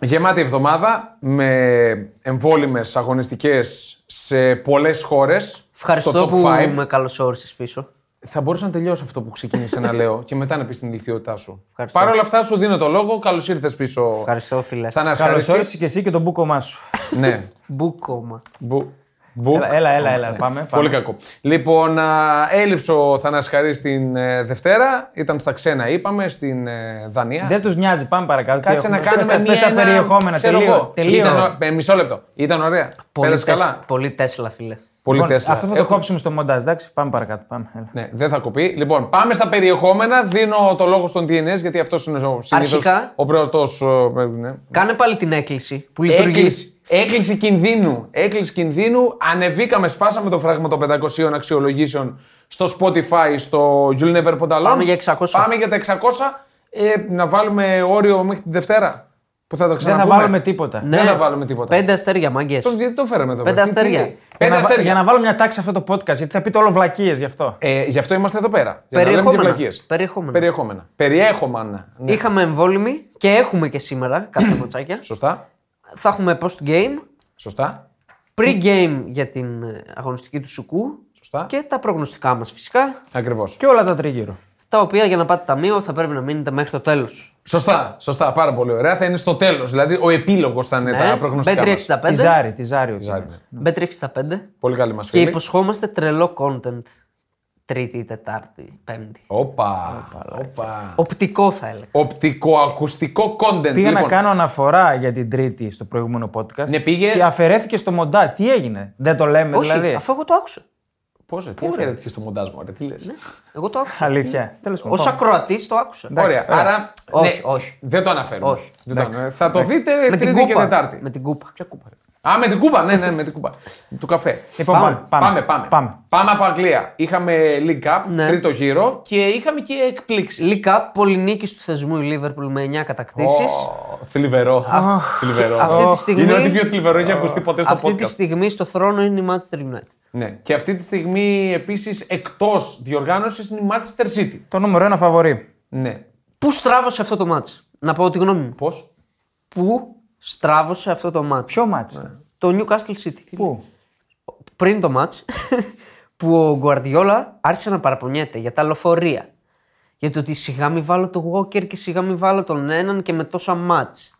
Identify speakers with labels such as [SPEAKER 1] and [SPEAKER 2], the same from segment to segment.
[SPEAKER 1] Γεμάτη εβδομάδα με εμβόλυμες αγωνιστικές σε πολλές χώρες.
[SPEAKER 2] Ευχαριστώ
[SPEAKER 1] στο top
[SPEAKER 2] που
[SPEAKER 1] 5.
[SPEAKER 2] με καλωσόρισες πίσω.
[SPEAKER 1] Θα μπορούσα να τελειώσω αυτό που ξεκίνησε να λέω και μετά να πεις την ηλικιότητά σου.
[SPEAKER 2] Ευχαριστώ.
[SPEAKER 1] Παρ' όλα αυτά σου δίνω το λόγο. Καλώς ήρθες πίσω.
[SPEAKER 2] Ευχαριστώ, φίλε.
[SPEAKER 1] Θα να
[SPEAKER 3] Καλώ όρισε και εσύ και τον μπούκομά σου.
[SPEAKER 1] Ναι.
[SPEAKER 2] Μπούκομα.
[SPEAKER 1] Μπου. Μπου. Ναι.
[SPEAKER 3] έλα, έλα, έλα, έλα, πάμε. πάμε.
[SPEAKER 1] Πολύ κακό. Λοιπόν, α, έλειψε ο Θανάσης Χαρίς την ε, Δευτέρα. Ήταν στα ξένα, είπαμε, στην ε, Δανία.
[SPEAKER 3] Δεν τους νοιάζει, πάμε παρακάτω. τι
[SPEAKER 1] Κάτσε
[SPEAKER 3] έχουμε.
[SPEAKER 1] να κάνουμε
[SPEAKER 3] Πες τα-
[SPEAKER 1] μία,
[SPEAKER 3] πες τα
[SPEAKER 1] ένα,
[SPEAKER 3] περιεχόμενα.
[SPEAKER 1] ξέρω εγώ.
[SPEAKER 3] Τελείω. τελείω.
[SPEAKER 1] Ήταν ω- ε, μισό λεπτό. Ήταν ωραία.
[SPEAKER 2] Πολύ,
[SPEAKER 1] Πέρασε
[SPEAKER 2] τεσ...
[SPEAKER 1] καλά.
[SPEAKER 2] πολύ Τέσλα, φίλε.
[SPEAKER 1] Πολύ
[SPEAKER 3] Λοιπόν,
[SPEAKER 1] τέσσερα.
[SPEAKER 3] αυτό θα το
[SPEAKER 1] Έχω-
[SPEAKER 3] κόψουμε στο μοντάζ, εντάξει. Πάμε παρακάτω. Πάμε. έλα.
[SPEAKER 1] Ναι, δεν θα κοπεί. Λοιπόν, πάμε στα περιεχόμενα. Δίνω το λόγο στον DNS γιατί αυτός είναι ο συνήθως.
[SPEAKER 2] Αρχικά.
[SPEAKER 1] Ο πρώτος. Ναι.
[SPEAKER 2] Κάνε πάλι την έκκληση που λειτουργεί.
[SPEAKER 1] Έκκληση, έκκληση κινδύνου. Έκκληση κινδύνου. Ανεβήκαμε, σπάσαμε το φράγμα των 500 αξιολογήσεων στο Spotify, στο You'll Never Put Alone.
[SPEAKER 2] Πάμε για 600.
[SPEAKER 1] Πάμε για τα 600. Ε, να βάλουμε όριο μέχρι την Δευτέρα. Που θα το
[SPEAKER 3] Δεν
[SPEAKER 1] ξαναπούμε.
[SPEAKER 3] θα βάλουμε τίποτα. Ναι.
[SPEAKER 1] δεν θα βάλουμε τίποτα.
[SPEAKER 2] Πέντε αστέρια, μάγκες.
[SPEAKER 1] Το- Γιατί το φέραμε εδώ.
[SPEAKER 2] Πέντε
[SPEAKER 1] βέβαια.
[SPEAKER 2] αστέρια.
[SPEAKER 1] Τι- τι-
[SPEAKER 3] Για
[SPEAKER 1] Πέντε
[SPEAKER 3] να βα-
[SPEAKER 1] αστέρια.
[SPEAKER 3] Για να βάλω μια τάξη σε αυτό το podcast, γιατί θα πείτε όλο βλακίες γι' αυτό.
[SPEAKER 1] Ε, γι' αυτό είμαστε εδώ πέρα. Για να λέμε και
[SPEAKER 2] Περιεχόμενα.
[SPEAKER 1] βλακίες.
[SPEAKER 2] Περιεχόμενα.
[SPEAKER 1] Περιεχόμενα. Περιέχομανα. Ναι.
[SPEAKER 2] Είχαμε εμβόλυμη και έχουμε και σήμερα κάποια κοτσάκια.
[SPEAKER 1] Σωστά.
[SPEAKER 2] θα έχουμε post-game,
[SPEAKER 1] Σωστά.
[SPEAKER 2] pre-game για την ε, αγωνιστική του Σουκού
[SPEAKER 1] Σωστά.
[SPEAKER 2] και τα προγνωστικά μας φυσικά.
[SPEAKER 1] Ακριβώς.
[SPEAKER 3] Και όλα τα τριγύρω.
[SPEAKER 2] Τα οποία για να πάτε ταμείο θα πρέπει να μείνετε μέχρι το τέλος.
[SPEAKER 1] Σωστά, σωστά, πάρα πολύ ωραία. Θα είναι στο τέλος. Δηλαδή, ο επίλογος θα είναι
[SPEAKER 2] Ναι. Ε,
[SPEAKER 1] τα προγνωστικά. μας.
[SPEAKER 3] Τη
[SPEAKER 2] 365.
[SPEAKER 3] ζάρι, τη ζάρι. ο Γιάννης.
[SPEAKER 1] ναι.
[SPEAKER 2] Bet365.
[SPEAKER 1] Πολύ καλή μας
[SPEAKER 2] Και
[SPEAKER 1] φίλη.
[SPEAKER 2] υποσχόμαστε τρελό content. Τρίτη, Τετάρτη, Πέμπτη.
[SPEAKER 1] Όπα. Όπα.
[SPEAKER 2] Οπτικό θα έλεγα.
[SPEAKER 1] Οπτικοακουστικό content.
[SPEAKER 3] Πήγα
[SPEAKER 1] λοιπόν.
[SPEAKER 3] να κάνω αναφορά για την Τρίτη στο προηγούμενο podcast.
[SPEAKER 1] Ναι, πήγε.
[SPEAKER 3] Και αφαιρέθηκε στο μοντάζ. Τι έγινε, δεν το λέμε
[SPEAKER 2] Όχι,
[SPEAKER 3] δηλαδή.
[SPEAKER 2] αφού εγώ το άκουσα.
[SPEAKER 1] Πώς, ρε, τι αφαιρέθηκε στο μοντάζ μου, ρε, τι λες.
[SPEAKER 2] Εγώ το άκουσα.
[SPEAKER 3] Αλήθεια. Τέλος πάντων.
[SPEAKER 2] Ως ακροατής το άκουσα.
[SPEAKER 3] Λοιπόν. Εντάξει,
[SPEAKER 1] Ωραία,
[SPEAKER 3] ωραία.
[SPEAKER 1] άρα.
[SPEAKER 2] Όχι,
[SPEAKER 1] ναι,
[SPEAKER 2] όχι.
[SPEAKER 1] Δεν το αναφέρουμε.
[SPEAKER 2] Όχι.
[SPEAKER 1] Δεν το αναφέρουμε. Θα το δείτε
[SPEAKER 2] Με την
[SPEAKER 1] Τρίτη και
[SPEAKER 2] κούπα.
[SPEAKER 1] Τετάρτη.
[SPEAKER 2] Με την κούπα. Ποια κούπα.
[SPEAKER 1] Α, με την κούπα, ναι, ναι, με την κούπα. Του καφέ.
[SPEAKER 3] Λοιπόν, πάμε,
[SPEAKER 1] πάμε,
[SPEAKER 3] πάμε,
[SPEAKER 1] πάμε.
[SPEAKER 3] πάμε.
[SPEAKER 1] Πάμε από Αγγλία. Είχαμε League Cup,
[SPEAKER 2] Ναι.
[SPEAKER 1] τρίτο γύρο και είχαμε και εκπλήξεις.
[SPEAKER 2] Λίκα, πολυνίκης του θεσμού η Λίβερπουλ με 9 κατακτήσει.
[SPEAKER 1] Θλιβερό. θλιβερό.
[SPEAKER 2] αυτή τη στιγμή-
[SPEAKER 1] Είναι ό,τι πιο θλιβερό έχει ακουστεί ποτέ στο
[SPEAKER 2] Αυτή τη
[SPEAKER 1] podcast.
[SPEAKER 2] στιγμή στο θρόνο είναι η Manchester United.
[SPEAKER 1] Ναι. Και αυτή τη στιγμή επίσης εκτός διοργάνωσης είναι η Manchester City.
[SPEAKER 3] Το νούμερο ένα φαβορή.
[SPEAKER 1] Ναι.
[SPEAKER 2] Πού στράβωσε αυτό το μάτς. Να πω τη γνώμη μου.
[SPEAKER 1] Πώς.
[SPEAKER 2] Πού στράβωσε αυτό το μάτς.
[SPEAKER 3] Ποιο μάτς.
[SPEAKER 1] Ναι.
[SPEAKER 2] Το Newcastle City.
[SPEAKER 3] Πού.
[SPEAKER 2] πριν το μάτς που ο Γκουαρδιόλα άρχισε να παραπονιέται για τα λεωφορεία. Για το ότι σιγά μη βάλω τον Walker και σιγά μη βάλω τον έναν και με τόσα μάτς.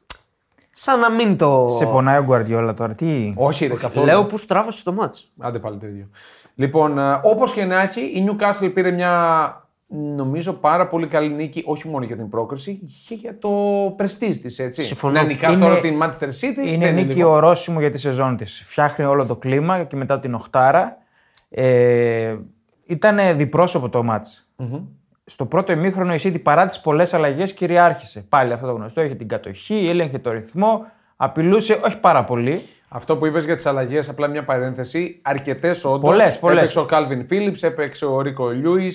[SPEAKER 2] Σαν να μην το...
[SPEAKER 3] Σε πονάει ο Γκουαρδιόλα τώρα. Τι.
[SPEAKER 1] Όχι, ρε, καθόλου.
[SPEAKER 2] Λέω που στράβωσε το μάτς.
[SPEAKER 1] Άντε πάλι το ίδιο. Λοιπόν, όπως και να έχει, η Newcastle πήρε μια νομίζω πάρα πολύ καλή νίκη, όχι μόνο για την πρόκριση, και για το πρεστή της, έτσι.
[SPEAKER 2] Συμφωνώ.
[SPEAKER 1] Να νικάς
[SPEAKER 3] Είναι-
[SPEAKER 1] τώρα την Manchester City. λοιπόν.
[SPEAKER 3] Είναι
[SPEAKER 1] δεν
[SPEAKER 3] νίκη
[SPEAKER 1] λίγο.
[SPEAKER 3] ορόσημο για τη σεζόν της. Φτιάχνει όλο το κλίμα και μετά την Οχτάρα. Ε, ήταν διπρόσωπο το μάτς. Στο πρώτο ημίχρονο η City παρά τις πολλές αλλαγές κυριάρχησε. Πάλι αυτό το γνωστό. Είχε την κατοχή, έλεγχε το ρυθμό, απειλούσε όχι πάρα πολύ.
[SPEAKER 1] Αυτό που είπες για τις αλλαγές, απλά μια παρένθεση. Αρκετές όντως.
[SPEAKER 3] Πολλές, πολλές.
[SPEAKER 1] Έπαιξε ο Κάλβιν Phillips, έπαιξε ο Ρίκο Λιούι,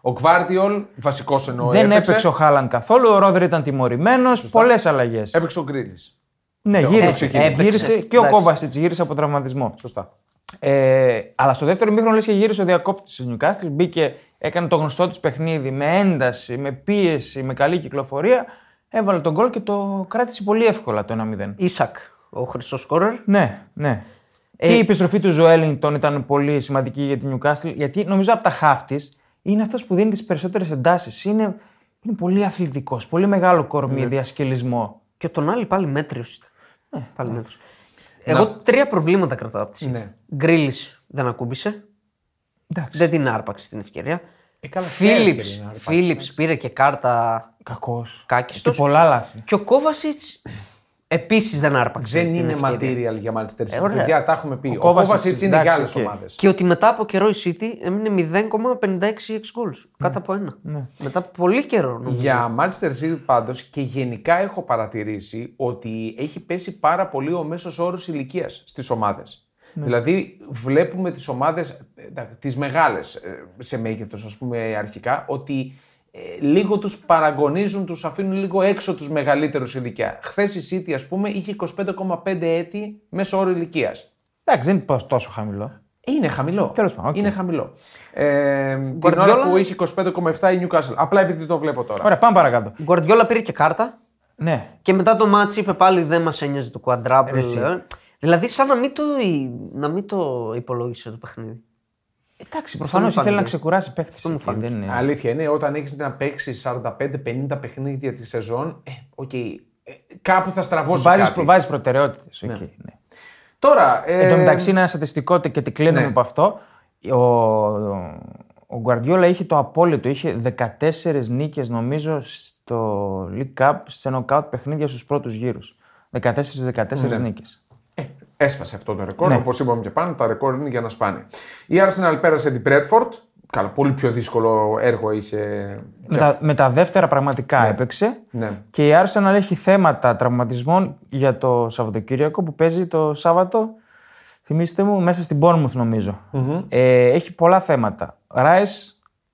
[SPEAKER 1] ο Κβάρτιολ, βασικός εννοώ.
[SPEAKER 3] Δεν έπαιξε ο Χάλαν καθόλου. Ο Ρόδρυ ήταν τιμωρημένος. Πολλές αλλαγές.
[SPEAKER 1] Έπαιξε ο Γκρίλης.
[SPEAKER 3] Ναι, γύρισε.
[SPEAKER 2] ξεκίνησε. Έπαιξε.
[SPEAKER 3] γύρισε και ο
[SPEAKER 2] Εντάξει.
[SPEAKER 3] Κόβασιτ γύρισε από τραυματισμό.
[SPEAKER 1] Σωστά.
[SPEAKER 3] Ε, αλλά στο δεύτερο μήχρονο λες και γύρισε ο διακόπτης της Νιουκάστρι. Μπήκε, έκανε το γνωστό της παιχνίδι με ένταση, με πίεση, με καλή κυκλοφορία. Έβαλε τον γκολ και το κράτησε πολύ εύκολα το 1-0.
[SPEAKER 2] Ίσακ, ο χρυσός σκόρερ.
[SPEAKER 3] Ναι, ναι.
[SPEAKER 2] Ε,
[SPEAKER 3] και η επιστροφή του Ζωέλινγκτον ήταν πολύ σημαντική για την Νιουκάστρι, γιατί νομίζω από τα χάφ της είναι αυτός που δίνει τις περισσότερες εντάσεις. Είναι, είναι πολύ αθλητικός, πολύ μεγάλο κορμί, διασκελισμό.
[SPEAKER 2] Και τον άλλη πάλι μέτριος ήταν. πάλι μέτριος. Εγώ τρία προβλήματα κρατάω από τη City.
[SPEAKER 1] Ναι.
[SPEAKER 2] Γκρίλης δεν ακούμπησε.
[SPEAKER 3] Εντάξει.
[SPEAKER 2] Δεν την άρπαξε την ευκαιρία.
[SPEAKER 1] Ε, καλά,
[SPEAKER 2] Φίλιπς,
[SPEAKER 1] θέλει να άρπαξει.
[SPEAKER 2] Φίλιπς πήρε και κάρτα
[SPEAKER 3] Κακός.
[SPEAKER 2] Κάκιστος.
[SPEAKER 3] Και πολλά λάθη.
[SPEAKER 2] Και ο Κόβασιτ επίσης δεν
[SPEAKER 3] Ε,
[SPEAKER 2] άρπαξε.
[SPEAKER 1] Δεν
[SPEAKER 2] την
[SPEAKER 1] είναι
[SPEAKER 2] ευκαιρία.
[SPEAKER 1] material για Manchester City.
[SPEAKER 2] ωραία.
[SPEAKER 1] Παιδιά, τα έχουμε πει. Ο,
[SPEAKER 3] Kovacic,
[SPEAKER 1] Kovacic είναι
[SPEAKER 3] εντάξει,
[SPEAKER 1] για άλλε
[SPEAKER 3] οκ.
[SPEAKER 1] ομάδες.
[SPEAKER 2] Και ότι μετά από καιρό η City έμεινε 0,56 γκολ.
[SPEAKER 1] Ναι.
[SPEAKER 2] Κάτω από ένα. Μετά από πολύ καιρό. νομίζω.
[SPEAKER 1] Για Manchester City πάντως και γενικά έχω παρατηρήσει ότι έχει πέσει πάρα πολύ ο μέσος όρος ηλικίας στις ομάδες.
[SPEAKER 3] Ναι.
[SPEAKER 1] Δηλαδή, βλέπουμε τις ομάδες, τις μεγάλες ε, σε μέγεθος, ας πούμε, αρχικά, ότι ε, λίγο τους παραγωνίζουν, τους αφήνουν λίγο έξω τους μεγαλύτερους ηλικία. Χθες η City, ας πούμε, είχε 25,5 έτη μέσο όρο ηλικίας.
[SPEAKER 3] Εντάξει, δεν είναι τόσο χαμηλό.
[SPEAKER 1] Είναι χαμηλό.
[SPEAKER 3] Τέλος πάντων, οκ.
[SPEAKER 1] Είναι χαμηλό. Ε, την
[SPEAKER 2] Guardiola?
[SPEAKER 1] ώρα που είχε 25,7 η Newcastle. Απλά επειδή το βλέπω τώρα.
[SPEAKER 3] Ωραία, πάμε παρακάτω.
[SPEAKER 2] Ο Γκουαρδιόλα πήρε και κάρτα.
[SPEAKER 3] Ναι.
[SPEAKER 2] Και μετά το μάτσι είπε πάλι δεν μας ένοιαζε το κουαντράπλ.
[SPEAKER 3] Εσύ.
[SPEAKER 2] Δηλαδή, σαν να μην, το, να μην το υπολόγισε το παιχνίδι.
[SPEAKER 3] Εντάξει, προφανώ
[SPEAKER 2] μου
[SPEAKER 3] ήθελε να
[SPEAKER 2] φάνηκε.
[SPEAKER 3] ξεκουράσει παίχτη.
[SPEAKER 2] μου φάνηκε.
[SPEAKER 3] Δεν είναι.
[SPEAKER 1] Αλήθεια είναι, όταν έχεις να παίξεις 45-50 παιχνίδια τη σεζόν, ε, οκ, ε, κάπου θα στραβώσει
[SPEAKER 3] Βάζεις
[SPEAKER 1] κάτι.
[SPEAKER 3] προ, βάζεις προτεραιότητες. Ναι. Ναι.
[SPEAKER 1] Τώρα, ε,
[SPEAKER 3] Εν τω μεταξύ, είναι ένα στατιστικό και τη κλείνουμε
[SPEAKER 1] ναι.
[SPEAKER 3] από αυτό. Ο, ο Γκουαρδιόλα είχε το απόλυτο. Είχε 14 νίκες, νομίζω, στο League Cup σε νοκάουτ παιχνίδια στους πρώτους γύρους. 14-14 νίκε.
[SPEAKER 1] Ε, έσπασε αυτό το ρεκόρ.
[SPEAKER 3] Ναι.
[SPEAKER 1] Όπως είπαμε και πάνω, τα ρεκόρ είναι για να σπάνε. Η Arsenal πέρασε την Πρέτφορντ. Καλά, πολύ πιο δύσκολο έργο είχε.
[SPEAKER 3] Με τα, με τα δεύτερα πραγματικά έπαιξε.
[SPEAKER 1] Ναι.
[SPEAKER 3] Και η Arsenal έχει θέματα τραυματισμών για το Σαββατοκύριακο που παίζει το Σάββατο. Θυμήστε μου, μέσα στην Bournemouth νομιζω Ε, έχει πολλά θέματα. Ράι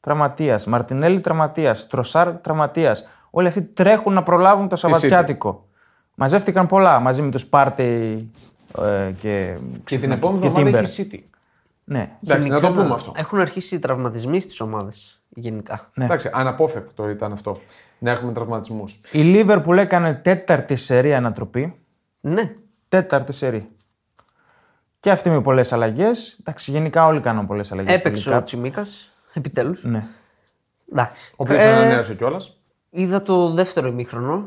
[SPEAKER 3] τραυματία, Μαρτινέλη τραυματία, Τροσάρ τραυματίας. Όλοι αυτοί τρέχουν να προλάβουν το Σαββατιάτικο. Μαζεύτηκαν πολλά μαζί με τους Πάρτι ε, και,
[SPEAKER 1] Και την επόμενη εβδομάδα
[SPEAKER 3] Τίμπερ.
[SPEAKER 1] έχει City.
[SPEAKER 3] Ναι.
[SPEAKER 1] Εντάξει, να το
[SPEAKER 2] Γενικά,
[SPEAKER 1] πούμε αυτό.
[SPEAKER 2] Έχουν αρχίσει οι τραυματισμοί στις ομάδες γενικά.
[SPEAKER 3] Ε, ναι.
[SPEAKER 1] Εντάξει, αναπόφευκτο ήταν αυτό. Να έχουμε τραυματισμούς.
[SPEAKER 3] Η Λίβερπουλ έκανε τέταρτη σερή ανατροπή.
[SPEAKER 2] Ναι.
[SPEAKER 3] Τέταρτη σερή. Και αυτή με πολλές αλλαγές. Εντάξει, γενικά όλοι κάνουν πολλές αλλαγές.
[SPEAKER 2] Έπαιξε ο Τσιμίκας. Επιτέλους.
[SPEAKER 3] Ναι.
[SPEAKER 2] Εντάξει.
[SPEAKER 1] Ο οποίος
[SPEAKER 2] Ε,
[SPEAKER 1] ανανέωσε κιόλας.
[SPEAKER 2] Είδα το δεύτερο ημίχρονο.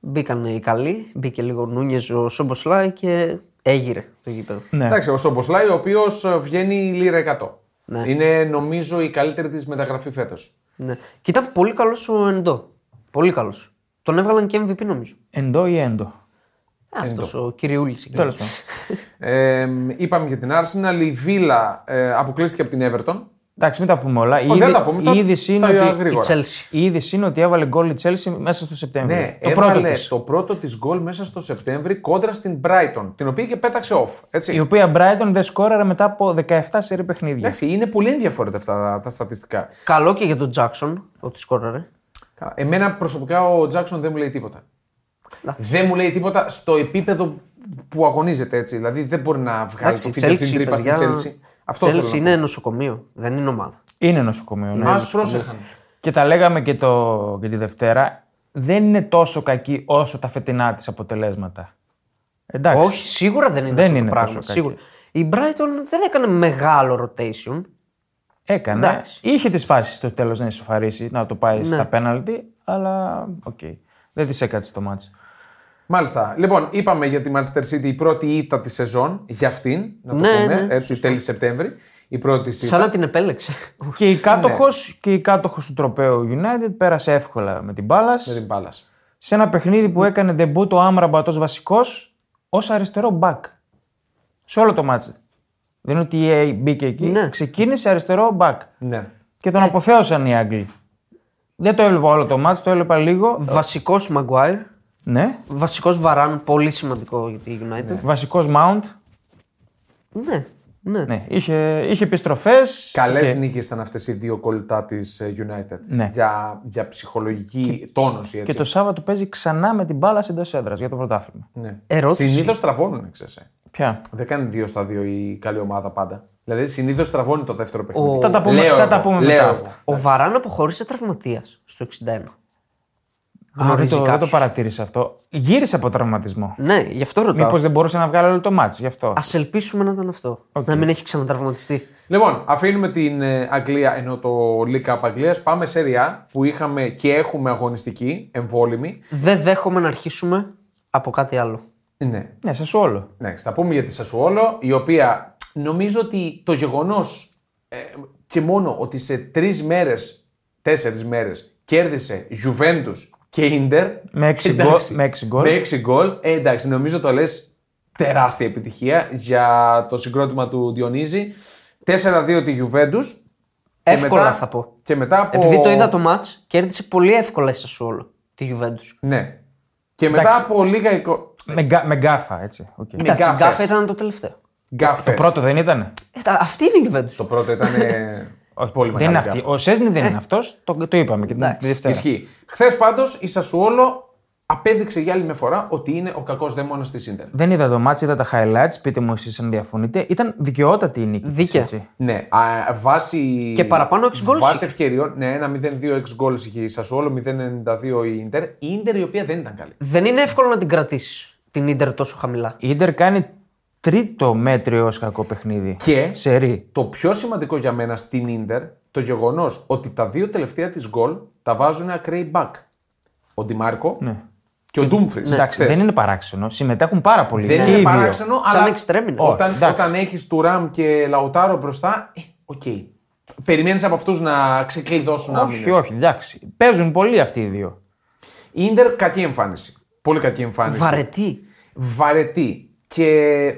[SPEAKER 2] Μπήκαν οι καλοί. Μπήκε λίγο ο Νούνιες ο Σόμποσλάι και έγειρε το γήπεδο.
[SPEAKER 3] ναι.
[SPEAKER 1] Εντάξει, ο Σομποσλάι, ο οποίος βγαίνει λίρα 100.
[SPEAKER 2] Ναι.
[SPEAKER 1] Είναι νομίζω η καλύτερη της μεταγραφή φέτος.
[SPEAKER 2] Ναι. Και ήταν πολύ καλός ο Εντό. Πολύ καλός. Τον έβγαλαν και MVP νομίζω.
[SPEAKER 3] Εντό ή έντο.
[SPEAKER 2] Αυτός ο κυριούλης.
[SPEAKER 3] Τέλος πάντων.
[SPEAKER 1] Ε, είπαμε για την Arsenal. Η Βίλα ε, αποκλείστηκε από την Everton.
[SPEAKER 3] Εντάξει, μην τα πούμε όλα. Η,
[SPEAKER 1] Όχι, δεν
[SPEAKER 3] είδη-
[SPEAKER 1] τα πούμε, τα-
[SPEAKER 3] η είδηση
[SPEAKER 1] τα
[SPEAKER 3] είναι ότι,
[SPEAKER 1] γρήγορα.
[SPEAKER 2] Η Chelsea.
[SPEAKER 3] η είδηση είναι ότι έβαλε γκολ η Chelsea μέσα στο Σεπτέμβριο.
[SPEAKER 1] Ναι,
[SPEAKER 3] το
[SPEAKER 1] το
[SPEAKER 3] πρώτο
[SPEAKER 1] έβαλε
[SPEAKER 3] της.
[SPEAKER 1] το πρώτο της γκολ μέσα στο Σεπτέμβρη κόντρα στην Brighton, την οποία και πέταξε off. Έτσι.
[SPEAKER 3] Η οποία Brighton δεν σκόραρε μετά από 17 σερή παιχνίδια.
[SPEAKER 1] Εντάξει, είναι πολύ ενδιαφέροντα αυτά τα, τα στατιστικά.
[SPEAKER 2] Καλό και για τον Τζάξον ότι σκόραρε.
[SPEAKER 1] Καλά, Εμένα προσωπικά ο Τζάξον δεν μου λέει τίποτα. Δεν μου λέει τίποτα στο επίπεδο που αγωνίζεται έτσι. Δηλαδή δεν μπορεί να βγάλει
[SPEAKER 2] Εντάξει,
[SPEAKER 1] το
[SPEAKER 2] η
[SPEAKER 1] φίλο την
[SPEAKER 2] Chelsea,
[SPEAKER 1] τρύπα στην
[SPEAKER 2] παιδιά,
[SPEAKER 1] Τσέλσι. Αυτό
[SPEAKER 2] η
[SPEAKER 1] θέλω
[SPEAKER 2] Chelsea
[SPEAKER 1] να
[SPEAKER 2] είναι νοσοκομείο, δεν είναι ομάδα.
[SPEAKER 3] Είναι νοσοκομείο. ναι.
[SPEAKER 1] πω. Ας πρόσεχαν.
[SPEAKER 3] Και τα λέγαμε και, το, και τη Δευτέρα. Δεν είναι τόσο κακή όσο τα φετινά της αποτελέσματα. Εντάξει.
[SPEAKER 2] Όχι, σίγουρα δεν είναι
[SPEAKER 3] Δεν
[SPEAKER 2] αυτό
[SPEAKER 3] είναι
[SPEAKER 2] το
[SPEAKER 3] τόσο
[SPEAKER 2] πράγμα.
[SPEAKER 3] κακή.
[SPEAKER 2] Σίγουρα. Η Brighton δεν έκανε μεγάλο rotation.
[SPEAKER 3] Έκανε.
[SPEAKER 2] Εντάξει.
[SPEAKER 3] Είχε τις φάσεις στο τέλος να ισοφαρίσει, να το πάει στα πέναλτι, αλλά οκ. Δεν τις έκατσε το μάτσο.
[SPEAKER 1] Μάλιστα. Λοιπόν, είπαμε για τη Manchester City η πρώτη ήττα της σεζόν, για αυτήν, να το
[SPEAKER 2] Ναι,
[SPEAKER 1] πούμε,
[SPEAKER 2] ναι,
[SPEAKER 1] έτσι, τέλη Σεπτέμβρη. Η πρώτη ήττα.
[SPEAKER 2] Σαν να την επέλεξε.
[SPEAKER 3] Και η κάτοχο και η κάτοχος του τροπέου United πέρασε εύκολα με την μπάλα.
[SPEAKER 1] με την μπάλα.
[SPEAKER 3] Σε ένα παιχνίδι που έκανε ντεμπού το Άμραμπατ ως βασικός ως αριστερό μπακ. Σε όλο το μάτσο. Δεν είναι ότι η EA μπήκε εκεί.
[SPEAKER 2] Ναι.
[SPEAKER 3] Ξεκίνησε αριστερό μπακ.
[SPEAKER 1] Ναι.
[SPEAKER 3] Και τον αποθέωσαν οι Άγγλοι. Δεν το έβλεπα όλο το μάτσο, το έβλεπα λίγο.
[SPEAKER 2] Βασικός Maguire.
[SPEAKER 3] Ναι.
[SPEAKER 2] Βασικός Βαράν, πολύ σημαντικό για τη United.
[SPEAKER 3] Βασικός Mount.
[SPEAKER 2] Ναι, ναι.
[SPEAKER 3] Ναι. Είχε, είχε επιστροφές.
[SPEAKER 1] Καλές νίκες ήταν αυτές οι δύο κολλητά της United.
[SPEAKER 3] Ναι.
[SPEAKER 1] Για, για ψυχολογική τόνωση.
[SPEAKER 3] Και
[SPEAKER 1] Έτσι.
[SPEAKER 3] το Σάββατο παίζει ξανά με την μπάλα εντός έδρας για το πρωτάθλημα.
[SPEAKER 1] Ναι.
[SPEAKER 2] Ερώτηση.
[SPEAKER 1] Συνήθως τραβώνουν, ξέρει.
[SPEAKER 3] Ποια.
[SPEAKER 1] ε. Δεν κάνει δύο στα δύο η καλή ομάδα πάντα. Δηλαδή συνήθως τραβώνει το δεύτερο παιχνίδι.
[SPEAKER 3] Θα τα πούμε-
[SPEAKER 1] Λέω
[SPEAKER 3] θα
[SPEAKER 1] εγώ,
[SPEAKER 3] τα πούμε
[SPEAKER 1] λέω
[SPEAKER 3] μετά
[SPEAKER 1] εγώ.
[SPEAKER 3] αυτά.
[SPEAKER 2] Ο Βαράν αποχώρησε τραυματίας στο 61.
[SPEAKER 3] Α, δεν
[SPEAKER 2] Γνωρίζει
[SPEAKER 3] το, δεν το
[SPEAKER 2] κάποιος.
[SPEAKER 3] παρατήρησε αυτό. Γύρισε από τραυματισμό.
[SPEAKER 2] Ναι, γι' αυτό ρωτάω.
[SPEAKER 3] Μήπως δεν μπορούσε να βγάλει όλο το μάτσο, γι' αυτό.
[SPEAKER 2] Ας ελπίσουμε να ήταν αυτό. Να μην έχει ξανατραυματιστεί.
[SPEAKER 1] Λοιπόν, αφήνουμε την ε, Αγγλία ενώ το League Cup Αγγλίας. Πάμε σε ΡΙΑ που είχαμε και έχουμε αγωνιστική, εμβόλυμη.
[SPEAKER 2] Δεν δέχομαι να αρχίσουμε από κάτι άλλο.
[SPEAKER 1] Ναι.
[SPEAKER 3] Ναι, σε σου όλο.
[SPEAKER 1] Ναι, θα πούμε για τη Σασουόλο, η οποία νομίζω ότι το γεγονός και μόνο ότι σε τρεις μέρες, τέσσερις μέρες κέρδισε Juventus και Ιντερ.
[SPEAKER 3] Με έξι
[SPEAKER 1] εντάξει,
[SPEAKER 3] γκολ- με έξι γκολ.
[SPEAKER 1] με έξι γκολ, ε, εντάξει, νομίζω το λες τεράστια επιτυχία για το συγκρότημα του Διονύζη. 4-2 τη Juventus. Και
[SPEAKER 2] Εύκολα
[SPEAKER 1] μετά-
[SPEAKER 2] θα πω.
[SPEAKER 1] Και μετά από.
[SPEAKER 2] Επειδή το είδα το match, κέρδισε πολύ εύκολα η Σασουόλο τη Juventus.
[SPEAKER 1] Ναι. Και μετά
[SPEAKER 3] Εντάξει.
[SPEAKER 1] από λίγα. εικο-
[SPEAKER 3] Με, γκά- με γκάφα, έτσι. οκ.
[SPEAKER 2] Εντάξει, η
[SPEAKER 1] γκάφες.
[SPEAKER 2] Γκάφα ήταν το τελευταίο.
[SPEAKER 1] Γκάφες.
[SPEAKER 3] Το πρώτο δεν ήταν.
[SPEAKER 2] Ε, τα- αυτή είναι η Juventus.
[SPEAKER 1] Το πρώτο ήταν. ε, πολύ
[SPEAKER 3] δεν
[SPEAKER 1] μεγάλη
[SPEAKER 3] είναι
[SPEAKER 1] γκάφα.
[SPEAKER 2] Ε.
[SPEAKER 3] αυτή. Ο Σέσνη δεν είναι αυτός. Το, το είπαμε και την τη Δευτέρα.
[SPEAKER 1] Ισχύει. Χθες πάντως η Σασουόλο απέδειξε για άλλη μια φορά ότι είναι ο κακός δαίμονας της Ιντερ.
[SPEAKER 3] Δεν είδα το μάτς, είδα τα highlights. Πείτε μου εσείς αν διαφωνείτε. Ήταν δικαιότατη η νίκη. της,
[SPEAKER 2] Δίκαια.
[SPEAKER 3] έτσι.
[SPEAKER 1] Ναι, α, βάσει.
[SPEAKER 2] Και παραπάνω εξ γκολ
[SPEAKER 1] Βάσει
[SPEAKER 2] είχε.
[SPEAKER 1] ευκαιριών. Ναι, ένα 0-2 εξ γκολ είχε η Σασουόλο, 0-92 η Ιντερ. Η Ιντερ η οποία δεν ήταν καλή.
[SPEAKER 2] Δεν είναι εύκολο να την κρατήσεις την ντερ τόσο χαμηλά.
[SPEAKER 3] Η Ιντερ κάνει τρίτο μέτριο ως κακό παιχνίδι.
[SPEAKER 1] Και-
[SPEAKER 3] σε ρί.
[SPEAKER 1] Το πιο σημαντικό για μένα στην Ιντερ το γεγονός ότι τα δύο τελευταία της γκολ τα βάζουν ακραίοι back. Ο Ντιμάρκο
[SPEAKER 2] Ναι.
[SPEAKER 1] και ο Ντούμφρι.
[SPEAKER 3] Εντάξει, δεν είναι παράξενο. Συμμετέχουν πάρα πολύ.
[SPEAKER 1] Ναι, Δεν
[SPEAKER 3] και
[SPEAKER 1] είναι
[SPEAKER 3] οι δύο.
[SPEAKER 1] παράξενο,
[SPEAKER 2] Σαν
[SPEAKER 1] αλλά
[SPEAKER 2] εξτρέμ είναι.
[SPEAKER 1] Όταν,
[SPEAKER 3] Ω, εντάξει.
[SPEAKER 1] όταν έχεις Τουράμ και Λαουτάρο μπροστά, ε, οκ. Περιμένεις από αυτούς να ξεκλειδώσουν
[SPEAKER 3] Όχι,
[SPEAKER 1] άμυνε.
[SPEAKER 3] όχι, εντάξει. Παίζουν πολύ αυτοί οι δύο.
[SPEAKER 1] Ιντερ, κακή εμφάνιση. Πολύ κακή εμφάνιση.
[SPEAKER 2] Βαρετή.
[SPEAKER 1] Βαρετή. Και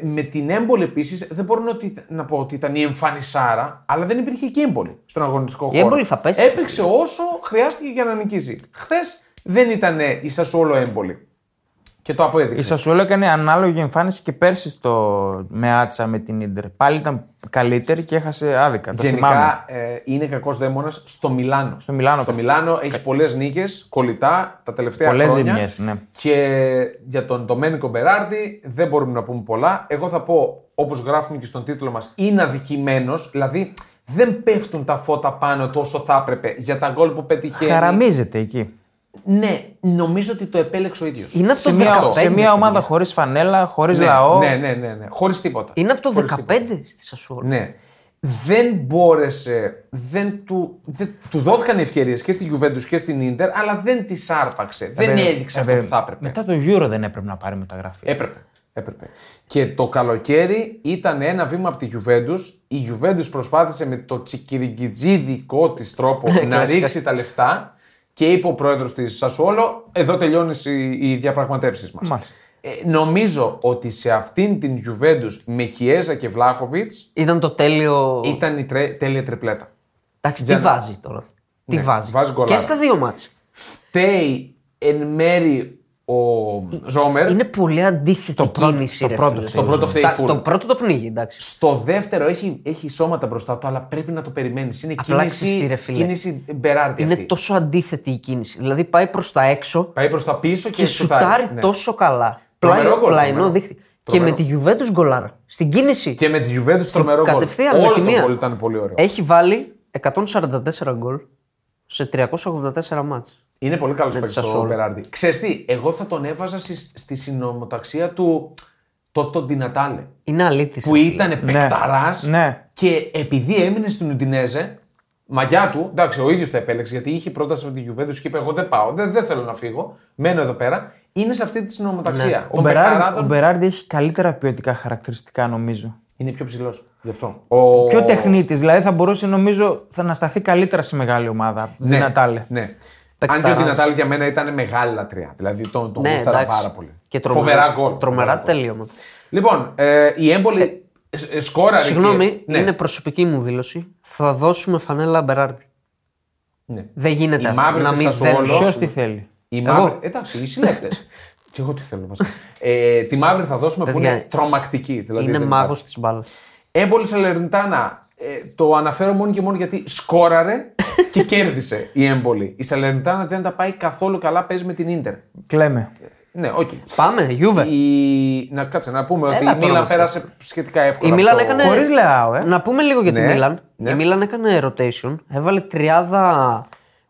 [SPEAKER 1] με την έμπολη επίσης, δεν μπορώ να, ότι- να πω ότι ήταν η εμφανισάρα, αλλά δεν υπήρχε και έμπολη στον αγωνιστικό χώρο.
[SPEAKER 2] έμπολη θα πέσει.
[SPEAKER 1] Έπαιξε όσο χρειάστηκε για να νικήσει. Χθες δεν ήταν η Σασόλο έμπολη. Και το
[SPEAKER 3] Η
[SPEAKER 1] απέδειξε.
[SPEAKER 3] Σασουέλο έκανε ανάλογη εμφάνιση και πέρσι στο Μεάτσα με την Ιντερ. Πάλι ήταν καλύτερη και έχασε άδικα. Το θυμάμαι.
[SPEAKER 1] Γενικά ε, είναι κακός δαίμονας στο Μιλάνο.
[SPEAKER 3] Στο Μιλάνο.
[SPEAKER 1] Στο Μιλάνο έχει πολλές νίκες, κολλητά τα τελευταία
[SPEAKER 3] Πολλές
[SPEAKER 1] χρόνια.
[SPEAKER 3] ζημιές, ναι.
[SPEAKER 1] Και για τον Ντομένικο Μπεράρντι δεν μπορούμε να πούμε πολλά. Εγώ θα πω, όπως γράφουμε και στον τίτλο μας, είναι αδικημένος. Δηλαδή δεν πέφτουν τα φώτα πάνω του όσο θα έπρεπε για τα γκολ που πετυχαίνει.
[SPEAKER 3] Χαραμίζεται εκεί.
[SPEAKER 1] Ναι, νομίζω ότι το επέλεξε ο ίδιος.
[SPEAKER 2] Είναι από
[SPEAKER 3] Σε
[SPEAKER 2] το
[SPEAKER 3] μια,
[SPEAKER 2] 15.
[SPEAKER 3] σε μια ομάδα χωρίς φανέλα, χωρίς
[SPEAKER 1] ναι,
[SPEAKER 3] λαό.
[SPEAKER 1] ναι, ναι, ναι, ναι. Χωρίς τίποτα.
[SPEAKER 2] Είναι από
[SPEAKER 1] Χωρίς
[SPEAKER 2] το
[SPEAKER 1] τίποτα.
[SPEAKER 2] 15 στη Σασουόλ.
[SPEAKER 1] Ναι. Δεν μπόρεσε, δεν του, δεν, του δόθηκαν ευκαιρίες και στη Juventus και στην Ίντερ, αλλά δεν τις άρπαξε. δεν
[SPEAKER 3] Ε, Βέβαια,
[SPEAKER 1] έδειξε αυτό
[SPEAKER 3] βέβαια. Ναι.
[SPEAKER 1] που θα έπρεπε. Ε,
[SPEAKER 3] Μετά το Euro δεν έπρεπε να πάρει μεταγραφή.
[SPEAKER 1] Έπρεπε. Έπρεπε. Και το καλοκαίρι ήταν ένα βήμα από τη Juventus. Η Juventus προσπάθησε με το τσικυριγκιτζίδικο της τρόπο
[SPEAKER 3] Ναι,
[SPEAKER 1] να
[SPEAKER 2] Κλασικά.
[SPEAKER 1] ρίξει τα λεφτά και είπε ο πρόεδρος της Σασουόλο, εδώ τελειώνεις οι, οι διαπραγματεύσεις μας.
[SPEAKER 3] Μάλιστα.
[SPEAKER 1] νομίζω ότι σε αυτήν την Juventus με Χιέζα και Βλάχοβιτ
[SPEAKER 2] Ήταν το τέλειο.
[SPEAKER 1] ήταν η τρε- τέλεια τριπλέτα.
[SPEAKER 2] Εντάξει,
[SPEAKER 1] για
[SPEAKER 2] τι
[SPEAKER 1] να-
[SPEAKER 2] βάζει τώρα. Τι
[SPEAKER 1] Ναι,
[SPEAKER 2] βάζει.
[SPEAKER 1] βάζει γκολάρα.
[SPEAKER 2] και στα δύο μάτς.
[SPEAKER 1] φταίει εν μέρη ο Ζόμερ.
[SPEAKER 2] Είναι πολύ αντίθετη
[SPEAKER 3] Στο πρώτο-
[SPEAKER 2] κίνηση.
[SPEAKER 3] στο
[SPEAKER 2] ρε
[SPEAKER 3] πρώτο
[SPEAKER 2] φίλε.
[SPEAKER 1] Ε, Στο πρώτο φταίει
[SPEAKER 2] Τα-
[SPEAKER 1] full.
[SPEAKER 2] Το πρώτο το πνίγει, εντάξει.
[SPEAKER 1] Στο δεύτερο έχει, έχει σώματα μπροστά του, αλλά πρέπει να το περιμένεις. Είναι
[SPEAKER 2] Απλά ξέρεις
[SPEAKER 1] κίνηση,
[SPEAKER 2] τι, ρε φίλε.
[SPEAKER 1] κίνηση Μπεράρντι.
[SPEAKER 2] Είναι
[SPEAKER 1] αυτή.
[SPEAKER 2] τόσο αντίθετη η κίνηση. Δηλαδή πάει προς τα έξω
[SPEAKER 1] Πάει προς τα πίσω και,
[SPEAKER 2] και σουτάρει
[SPEAKER 1] ναι.
[SPEAKER 2] τόσο καλά.
[SPEAKER 1] Τρομερό
[SPEAKER 2] Πλάι-
[SPEAKER 1] γκολ,
[SPEAKER 2] Πλαϊνό
[SPEAKER 1] τρομερό.
[SPEAKER 2] δίχτυ. Και
[SPEAKER 1] Τρομερό.
[SPEAKER 2] με τη Γιουβέντους γκολάρα. Στην κίνηση.
[SPEAKER 1] Και με τη Juventus τρομερό γκολ.
[SPEAKER 2] Κατευθείαν με
[SPEAKER 1] Όλο
[SPEAKER 2] τη
[SPEAKER 1] το
[SPEAKER 2] μία. Ε,
[SPEAKER 1] γκολ ήταν πολύ ωραίο.
[SPEAKER 2] Έχει βάλει 144 γκολ σε 384 μάτς.
[SPEAKER 1] Είναι πολύ καλός παίκτη ο
[SPEAKER 2] Sassuolo.
[SPEAKER 1] Μπεράρντι. Ξέρεις τι, εγώ θα τον έβαζα στη, στη συνομοταξία του Τότο Ντινατάλε.
[SPEAKER 2] Είναι αλήτης.
[SPEAKER 1] Που ήταν παικταράς
[SPEAKER 3] Ναι.
[SPEAKER 1] και επειδή έμεινε στην Ουντινέζε, μαγιά του, εντάξει, ο ίδιος το επέλεξε γιατί είχε πρόταση από τη Γιουβέντους και είπε: Εγώ δεν πάω, δεν, δεν θέλω να φύγω, μένω εδώ πέρα. Είναι σε αυτή τη συνωμοταξία.
[SPEAKER 3] Ναι. Ο
[SPEAKER 1] Των
[SPEAKER 3] Μπεράρντι, ο
[SPEAKER 1] παικταράδων
[SPEAKER 3] Μπεράρντι έχει καλύτερα ποιοτικά χαρακτηριστικά νομίζω.
[SPEAKER 1] είναι πιο ψηλός. Γι' αυτό. Ο...
[SPEAKER 3] Πιο τεχνίτης, δηλαδή θα μπορούσε νομίζω θα να σταθεί καλύτερα σε μεγάλη ομάδα.
[SPEAKER 1] Ναι,
[SPEAKER 3] Δυνατά λέ.
[SPEAKER 1] Ναι. Αν
[SPEAKER 2] Παικταράς.
[SPEAKER 1] και ο Ντινατάλη για μένα ήταν μεγάλη λατρεία. Δηλαδή τον, τον
[SPEAKER 2] Ναι,
[SPEAKER 1] γούσταρα
[SPEAKER 2] εντάξει.
[SPEAKER 1] πάρα πολύ.
[SPEAKER 2] Και τρομερά,
[SPEAKER 1] Φοβερά γκολ.
[SPEAKER 2] Τρομερά
[SPEAKER 1] φοβερά γκολ.
[SPEAKER 2] τελείωμα.
[SPEAKER 1] Λοιπόν, ε, η έμπολη ε, ε, σκόραρε.
[SPEAKER 2] Συγγνώμη,
[SPEAKER 1] και- ναι,
[SPEAKER 2] είναι προσωπική μου δήλωση. Θα δώσουμε φανέλα Μπεράρντι.
[SPEAKER 1] ναι.
[SPEAKER 2] Δεν γίνεται
[SPEAKER 1] Η
[SPEAKER 2] αυτό.
[SPEAKER 1] μαύρη
[SPEAKER 2] να
[SPEAKER 1] της δηλαδή,
[SPEAKER 2] μην
[SPEAKER 1] Σασουόλο.
[SPEAKER 2] θέλεις.
[SPEAKER 3] Ποιο τι θέλει.
[SPEAKER 1] Η
[SPEAKER 2] Εγώ.
[SPEAKER 1] μαύρη. Εντάξει, οι συλλέκτε. και εγώ τι θέλω βασικά. ε, τη μαύρη θα δώσουμε
[SPEAKER 2] Παιδιά,
[SPEAKER 1] που είναι τρομακτική. Δηλαδή
[SPEAKER 2] είναι
[SPEAKER 1] δεν
[SPEAKER 2] μάγος
[SPEAKER 1] υπάρχει.
[SPEAKER 2] της μπάλας.
[SPEAKER 1] Έμπολη Σαλερνιτάνα. Ε, το αναφέρω μόνο και μόνο γιατί σκόραρε και κέρδισε η έμπολη. Η Σαλερνιτάνα δεν τα πάει καθόλου καλά, παίζει με την ντερ.
[SPEAKER 3] Κλαίμε.
[SPEAKER 1] Ναι, όχι.
[SPEAKER 2] Πάμε, Γιούβε.
[SPEAKER 1] Η... Να κάτσε να πούμε
[SPEAKER 2] Έλα
[SPEAKER 1] ότι η
[SPEAKER 2] τώρα
[SPEAKER 1] Μίλαν
[SPEAKER 2] μας
[SPEAKER 1] πέρασε σχετικά εύκολα.
[SPEAKER 2] Η Μίλαν
[SPEAKER 1] από το-
[SPEAKER 2] έκανε.
[SPEAKER 3] Χωρίς Λεάο, ε.
[SPEAKER 2] Να πούμε λίγο για τη
[SPEAKER 1] Ναι,
[SPEAKER 2] Μίλαν.
[SPEAKER 1] ναι.
[SPEAKER 2] Η Μίλαν έκανε rotation. Έβαλε τριάδα.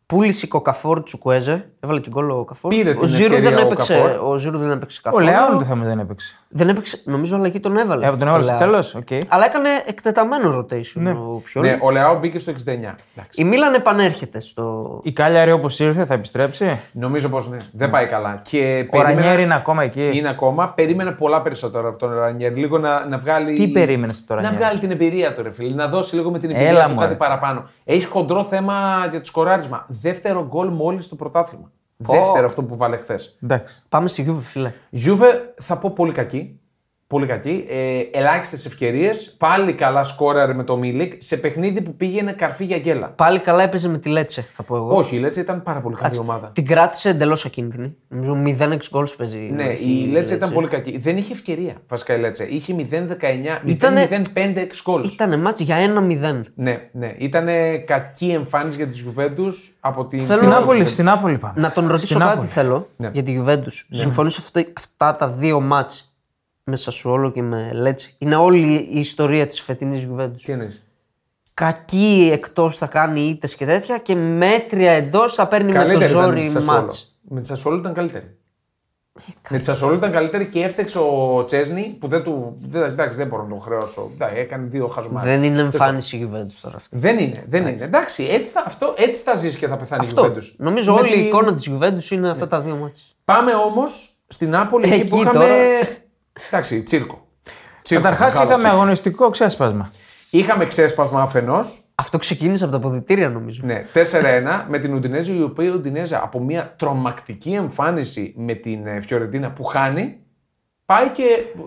[SPEAKER 2] Πούλησε κοκαφόρ Τσουκουέζε. Έβαλε την κόλλο ο καφόρ.
[SPEAKER 1] Πήρε
[SPEAKER 2] ο
[SPEAKER 1] την
[SPEAKER 2] Ζήρου
[SPEAKER 1] ευκαιρία
[SPEAKER 2] δεν
[SPEAKER 1] ο
[SPEAKER 2] έπαιξε.
[SPEAKER 1] Καφόρ.
[SPEAKER 2] Ο Ζήρου δεν έπαιξε
[SPEAKER 3] Ο
[SPEAKER 2] καθόλου.
[SPEAKER 3] Λεάου δεν δεν έπαιξε.
[SPEAKER 2] Δεν έπαιξε. Νομίζω αλλαγή τον έβαλε.
[SPEAKER 3] Ε, τον
[SPEAKER 2] ο
[SPEAKER 3] έβαλε στο
[SPEAKER 2] Λεάο.
[SPEAKER 3] τέλο. Okay.
[SPEAKER 2] Αλλά έκανε εκτεταμένο rotation ο Πιόλ.
[SPEAKER 1] Ναι, ο Λεάο μπήκε στο 69. Εντάξει.
[SPEAKER 2] Η Μίλαν επανέρχεται στο.
[SPEAKER 3] Η Κάλιαρη όπως ήρθε θα επιστρέψει.
[SPEAKER 1] Νομίζω πως ναι, δεν πάει καλά. Και
[SPEAKER 3] Ο
[SPEAKER 1] περίμενα-
[SPEAKER 3] Ρανιέρη είναι ακόμα εκεί.
[SPEAKER 1] Είναι ακόμα. Περίμενα πολλά περισσότερα από τον Ρανιέρη. Λίγο να, να βγάλει.
[SPEAKER 3] Τι περίμενες από τον
[SPEAKER 1] Να
[SPEAKER 3] Ρανιέρη?
[SPEAKER 1] βγάλει την εμπειρία του, ρε φίλε. Να δώσει λίγο με την εμπειρία
[SPEAKER 3] Έλα,
[SPEAKER 1] του
[SPEAKER 3] μωρέ.
[SPEAKER 1] κάτι παραπάνω. Έχεις χοντρό θέμα για το σκοράρισμα. Δεύτερο γκολ μόλις στο πρωτάθλημα. Δεύτερο αυτό που βάλε χθες.
[SPEAKER 3] Εντάξει.
[SPEAKER 2] Πάμε στη Γιούβε, φίλε.
[SPEAKER 1] Γιούβε θα πω πολύ κακή. Πολύ κακή. Ε, Ελάχιστες ευκαιρίες. Πάλι καλά σκόραρε με το Μίλικ σε παιχνίδι που πήγαινε καρφί για γκέλα.
[SPEAKER 2] Πάλι καλά έπαιζε με τη Λέτσε, θα πω εγώ.
[SPEAKER 1] Όχι, η Λέτσε ήταν πάρα πολύ καλή ομάδα.
[SPEAKER 2] Την κράτησε εντελώς ακίνδυνη. Νομίζω 0-6 γκολ παίζει.
[SPEAKER 1] Ναι, η Λέτσε ήταν πολύ κακή. Δεν είχε ευκαιρία βασικά η Λέτσε. Είχε 0-19,
[SPEAKER 2] Ήτανε-
[SPEAKER 1] 0-5 γκολ.
[SPEAKER 2] Ήταν μάτς για 1-0.
[SPEAKER 1] Ναι, ναι. Ήταν κακή εμφάνιση για τη Juventus από την.
[SPEAKER 2] Θέλω
[SPEAKER 3] Στην
[SPEAKER 2] να-
[SPEAKER 3] Άπολη, στην Άπολη πάμε.
[SPEAKER 2] Να τον ρωτήσω
[SPEAKER 3] Στην
[SPEAKER 2] κάτι
[SPEAKER 3] Άπολη.
[SPEAKER 2] θέλω
[SPEAKER 1] Ναι.
[SPEAKER 2] για τη Juventus. Συμφωνώ σε αυτό, αυτά τα δύο μάτς με Σασουόλο και με Λέτσε. Είναι όλη η ιστορία της φετινής Juventus.
[SPEAKER 1] Τι εννοείς?
[SPEAKER 2] Κακή εκτός θα κάνει ήττες και τέτοια και μέτρια εντός θα παίρνει με το
[SPEAKER 1] Καλύτερη ήταν με τη
[SPEAKER 2] ζόρι
[SPEAKER 1] Σασόλο.
[SPEAKER 2] μάτς. Ε,
[SPEAKER 1] Με τη Σασόλο ήταν καλύτερη. Με τη Σασόλο ήταν καλύτερη και έφταξε ο Τσέσνη που δεν του. Δεν, εντάξει, δεν μπορώ να τον χρεώσω. Εντάξει, έκανε δύο χαζομάρες.
[SPEAKER 2] Δεν είναι εμφάνιση η Juventus τώρα αυτή.
[SPEAKER 1] Δεν είναι, δεν είναι. Εντάξει, έτσι θα, αυτό, έτσι θα ζεις και θα πεθάνει η
[SPEAKER 2] Αυτό.
[SPEAKER 1] Juventus.
[SPEAKER 2] Νομίζω
[SPEAKER 1] Με
[SPEAKER 2] όλη
[SPEAKER 1] τη-
[SPEAKER 2] η εικόνα της Juventus
[SPEAKER 1] Ναι.
[SPEAKER 2] είναι αυτά τα δύο μάτς.
[SPEAKER 1] Πάμε όμως στην Άπολη εκεί,
[SPEAKER 2] Εκεί
[SPEAKER 1] που είχαμε...
[SPEAKER 2] τώρα.
[SPEAKER 1] Εντάξει, τσίρκο. τσίρκο
[SPEAKER 3] Καταρχάς
[SPEAKER 1] μεγάλο
[SPEAKER 3] είχαμε
[SPEAKER 1] τσίρκο.
[SPEAKER 3] αγωνιστικό ξέσπασμα.
[SPEAKER 1] είχαμε ξέσπασμα αφενός,
[SPEAKER 2] Αυτό ξεκίνησε από τα αποδητήρια νομίζω.
[SPEAKER 1] Ναι, 4-1 με την Ουντινέζα, η οποία η Ουντινέζα από μια τρομακτική εμφάνιση με την ε, Φιωρεντίνα που χάνει, πάει και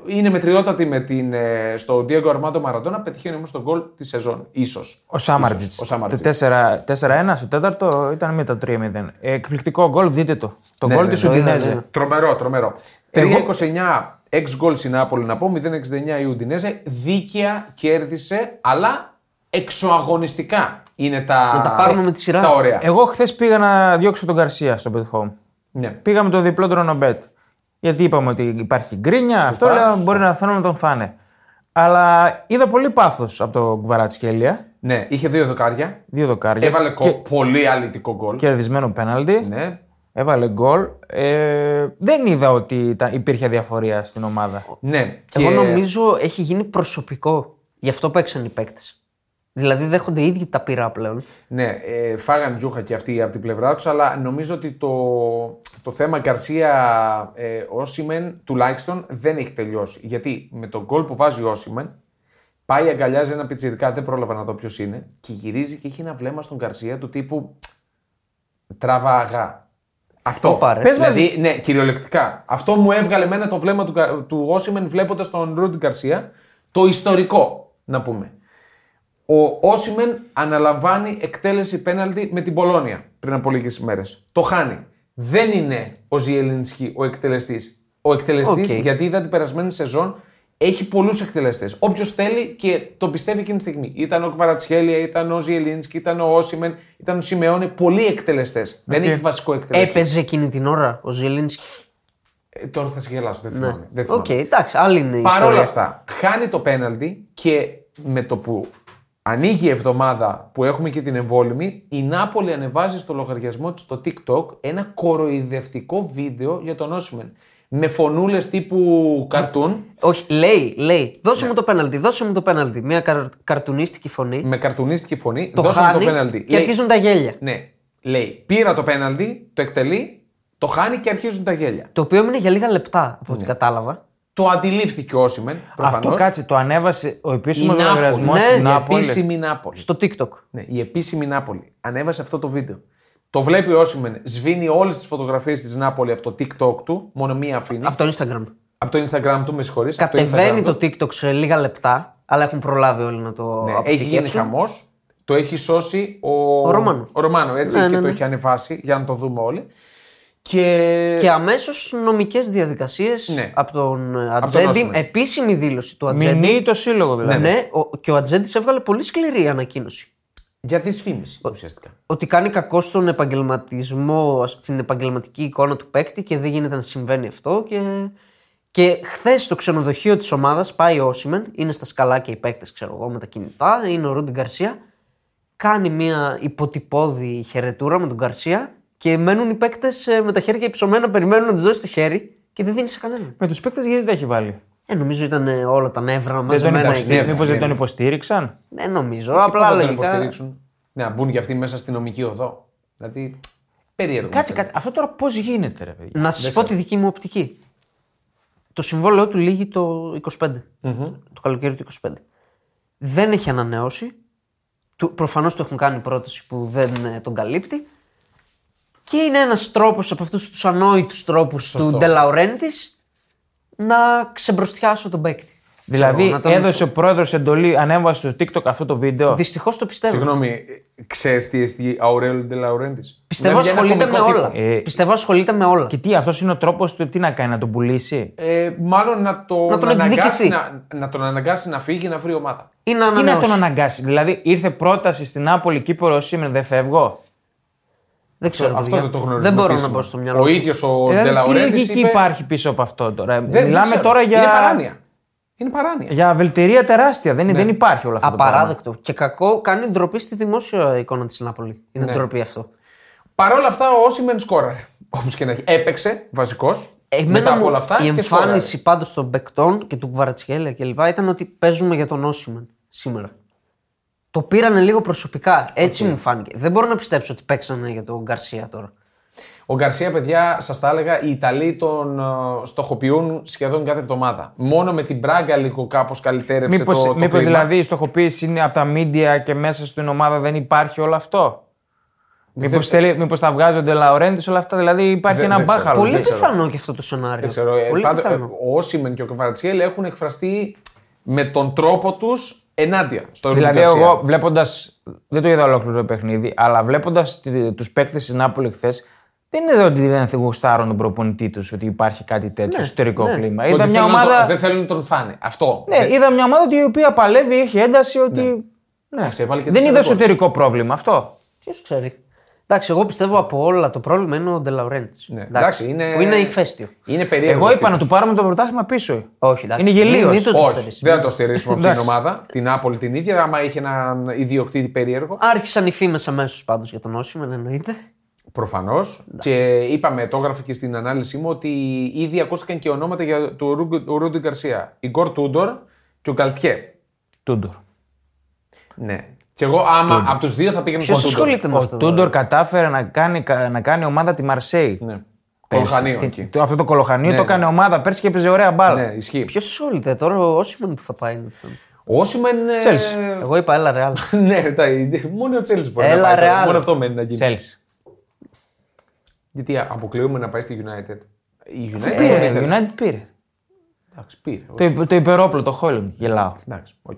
[SPEAKER 1] είναι μετριότατη με την, ε, στο Diego Armando Maradona, πετυχαίνει όμως τον γκολ της σεζόν, ίσως.
[SPEAKER 3] Ο Σάμαρτζιτ.
[SPEAKER 1] Ο Σάμαρτζιτς.
[SPEAKER 3] 4-1 στο τέταρτο ήταν μετά το 3-0. Ε, Εκπληκτικό γκολ, δείτε το. Το γκολ
[SPEAKER 1] ναι,
[SPEAKER 3] της
[SPEAKER 1] ναι,
[SPEAKER 2] ναι, ναι.
[SPEAKER 3] Ουντινέζε.
[SPEAKER 1] Τρομερό, τρομερό.
[SPEAKER 3] Εγώ-
[SPEAKER 1] 3-29 6 γκολ στην Άπολη να πω, 0-69 η Ουντινέζα. Δίκαια κέρδισε, αλλά εξωαγωνιστικά είναι τα,
[SPEAKER 2] Να τα πάρουμε με τη σειρά. Ε-
[SPEAKER 1] τα ωραία.
[SPEAKER 3] Εγώ χθες πήγα να διώξω τον Γκαρσία στο Bet Home.
[SPEAKER 1] Ναι.
[SPEAKER 3] Πήγαμε το διπλό τρονοπέτ. Γιατί είπαμε ότι υπάρχει γκρίνια, αυτό λέω
[SPEAKER 1] σωστά.
[SPEAKER 3] μπορεί να θέλω να τον φάνε. Αλλά είδα πολύ πάθος από τον Κβαρατσκέλια.
[SPEAKER 1] ναι, είχε δύο δοκάρια.
[SPEAKER 3] Δύο
[SPEAKER 2] Ε-
[SPEAKER 3] δοκάρια.
[SPEAKER 1] Έβαλε κο- πολύ αλητικό γκολ.
[SPEAKER 3] Κερδισμένο πέναλτι.
[SPEAKER 1] Ναι.
[SPEAKER 3] Έβαλε γκολ. Ε, δεν είδα ότι ήταν, υπήρχε διαφορία στην ομάδα.
[SPEAKER 1] Ναι,
[SPEAKER 2] Εγώ
[SPEAKER 1] και-
[SPEAKER 2] νομίζω έχει γίνει προσωπικό. Γι' αυτό παίξαν οι παίκτες. Δηλαδή δέχονται οι ίδιοι τα πειρά πλέον.
[SPEAKER 1] Ναι, ε, φάγαν τζούχα και αυτοί από την πλευρά τους, αλλά νομίζω ότι το, το θέμα Γκαρσία ε, Όσιμεν τουλάχιστον δεν έχει τελειώσει. Γιατί με τον γκολ που βάζει ο Όσιμεν, πάει αγκαλιάζει ένα πιτσιρικά, δεν πρόλαβα να δω ποιος είναι, και γυρίζει και έχει ένα βλέμμα στον Γκαρσία του τύπου τράβα αγά. Αυτό.
[SPEAKER 2] Το πάρε.
[SPEAKER 3] Πες μας-
[SPEAKER 1] δηλαδή, ναι, κυριολεκτικά. Αυτό μου έβγαλε εμένα το βλέμμα του, Γκα- του Όσιμεν βλέποντας τον Ρούντι Γκαρσία. Το ιστορικό, να πούμε. Ο Όσιμεν αναλαμβάνει εκτέλεση πέναλτι με την Πολόνια πριν από λίγες ημέρες. Το χάνει. Δεν είναι ο Ζιελινσκι ο εκτελεστής. Ο εκτελεστής,
[SPEAKER 2] Οκ.
[SPEAKER 1] γιατί είδα την περασμένη σεζόν, έχει πολλούς εκτελεστές. Όποιος θέλει και το πιστεύει εκείνη τη στιγμή. Ήταν ο Κβαρατσχέλια, ήταν ο Ζιελινσκι, ήταν ο Όσιμεν, ήταν ο Σιμεώνε. Πολλοί εκτελεστές. Δεν έχει βασικό εκτελεστή.
[SPEAKER 2] Έπαιζε εκείνη την ώρα ο Ζελίνσκι.
[SPEAKER 1] Ε, τώρα θα σε γελάσω, δεν θυμάμαι. Δεν θυμάμαι.
[SPEAKER 2] Ναι. Οκ, εντάξει, άλλη είναι η
[SPEAKER 1] Παρ' όλα
[SPEAKER 2] ιστορία.
[SPEAKER 1] αυτά, χάνει το πέναλτι και με το που ανοίγει η εβδομάδα που έχουμε και την εμβόλυμη, η Νάπολη ανεβάζει στο λογαριασμό της στο TikTok ένα κοροϊδευτικό βίντεο για τον Όσιμεν. Με φωνούλες τύπου καρτούν,
[SPEAKER 2] Όχι, λέει, λέει,
[SPEAKER 1] Ναι.
[SPEAKER 2] δώσε μου το πέναλτι, δώσε μου το πέναλτι. Μια καρ, καρτουνίστικη φωνή.
[SPEAKER 1] με καρτουνίστικη φωνή,
[SPEAKER 2] Το
[SPEAKER 1] δώσε μου
[SPEAKER 2] χάνει
[SPEAKER 1] το πέναλτι.
[SPEAKER 2] και αρχίζουν τα γέλια.
[SPEAKER 1] Ναι, λέει, πήρα το πέναλτι, το εκτελεί, το χάνει και αρχίζουν τα γέλια.
[SPEAKER 2] Το οποίο έμεινε για λίγα λεπτά από
[SPEAKER 1] Ναι.
[SPEAKER 2] ό,τι κατάλαβα.
[SPEAKER 1] Το αντιλήφθηκε ο Όσιμεν, προφανώς.
[SPEAKER 3] Αυτό κάτσε, το ανέβασε ο
[SPEAKER 1] Η
[SPEAKER 3] επίσημο
[SPEAKER 1] Νάπολη,
[SPEAKER 3] λογαριασμός
[SPEAKER 1] ναι,
[SPEAKER 3] της
[SPEAKER 1] η
[SPEAKER 3] Νάπολης.
[SPEAKER 1] επίσημη Νάπολη.
[SPEAKER 2] Στο TikTok.
[SPEAKER 1] Ναι, η επίσημη Νάπολη. Ανέβασε αυτό το βίντεο. Το βλέπει ο Όσιμεν, σβήνει όλες τις φωτογραφίες της Νάπολη από το TikTok του, μόνο μία αφήνει.
[SPEAKER 2] Από το Instagram.
[SPEAKER 1] Από το Ναι. Instagram του, με συγχωρείς.
[SPEAKER 2] Κατεβαίνει το TikTok σε λίγα λεπτά, αλλά έχουν προλάβει όλοι να το
[SPEAKER 1] Ναι, έχει γίνει
[SPEAKER 2] αποθηκεύσουν.
[SPEAKER 1] χαμός. Το έχει σώσει ο,
[SPEAKER 2] Ο Ρωμάνο.
[SPEAKER 1] Ο Ρωμάνο, έτσι,
[SPEAKER 2] Ναι,
[SPEAKER 1] και
[SPEAKER 2] ναι,
[SPEAKER 1] το
[SPEAKER 2] ναι.
[SPEAKER 1] έχει ανεβάσει για να το δούμε όλοι. Και.
[SPEAKER 2] Και αμέσως νομικές διαδικασίες
[SPEAKER 1] Ναι.
[SPEAKER 2] από τον ε,
[SPEAKER 1] τον
[SPEAKER 2] Ατζέντη.
[SPEAKER 1] Άσονα.
[SPEAKER 2] Επίσημη δήλωση του Ατζέντη.
[SPEAKER 3] Μηνύει το σύλλογο δηλαδή.
[SPEAKER 2] Ναι, ο, και ο Ατζέντης έβγαλε πολύ σκληρή ανακοίνωση.
[SPEAKER 1] Για δυσφήμιση ουσιαστικά.
[SPEAKER 2] Ότι κάνει κακό στον επαγγελματισμό, στην επαγγελματική εικόνα του παίκτη και δεν γίνεται να συμβαίνει αυτό. Και, και χθες στο ξενοδοχείο της ομάδας πάει ο Όσιμεν, είναι στα σκαλάκια οι παίκτες, ξέρω εγώ, με τα κινητά, είναι ο Ρούντι Γκαρσία. Κάνει μια υποτυπώδη χαιρετούρα με τον Γκαρσία και μένουν οι παίκτες με τα χέρια υψωμένα, περιμένουν να τους δώσει το χέρι και δεν δίνει σε κανέναν.
[SPEAKER 3] Με τους παίκτες γιατί τα έχει βάλει.
[SPEAKER 2] Ε, νομίζω ήταν ε, όλα τα νεύρα
[SPEAKER 3] Δεν τον
[SPEAKER 2] μαζεμένα εκεί.
[SPEAKER 1] υποστήριξαν.
[SPEAKER 3] υποστήριξαν. Μήπως δεν τον υποστήριξαν.
[SPEAKER 2] Δεν νομίζω. απλά
[SPEAKER 1] Πώς θα τον
[SPEAKER 2] λογικά.
[SPEAKER 1] υποστηρίξουν. Ναι, να μπουν και αυτοί μέσα στην νομική οδό. Δηλαδή. Περίεργο.
[SPEAKER 3] Κάτσε, κάτσε. Αυτό τώρα πώς γίνεται, ρε παιδί.
[SPEAKER 2] Να σας πω τη δική μου οπτική. Το συμβόλαιο του λύγει το 25. Το καλοκαίρι του 25. Δεν έχει ανανεώσει. Προφανώς του έχουν κάνει πρόταση που δεν ε, τον καλύπτει. Και είναι ένας τρόπος από αυτούς τους ανόητους τρόπους του Ντελαουρέντη να ξεμπροστιάσω τον παίκτη.
[SPEAKER 3] Δηλαδή,
[SPEAKER 2] να τον-
[SPEAKER 3] έδωσε ο πρόεδρος εντολή, ανέβασε στο TikTok αυτό το βίντεο.
[SPEAKER 2] Δυστυχώς το πιστεύω.
[SPEAKER 1] Συγγνώμη, ξέρεις τι εστί Αουρέλ Ντελαουρέντη.
[SPEAKER 2] Πιστεύω ασχολείται με όλα.
[SPEAKER 3] Ε,
[SPEAKER 2] Πιστεύω ασχολείται με όλα.
[SPEAKER 3] Και τι, αυτός είναι ο τρόπος του τι να κάνει, να τον πουλήσει.
[SPEAKER 1] Ε, μάλλον να, το
[SPEAKER 2] Να τον
[SPEAKER 1] αναγκάσει
[SPEAKER 2] εκδικηθεί.
[SPEAKER 1] να, να τον αναγκάσει να φύγει να βρει ομάδα.
[SPEAKER 2] Ή να
[SPEAKER 3] Τι να
[SPEAKER 2] ανανεώσει.
[SPEAKER 3] τον αναγκάσει, Δηλαδή ήρθε πρόταση στην Άπολη Κύπρο σήμερα, δεν φεύγω.
[SPEAKER 2] Δεν ξέρω.
[SPEAKER 1] Αυτό
[SPEAKER 2] παιδιά.
[SPEAKER 1] δεν το γνωρίζουμε.
[SPEAKER 2] Δεν μπορώ να
[SPEAKER 1] επίσημα.
[SPEAKER 2] μπω στο μυαλό.
[SPEAKER 1] Ο
[SPEAKER 2] μου.
[SPEAKER 1] ίδιος ο
[SPEAKER 3] Ε, δηλαδή, τι
[SPEAKER 1] Ντελαουρέντη.
[SPEAKER 3] λογική υπάρχει πίσω από αυτό τώρα. Δηλαδή,
[SPEAKER 1] Δεν,
[SPEAKER 3] Μιλάμε
[SPEAKER 1] δεν ξέρω.
[SPEAKER 3] τώρα για.
[SPEAKER 1] Είναι παράνοια. Ναι. Είναι
[SPEAKER 2] Ε,
[SPEAKER 1] παράνοια.
[SPEAKER 3] Για αβελτερία τεράστια. Δεν, δεν υπάρχει όλο αυτό. το πράγμα.
[SPEAKER 2] Απαράδεκτο. Και κακό κάνει ντροπή στη δημόσια εικόνα της Νάπολη. Είναι
[SPEAKER 1] Ναι.
[SPEAKER 2] ντροπή αυτό.
[SPEAKER 1] Παρ' όλα αυτά, ο Όσιμεν σκόραρε. Όπως και να έχει. Έπαιξε βασικός. Μετά
[SPEAKER 2] Εμένα
[SPEAKER 1] από
[SPEAKER 2] μου,
[SPEAKER 1] όλα αυτά.
[SPEAKER 2] η
[SPEAKER 1] και σκόραρε.
[SPEAKER 2] εμφάνιση πάντως των Μπεκτών και του Γουαρατσχέλια κλπ. ήταν ότι παίζουμε για τον Όσιμεν σήμερα. Το πήρανε λίγο προσωπικά. Έτσι μου φάνηκε. Δεν μπορώ να πιστέψω ότι παίξανε για τον Γκαρσία τώρα.
[SPEAKER 1] Ο Γκαρσία, παιδιά, σας τα έλεγα, οι Ιταλοί τον ε, στοχοποιούν σχεδόν κάθε εβδομάδα. Μόνο με την Μπράγκα λίγο κάπως καλυτέρευσε
[SPEAKER 3] Μήπως,
[SPEAKER 1] το, το
[SPEAKER 3] μήπως
[SPEAKER 1] κλίμα.
[SPEAKER 3] δηλαδή η στοχοποίηση είναι από τα μίντια και μέσα στην ομάδα δεν υπάρχει όλο αυτό. Μήπως, θέλει, μήπως τα βγάζονται Λαουρέντης όλα αυτά, δηλαδή υπάρχει
[SPEAKER 1] Δεν-
[SPEAKER 3] ένα
[SPEAKER 1] δεν ξέρω.
[SPEAKER 3] μπάχαλο.
[SPEAKER 2] Πολύ
[SPEAKER 3] δεν ξέρω.
[SPEAKER 2] πιθανό και αυτό το σενάριο.
[SPEAKER 1] Δεν ξέρω, ε,
[SPEAKER 2] Πολύ
[SPEAKER 1] πάντως,
[SPEAKER 2] πιθανό.
[SPEAKER 1] ε, ο Όσιμεν και ο Κβαρατσιέλ έχουν εκφραστεί με τον τρόπο τους ενάντια στο Ρούμπεν
[SPEAKER 3] Δηλαδή,
[SPEAKER 1] Γκαρσία.
[SPEAKER 3] εγώ βλέποντας. Δεν το είδα ολόκληρο το παιχνίδι, αλλά βλέποντας τους παίκτες της Νάπολη χθες, δεν είδα ότι δεν γουστάρουν τον προπονητή τους ότι υπάρχει κάτι τέτοιο
[SPEAKER 2] Ναι,
[SPEAKER 3] ιστορικό κλίμα.
[SPEAKER 1] Ότι
[SPEAKER 3] Είδα μια,
[SPEAKER 1] θέλουν να
[SPEAKER 3] ομάδα,
[SPEAKER 1] το- δεν θέλουν να τον φάνε. Αυτό.
[SPEAKER 3] ναι, είδα μια ομάδα ότι η οποία παλεύει, έχει ένταση. Ότι... Ναι.
[SPEAKER 1] Εντάξει, έβαλε και
[SPEAKER 3] Δεν είδα
[SPEAKER 1] τέσσερα γκολ.
[SPEAKER 3] εσωτερικό πρόβλημα αυτό.
[SPEAKER 2] Ποιος ξέρει. Εντάξει, εγώ πιστεύω από όλα το πρόβλημα είναι ο Ντελαουρέντη.
[SPEAKER 1] Ναι, εντάξει, είναι-
[SPEAKER 2] Που είναι ηφαίστειο.
[SPEAKER 1] Είναι περίεργος.
[SPEAKER 3] Εγώ είπα
[SPEAKER 1] τύπος.
[SPEAKER 3] να του πάρουμε το πρωτάθλημα πίσω.
[SPEAKER 2] Όχι, εντάξει.
[SPEAKER 3] Είναι γελίος.
[SPEAKER 2] Μην- μην το-
[SPEAKER 1] Όχι,
[SPEAKER 2] στηρίξουμε.
[SPEAKER 1] δεν θα το στηρίξουμε από την
[SPEAKER 3] Εντάξει.
[SPEAKER 1] ομάδα, την Apple την ίδια, άμα είχε έναν ιδιοκτήτη περίεργο.
[SPEAKER 2] Άρχισαν οι φήμες αμέσως πάντως για τον Όσιμεν, εννοείται.
[SPEAKER 1] Προφανώς. Και είπαμε, το έγραφε και στην ανάλυση μου, ότι ήδη ακούστηκαν και ονόματα για του Ρου- του Ρούντι Γκαρσία. Η Γκορ Τούντορ και ο Γκαλτιέ.
[SPEAKER 3] Τούντορ.
[SPEAKER 1] Ναι. Και εγώ, άμα από τους δύο θα πήγαινε
[SPEAKER 2] Ποιος
[SPEAKER 1] στον Τούντορ.
[SPEAKER 2] ασχολείται με
[SPEAKER 3] Ο
[SPEAKER 2] αυτό. τώρα?
[SPEAKER 3] Τούντορ κατάφερε να κάνει, να κάνει ομάδα τη Μαρσέη.
[SPEAKER 1] Ναι.
[SPEAKER 3] Πέρσι.
[SPEAKER 1] Κολχανίο
[SPEAKER 3] Τι-
[SPEAKER 1] εκεί.
[SPEAKER 3] το- Αυτό το κολοχανίο
[SPEAKER 1] Ναι,
[SPEAKER 3] το
[SPEAKER 1] ναι.
[SPEAKER 3] έκανε ομάδα πέρσι και έπαιζε ωραία μπάλα.
[SPEAKER 1] Ναι, ισχύει.
[SPEAKER 2] Ποιος ασχολείται τώρα, ο Όσιμεν που θα πάει. είναι αυτό.
[SPEAKER 1] Ο Όσιμεν. ε,
[SPEAKER 3] Chelsea.
[SPEAKER 2] Εγώ είπα, έλα ρεάλ.
[SPEAKER 1] ναι, τα, μόνο ο Τσέλσι μπορεί
[SPEAKER 2] Έλα,
[SPEAKER 1] να πάει. τώρα.
[SPEAKER 2] Real.
[SPEAKER 1] Μόνο αυτό μένει να γίνει.
[SPEAKER 3] Chelsea.
[SPEAKER 1] Γιατί αποκλείουμε να πάει στη United. Η United.
[SPEAKER 3] Πήρε,
[SPEAKER 1] δεν ήθελε.
[SPEAKER 3] United πήρε.
[SPEAKER 1] Εντάξει, πήρε.
[SPEAKER 3] Το, υπε- το υπερόπλο, το Χόιλουν. Γελάω.
[SPEAKER 1] Εντάξει, οκ.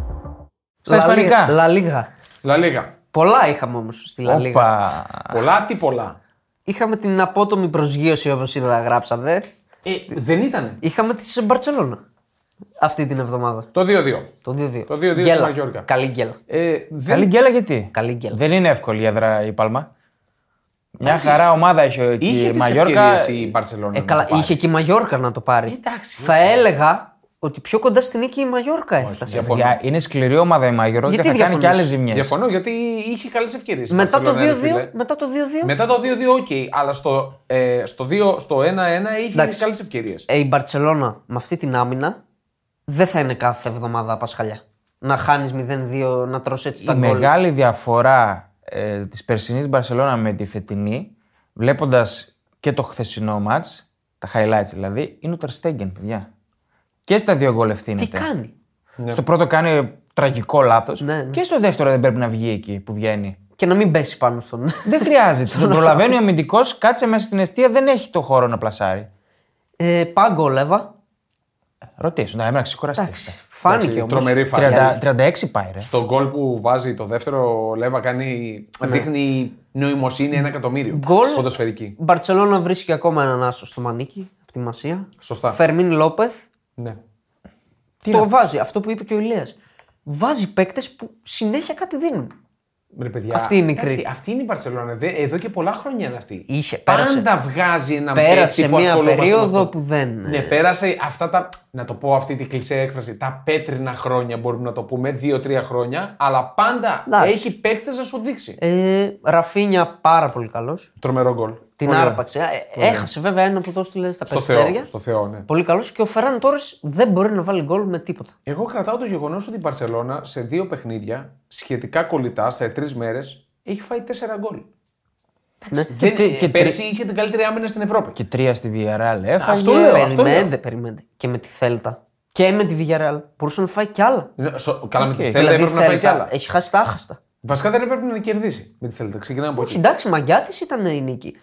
[SPEAKER 3] Στα
[SPEAKER 2] Λα Λι-
[SPEAKER 3] Ισπανικά.
[SPEAKER 2] Λα Λίγα.
[SPEAKER 1] Λα Λίγα.
[SPEAKER 2] Πολλά είχαμε όμως στη Λα Λίγα.
[SPEAKER 3] Όπα.
[SPEAKER 1] Πολλά, τι πολλά.
[SPEAKER 2] Είχαμε την απότομη προσγείωση όπως είδα, γράψατε.
[SPEAKER 1] Ε, δεν ήταν.
[SPEAKER 2] Είχαμε τη Μπαρσελόνα αυτή την εβδομάδα.
[SPEAKER 1] Το 2-2.
[SPEAKER 2] Το 2-2.
[SPEAKER 1] Το 2-2 στη
[SPEAKER 2] Γκέλα.
[SPEAKER 1] Μαγιόρκα.
[SPEAKER 2] Καλή γκέλα.
[SPEAKER 1] Ε, δεν...
[SPEAKER 3] Καλή γκέλα γιατί.
[SPEAKER 2] Καλή γκέλα.
[SPEAKER 3] Δεν είναι εύκολη η έδρα η Παλμά. Μια χαρά ομάδα έχει ο- εκεί
[SPEAKER 1] Είχε
[SPEAKER 3] η
[SPEAKER 1] τις
[SPEAKER 3] Μαγιόρκα.
[SPEAKER 1] ευκαιρίες η Μπαρσελόνα.
[SPEAKER 2] Ε, καλά, είχε και η Μαγιόρκα να το πάρει.
[SPEAKER 1] Εντάξει,
[SPEAKER 2] θα έλεγα ότι πιο κοντά στην νίκη η Μαγιόρκα έφτασε.
[SPEAKER 1] διαφωνώ.
[SPEAKER 3] Παιδιά, είναι σκληρή ομάδα η Μαγιόρκα και
[SPEAKER 2] Γιατί
[SPEAKER 3] θα κάνει
[SPEAKER 2] διαφωνείς?
[SPEAKER 3] και άλλες ζημιές.
[SPEAKER 1] Διαφωνώ γιατί είχε καλές ευκαιρίες.
[SPEAKER 2] Μετά το 2-2. Μετά το 2-2.
[SPEAKER 1] Μετά το 2-2, οκ. Αλλά στο, ε, στο, 2, στο 1-1 είχε
[SPEAKER 2] Εντάξει.
[SPEAKER 1] καλές ευκαιρίες.
[SPEAKER 2] Ε, η Μπαρσελόνα με αυτή την άμυνα δεν θα είναι κάθε εβδομάδα πασχαλιά. Να χάνεις 0-2, να τρως έτσι τα
[SPEAKER 3] Η
[SPEAKER 2] γκολ.
[SPEAKER 3] μεγάλη διαφορά ε, της περσινής Μπαρσελόνα με τη φετινή, βλέποντας και το χθεσινό ματ, τα highlights δηλαδή, είναι ο Τερστέγγεν, παιδιά. Και στα δύο γκολ ευθύνεται.
[SPEAKER 2] Τι κάνει.
[SPEAKER 3] Στο πρώτο κάνει τραγικό λάθος.
[SPEAKER 2] Ναι, ναι.
[SPEAKER 3] Και στο δεύτερο δεν πρέπει να βγει εκεί που βγαίνει.
[SPEAKER 2] Και να μην πέσει πάνω στον.
[SPEAKER 3] Δεν χρειάζεται. Τον προλαβαίνει ο αμυντικός, κάτσε μέσα στην αιστεία, δεν έχει το χώρο να πλασάρει.
[SPEAKER 2] ε, πάγκο Λέβα.
[SPEAKER 3] Ρωτήσου, να έμενα ξεκουραστείς.
[SPEAKER 2] Εντάξει, φάνηκε
[SPEAKER 1] Εντάξει,
[SPEAKER 2] όμως.
[SPEAKER 1] τρομερή φάση.
[SPEAKER 3] 30 36 πάει, ρε.
[SPEAKER 1] Το γκολ που βάζει το δεύτερο, ο Λέβα κάνει, δείχνει νοημοσύνη ένα εκατομμύριο.
[SPEAKER 2] Ναι. Γκολ.
[SPEAKER 1] Ποδοσφαιρική.
[SPEAKER 2] Η Μπαρσελόνα βρίσκει ακόμα έναν άσο στο Μανίκι από τη Μασία.
[SPEAKER 1] Σωστά.
[SPEAKER 2] Φερμίν Λόπεθ
[SPEAKER 1] Ναι.
[SPEAKER 2] το βάζει. Αυτό που είπε και ο Ηλίας. Βάζει παίκτες που συνέχεια κάτι δίνουν.
[SPEAKER 1] Ρε παιδιά,
[SPEAKER 2] Αυτή είναι η Κρήτη.
[SPEAKER 1] αυτή είναι η Μπαρσελόνα. Δε- Εδώ και πολλά χρόνια είναι αυτή.
[SPEAKER 2] Είχε,
[SPEAKER 1] Πάντα
[SPEAKER 2] πέρασε.
[SPEAKER 1] βγάζει ένα
[SPEAKER 2] Πέρασε
[SPEAKER 1] παίκτη που
[SPEAKER 2] μια
[SPEAKER 1] Ε, ασχολούμαστε με
[SPEAKER 2] περίοδο
[SPEAKER 1] αυτό.
[SPEAKER 2] που δεν.
[SPEAKER 1] Ναι, πέρασε αυτά τα. Να το πω αυτή τη κλεισέ έκφραση. Τα πέτρινα χρόνια μπορούμε να το πούμε. Δύο-τρία χρόνια. Αλλά πάντα
[SPEAKER 2] Εντάξει.
[SPEAKER 1] έχει παίκτες να σου δείξει.
[SPEAKER 2] Ε, Ραφίνια πάρα πολύ καλός.
[SPEAKER 1] Τρομερό γκολ.
[SPEAKER 2] Την άρπαξε. Ε, Έχασε βέβαια ένα από το του στα
[SPEAKER 1] Στο Θεό.
[SPEAKER 2] περιστέρια.
[SPEAKER 1] Στο Θεό, ναι.
[SPEAKER 2] Πολύ καλός και ο Φεράν Τόρε δεν μπορεί να βάλει γκολ με τίποτα.
[SPEAKER 1] Εγώ κρατάω το γεγονός ότι η Μπαρσελόνα σε δύο παιχνίδια, σχετικά κολλητά, σε τρεις μέρες, έχει φάει τέσσερα γκολ. Ε,
[SPEAKER 2] Ναι.
[SPEAKER 1] Δεν,
[SPEAKER 3] και- και
[SPEAKER 1] πέρσι είχε την καλύτερη άμυνα στην Ευρώπη.
[SPEAKER 3] Και τρία στη Villarreal έφαγε.
[SPEAKER 1] Αυτό λέω. Αυτό λέω.
[SPEAKER 2] Περιμένετε, περιμένετε. Και με τη Θέλτα. Και με τη Villarreal. Μπορούσε να φάει κι άλλα.
[SPEAKER 1] Ναι, σο- Καλά, με τη
[SPEAKER 3] Οκ.
[SPEAKER 1] Θέλτα έπρεπε να φάει κι
[SPEAKER 2] δηλαδή Θέλτα
[SPEAKER 1] άλλα.
[SPEAKER 2] Έχει χάσει τα άχαστα.
[SPEAKER 1] Βασικά δεν έπρεπε να κερδίσει με τη Θέλτα. Ξεκινάμε από
[SPEAKER 2] Όχι,
[SPEAKER 1] εκεί.
[SPEAKER 2] εντάξει, μαγκιά τη ήταν η νίκη.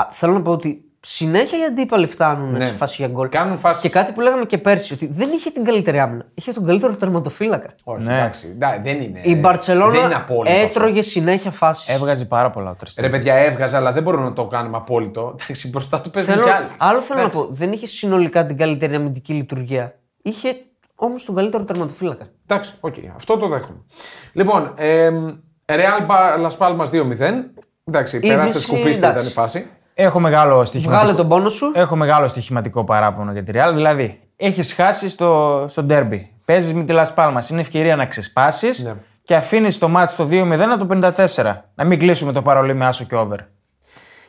[SPEAKER 2] Α, θέλω να πω ότι συνέχεια οι αντίπαλοι φτάνουν σε φάση για γκολ.
[SPEAKER 1] Ναι. Κάνουν φάσεις.
[SPEAKER 2] Και κάτι που λέγαμε και πέρσι, ότι δεν είχε την καλύτερη άμυνα. Είχε τον καλύτερο τερματοφύλακα.
[SPEAKER 1] Όχι,
[SPEAKER 3] Ναι.
[SPEAKER 1] εντάξει. Ναι, δεν είναι. δεν
[SPEAKER 2] Η
[SPEAKER 1] είναι
[SPEAKER 2] Μπαρσελόνα
[SPEAKER 1] απόλυτο αυτό.
[SPEAKER 2] έτρωγε συνέχεια φάσεις.
[SPEAKER 3] Έβγαζε πάρα πολλά ο Ter Stegen.
[SPEAKER 1] Ρε παιδιά, έβγαζα, αλλά δεν μπορούμε να το κάνουμε απόλυτο. Εντάξει, μπροστά του παίζουν
[SPEAKER 2] Θέλω,
[SPEAKER 1] κι άλλοι.
[SPEAKER 2] άλλο θέλω να πω. Δεν είχε συνολικά την καλύτερη αμυντική λειτουργία. Είχε όμως τον καλύτερο τερματοφύλακα.
[SPEAKER 1] Εντάξει, οκ, αυτό το δέχομαι. Λοιπόν, εμ, Real Las Palmas 2-0. Εντάξει, περάστε
[SPEAKER 2] Είδηση,
[SPEAKER 1] σκουπίστε ήταν
[SPEAKER 2] εντάξει.
[SPEAKER 1] η φάση.
[SPEAKER 3] Έχω μεγάλο στοιχηματικό.
[SPEAKER 2] Βγάλε τον πόνο
[SPEAKER 1] Ε,
[SPEAKER 2] σου.
[SPEAKER 3] Έχω μεγάλο στοιχηματικό παράπονο για τη Real. Δηλαδή, έχεις χάσει στο, στο derby. Παίζεις με τη Las Palmas. Είναι ευκαιρία να ξεσπάσεις
[SPEAKER 1] Ναι.
[SPEAKER 3] και αφήνεις το μάτι στο 2-0 από το 54. Να μην κλείσουμε το παρολί με άσο και over.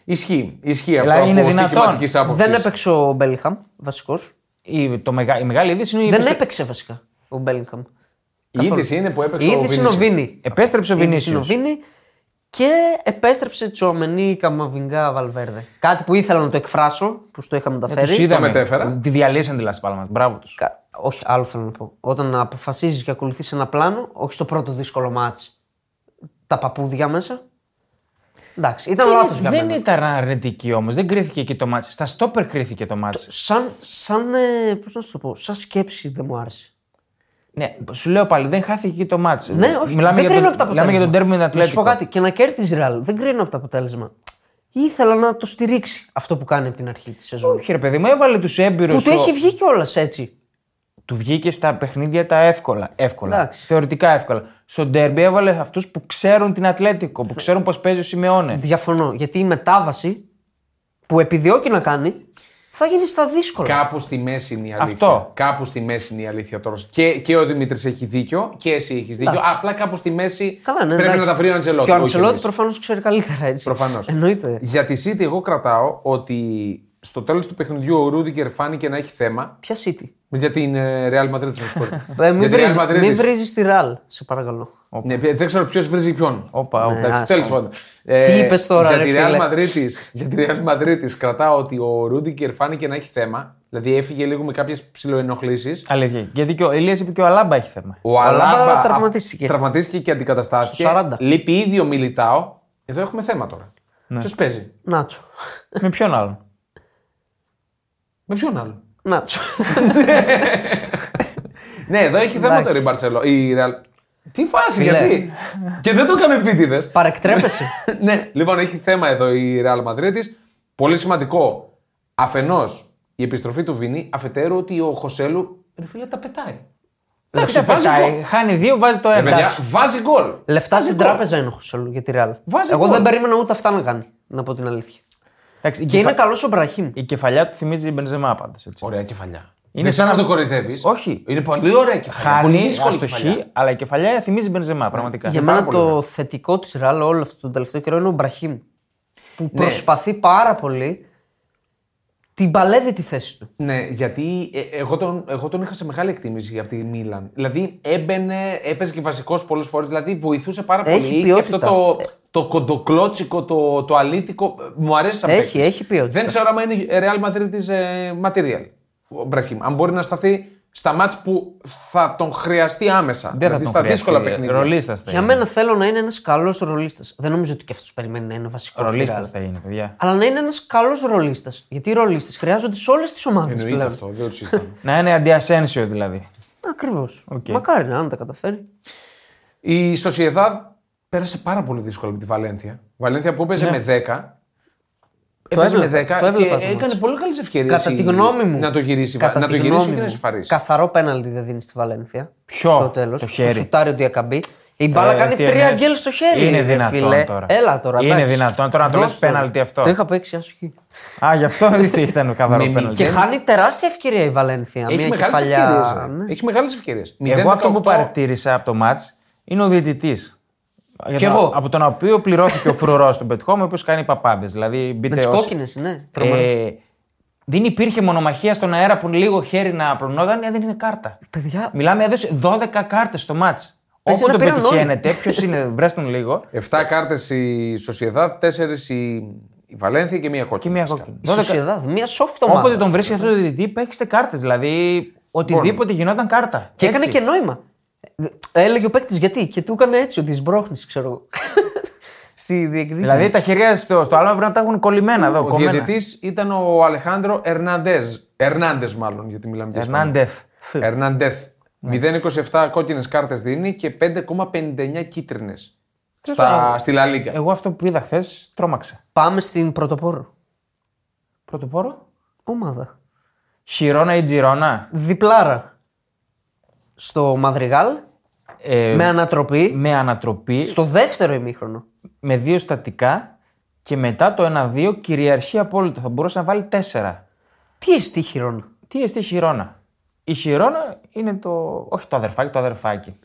[SPEAKER 1] Ισχύει, ισχύει αυτό
[SPEAKER 3] Δηλαδή, είναι
[SPEAKER 1] από
[SPEAKER 3] δυνατόν.
[SPEAKER 1] στοιχηματικής άποψης.
[SPEAKER 2] δεν έπαιξε ο Μπέλιχαμ, βασικός.
[SPEAKER 3] Η, το μεγα, η μεγάλη είδηση είναι η
[SPEAKER 2] Δεν
[SPEAKER 3] επιστρε-
[SPEAKER 2] έπαιξε βασικά ο Μπέλιγχαμ.
[SPEAKER 1] Η είδηση είναι που έπαιξε
[SPEAKER 2] Η
[SPEAKER 1] ο
[SPEAKER 2] είδηση είναι ο
[SPEAKER 1] Vinicius.
[SPEAKER 2] Βίνι.
[SPEAKER 3] Επέστρεψε ο
[SPEAKER 2] Η είδηση είναι ο
[SPEAKER 3] Βινίσιος.
[SPEAKER 2] Βίνι και επέστρεψε Τσομενή Καμαβιγκά Βαλβέρδε. Κάτι που ήθελα να το εκφράσω, που στο είχα μεταφέρει.
[SPEAKER 3] Τους είδαμε.
[SPEAKER 1] μετέφερα.
[SPEAKER 3] Τη διαλύσαν τη Las Palmas. Μπράβο τους.
[SPEAKER 2] Κα- Όχι, άλλο θέλω να πω. Όταν αποφασίζεις και ακολουθείς ένα πλάνο, όχι στο πρώτο δύσκολο μάτσι. Τα παπούδια μέσα. Εντάξει, ήταν λάθος για
[SPEAKER 3] Δεν
[SPEAKER 2] μένα.
[SPEAKER 3] ήταν αρνητική όμως. Δεν κρίθηκε εκεί το μάτι. Στα στόπερ κρίθηκε το μάτι.
[SPEAKER 2] Σαν, σαν, ε, πώς να σου το πω, σαν σκέψη δεν μου άρεσε.
[SPEAKER 3] Ναι, σου λέω πάλι, δεν χάθηκε εκεί το μάτι.
[SPEAKER 2] Ναι, όχι,
[SPEAKER 3] μιλάμε
[SPEAKER 2] δεν
[SPEAKER 3] για
[SPEAKER 2] κρίνω
[SPEAKER 3] τον,
[SPEAKER 2] από τα αποτέλεσμα.
[SPEAKER 3] μιλάμε για τον τέρμι με την
[SPEAKER 2] Να σου πω
[SPEAKER 3] Ατλέτικο.
[SPEAKER 2] κάτι, και να κέρδιζε ρεάλ. Δεν κρίνω από το αποτέλεσμα. Ήθελα να το στηρίξει αυτό που κάνει από την αρχή της σεζόν.
[SPEAKER 3] Όχι, ρε παιδί μου, έβαλε τους έμπειρους.
[SPEAKER 2] Που του έχει βγει κιόλας έτσι.
[SPEAKER 3] του βγήκε στα παιχνίδια τα εύκολα. εύκολα.
[SPEAKER 2] Εντάξει.
[SPEAKER 3] Θεωρητικά εύκολα. Στο ντέρμπι έβαλε αυτούς που ξέρουν την Ατλέτικο, που ξέρουν πώς παίζει ο Σιμεώνες.
[SPEAKER 2] Διαφωνώ. Γιατί η μετάβαση που επιδιώκει να κάνει θα γίνει στα δύσκολα.
[SPEAKER 1] Κάπου στη μέση είναι η αλήθεια.
[SPEAKER 3] Αυτό.
[SPEAKER 1] Κάπου στη μέση είναι η αλήθεια τώρα. Και, και ο Δημήτρης έχει δίκιο και εσύ έχεις δίκιο.
[SPEAKER 2] Εντάξει.
[SPEAKER 1] Απλά κάπου στη μέση
[SPEAKER 2] Καλά, ναι,
[SPEAKER 1] πρέπει
[SPEAKER 2] εντάξει.
[SPEAKER 1] να τα βρει ο Αντζελότη.
[SPEAKER 2] Και ο
[SPEAKER 1] όχι
[SPEAKER 2] Αντσελότη
[SPEAKER 1] εμείς.
[SPEAKER 2] προφανώς ξέρει καλύτερα έτσι.
[SPEAKER 1] Προφανώς.
[SPEAKER 2] Εννοείται.
[SPEAKER 1] ναι. Για τη City, εγώ κρατάω ότι στο τέλος του παιχνιδιού ο Ρούντιγκερ φάνηκε να έχει θέμα.
[SPEAKER 2] Ποια City.
[SPEAKER 1] Για την ε, Real Madrid, με συγχωρείτε.
[SPEAKER 2] Ε,
[SPEAKER 1] Για
[SPEAKER 2] μην
[SPEAKER 1] την Real
[SPEAKER 2] βρίζεις-
[SPEAKER 1] Madrid.
[SPEAKER 2] Μην βρίζεις τη ραλ, σε παρακαλώ.
[SPEAKER 1] Ναι, δεν ξέρω ποιος βρίζει ποιον.
[SPEAKER 3] Όπα, όπα.
[SPEAKER 1] Εντάξει,
[SPEAKER 2] άσε.
[SPEAKER 1] τέλος πάντων. Ε,
[SPEAKER 2] Ναι, είπες τώρα,
[SPEAKER 1] για
[SPEAKER 2] ρε
[SPEAKER 1] τη
[SPEAKER 2] φίλε.
[SPEAKER 1] Real Madrid για τη Real Madrid της κρατάω ότι ο Ρούντιγκερ φάνηκε να έχει θέμα. Δηλαδή έφυγε λίγο με κάποιες ψηλοενοχλήσει.
[SPEAKER 3] Αλήθεια. Γιατί και ο Ελία είπε και ο Αλάμπα έχει θέμα.
[SPEAKER 1] Ο
[SPEAKER 2] Αλάμπα
[SPEAKER 1] Αλάμπα
[SPEAKER 2] τραυματίστηκε.
[SPEAKER 1] Τραυματίστηκε και αντικαταστάθηκε.
[SPEAKER 2] Στο 40.
[SPEAKER 1] Λείπει ήδη ο Μιλιτάο. Εδώ έχουμε θέμα τώρα. Ναι. Ποιος παίζει.
[SPEAKER 2] Νάτσο.
[SPEAKER 3] Με ποιον άλλον.
[SPEAKER 1] Με ποιον άλλο.
[SPEAKER 2] Νάτσο.
[SPEAKER 1] Ναι, εδώ έχει θέμα
[SPEAKER 2] Εντάξει.
[SPEAKER 1] τώρα η Μπαρσελό. Η Real. Τι φάση,
[SPEAKER 2] Φιλέ.
[SPEAKER 1] γιατί. και δεν το έκανε επίτηδες.
[SPEAKER 2] Παρεκτρέπεσαι.
[SPEAKER 1] ναι, λοιπόν, έχει θέμα εδώ η Real Madrid της. Πολύ σημαντικό. Αφενός η επιστροφή του Βινί, αφετέρου ότι ο Χωσέλου. Ρε φίλε, τα πετάει. Εντάξει,
[SPEAKER 3] Δεν
[SPEAKER 1] βάζει
[SPEAKER 3] πετάει.
[SPEAKER 1] γκολ.
[SPEAKER 3] Χάνει δύο, βάζει το
[SPEAKER 1] Ρε
[SPEAKER 3] ένα.
[SPEAKER 1] Ε, παιδιά, βάζει γκολ.
[SPEAKER 2] Λεφτά στην
[SPEAKER 1] γκολ.
[SPEAKER 2] τράπεζα είναι ο Χουσόλου για τη ρεάλ.
[SPEAKER 1] Βάζει
[SPEAKER 2] Εγώ
[SPEAKER 1] γκολ.
[SPEAKER 2] δεν περίμενα ούτε αυτά να κάνει, να πω την αλήθεια.
[SPEAKER 3] Εντάξει, η,
[SPEAKER 2] Και είναι
[SPEAKER 3] κεφα-
[SPEAKER 2] καλός ο Μπραχήμ.
[SPEAKER 3] η κεφαλιά του θυμίζει η Μπενζεμά πάντω.
[SPEAKER 1] Ωραία κεφαλιά.
[SPEAKER 3] Είναι
[SPEAKER 1] Δεν
[SPEAKER 3] σαν
[SPEAKER 1] ξέρω
[SPEAKER 3] να-
[SPEAKER 1] αν το κορυδεύεις.
[SPEAKER 3] Όχι.
[SPEAKER 1] Είναι πολύ ωραία κεφαλιά. πολύ
[SPEAKER 3] Χάνει
[SPEAKER 1] δύσκολη κεφαλιά.
[SPEAKER 3] αστοχή, αλλά η κεφαλιά θυμίζει Μπενζεμά πραγματικά.
[SPEAKER 2] Για
[SPEAKER 1] πάρα
[SPEAKER 2] μένα
[SPEAKER 1] πολύ
[SPEAKER 2] το
[SPEAKER 1] ωραία.
[SPEAKER 2] θετικό της ρεάλ όλο αυτό τον τελευταίο καιρό είναι ο Μπραχήμ. Που
[SPEAKER 1] Ναι.
[SPEAKER 2] προσπαθεί πάρα πολύ. Την παλεύει τη θέση του.
[SPEAKER 1] Ναι, γιατί ε, εγώ, τον, εγώ τον είχα σε μεγάλη εκτίμηση από τη Μίλαν. Δηλαδή έμπαινε, έπαιζε και βασικός πολλές φορές. Δηλαδή βοηθούσε πάρα
[SPEAKER 2] Έχει
[SPEAKER 1] πολύ. Είχε
[SPEAKER 2] ποιότητα.
[SPEAKER 1] αυτό το, το κοντοκλότσικο, το, το αλήτικο. μου αρέσει σαν
[SPEAKER 2] Έχει,
[SPEAKER 1] παίκτης.
[SPEAKER 2] έχει ποιότητα.
[SPEAKER 1] Δεν ξέρω αν είναι Real Madrid τη Material. Ο Μπραχήμ. Αν μπορεί να σταθεί στα μάτς που θα τον χρειαστεί άμεσα.
[SPEAKER 3] Δεν θα
[SPEAKER 1] δηλαδή
[SPEAKER 3] τον
[SPEAKER 1] στα
[SPEAKER 3] χρειαστεί.
[SPEAKER 1] δύσκολα παιχνίδια.
[SPEAKER 3] Ρολίστας θα
[SPEAKER 2] Για
[SPEAKER 3] είναι.
[SPEAKER 2] μένα θέλω να είναι ένας καλός ρολίστας. Δεν νομίζω ότι και αυτός περιμένει να είναι βασικός
[SPEAKER 3] Ρολίστας θα είναι, παιδιά.
[SPEAKER 2] Αλλά να είναι ένας καλός ρολίστας. Γιατί οι ρολίστες χρειάζονται σε όλες τις ομάδες
[SPEAKER 1] Εννοείται
[SPEAKER 2] πλέον.
[SPEAKER 1] αυτό, δεν το συζητάμε.
[SPEAKER 3] Να είναι αντιασένσιο δηλαδή.
[SPEAKER 2] Ακριβώς. Μακάρι να αν τα καταφέρει.
[SPEAKER 1] Η Sociedad πέρασε πάρα πολύ δύσκολα με τη Βαλένθια. Βαλένθια που έπαιζε με 10. Έπαιζε
[SPEAKER 2] έβλεπα,
[SPEAKER 1] με 10
[SPEAKER 2] Ναι. το
[SPEAKER 1] και
[SPEAKER 2] έβλεπα το
[SPEAKER 1] έκανε
[SPEAKER 2] μάτς.
[SPEAKER 1] πολύ καλές ευκαιρίες.
[SPEAKER 2] Κατά τη γνώμη μου.
[SPEAKER 1] Να το γυρίσει,
[SPEAKER 2] κατά
[SPEAKER 1] να
[SPEAKER 2] τη
[SPEAKER 1] το γυρίσει
[SPEAKER 2] γνώμη
[SPEAKER 1] και να
[SPEAKER 2] μου,
[SPEAKER 1] σφαρίσει.
[SPEAKER 2] Καθαρό πέναλτι δεν δίνει στη Βαλένθια.
[SPEAKER 3] Ποιο?
[SPEAKER 2] Στο τέλος.
[SPEAKER 3] Το χέρι.
[SPEAKER 2] σουτάρει ο Διακαμπή. Η μπάλα
[SPEAKER 3] Ε,
[SPEAKER 2] κάνει
[SPEAKER 3] τι
[SPEAKER 2] τρία
[SPEAKER 3] εννοείς.
[SPEAKER 2] γκέλ στο χέρι.
[SPEAKER 3] Είναι
[SPEAKER 2] ρε
[SPEAKER 3] δυνατόν
[SPEAKER 2] φίλε.
[SPEAKER 3] τώρα.
[SPEAKER 2] Έλα τώρα.
[SPEAKER 3] Είναι
[SPEAKER 2] εντάξει.
[SPEAKER 3] δυνατόν τώρα να το
[SPEAKER 2] Δώσ'
[SPEAKER 3] λες πέναλτι αυτό.
[SPEAKER 2] Το είχα παίξει άσχη.
[SPEAKER 3] Α, γι' αυτό δεν ήταν καθαρός
[SPEAKER 1] Μη-
[SPEAKER 3] πέναλτι.
[SPEAKER 2] Και χάνει τεράστια ευκαιρία η Βαλένθια.
[SPEAKER 1] Έχει
[SPEAKER 2] μια
[SPEAKER 1] μεγάλες
[SPEAKER 2] κεφαλιά.
[SPEAKER 3] ε.
[SPEAKER 1] ευκαιρίε.
[SPEAKER 2] ναι.
[SPEAKER 1] Έχει μεγάλες ευκαιρίες.
[SPEAKER 3] Εγώ αυτό που παρατήρησα από το μάτ είναι ο διαιτητής. για
[SPEAKER 2] Κι
[SPEAKER 3] τον-
[SPEAKER 2] εγώ.
[SPEAKER 3] Από τον οποίο πληρώθηκε ο φρουρός του Μπετχόμ, ο οποίος κάνει παπάμπε. Δηλαδή, μπείτε
[SPEAKER 2] Με τις
[SPEAKER 3] όσοι-
[SPEAKER 2] κόκκινες, ναι. Ε...
[SPEAKER 3] Ε, δεν υπήρχε μονομαχία στον αέρα που λίγο χέρι να προνόταν, ε, δεν είναι κάρτα.
[SPEAKER 2] Παιδιά,
[SPEAKER 3] Μιλάμε, έδωσε 12 κάρτες στο μάτ.
[SPEAKER 2] Πες
[SPEAKER 3] Όπου
[SPEAKER 2] ένα
[SPEAKER 3] τον
[SPEAKER 2] πήραν όλοι.
[SPEAKER 3] πετυχαίνετε, ποιος είναι, βρες τον λίγο.
[SPEAKER 1] 7 κάρτες η Σοσιαδά, 4 η, η Βαλένθια και μία
[SPEAKER 3] Και
[SPEAKER 1] κόκκινη.
[SPEAKER 3] μια
[SPEAKER 1] φυσικά.
[SPEAKER 3] κόκκινη.
[SPEAKER 2] η
[SPEAKER 3] 12.
[SPEAKER 2] Sociedad, μία soft ομάδα.
[SPEAKER 3] Όποτε τον βρίσκει αυτός το διαιτητή, παίξτε κάρτες. Δηλαδή, οτιδήποτε γινόταν κάρτα.
[SPEAKER 2] Και
[SPEAKER 3] Έτσι.
[SPEAKER 2] έκανε και νόημα. Ε, Έλεγε ο παίκτης γιατί. Και του έκανε έτσι ότι σμπρώχνεις, ξέρω εγώ. Στη διεκδίκηση.
[SPEAKER 3] Δηλαδή, τα χέρια στο, στο άλμα πρέπει να τα έχουν κολλημένα εδώ.
[SPEAKER 1] Ο
[SPEAKER 3] κομμένα.
[SPEAKER 1] διαιτητής ήταν ο Αλεχάνδρο Ερνάντεζ. Ερνάντες, μάλλον, γιατί μιλάμε για Ισπανία.
[SPEAKER 3] Ερνάντεθ.
[SPEAKER 1] Ερναντέθ.
[SPEAKER 3] Ναι.
[SPEAKER 1] 0,27 κόκκινες κάρτες δίνει και 5,59 κίτρινε. Στα, στη Λα Λίγκα.
[SPEAKER 3] Εγώ αυτό που είδα χθες τρόμαξα.
[SPEAKER 2] Πάμε στην πρωτοπόρο.
[SPEAKER 3] Πρωτοπόρο.
[SPEAKER 2] Ομάδα.
[SPEAKER 3] Χιρόνα ή Τζιρόνα.
[SPEAKER 2] Διπλάρα. Στο Μαδριγάλ.
[SPEAKER 3] Ε,
[SPEAKER 2] με ανατροπή.
[SPEAKER 3] με ανατροπή,
[SPEAKER 2] Στο δεύτερο ημίχρονο.
[SPEAKER 3] με δύο στατικά και μετά το 1-2 κυριαρχεί απόλυτα. Θα μπορούσε να βάλει 4.
[SPEAKER 2] Τι εστί χειρόνα.
[SPEAKER 3] Τι εστί χειρόνα. Η χειρόνα είναι το. Όχι το αδερφάκι, το αδερφάκι.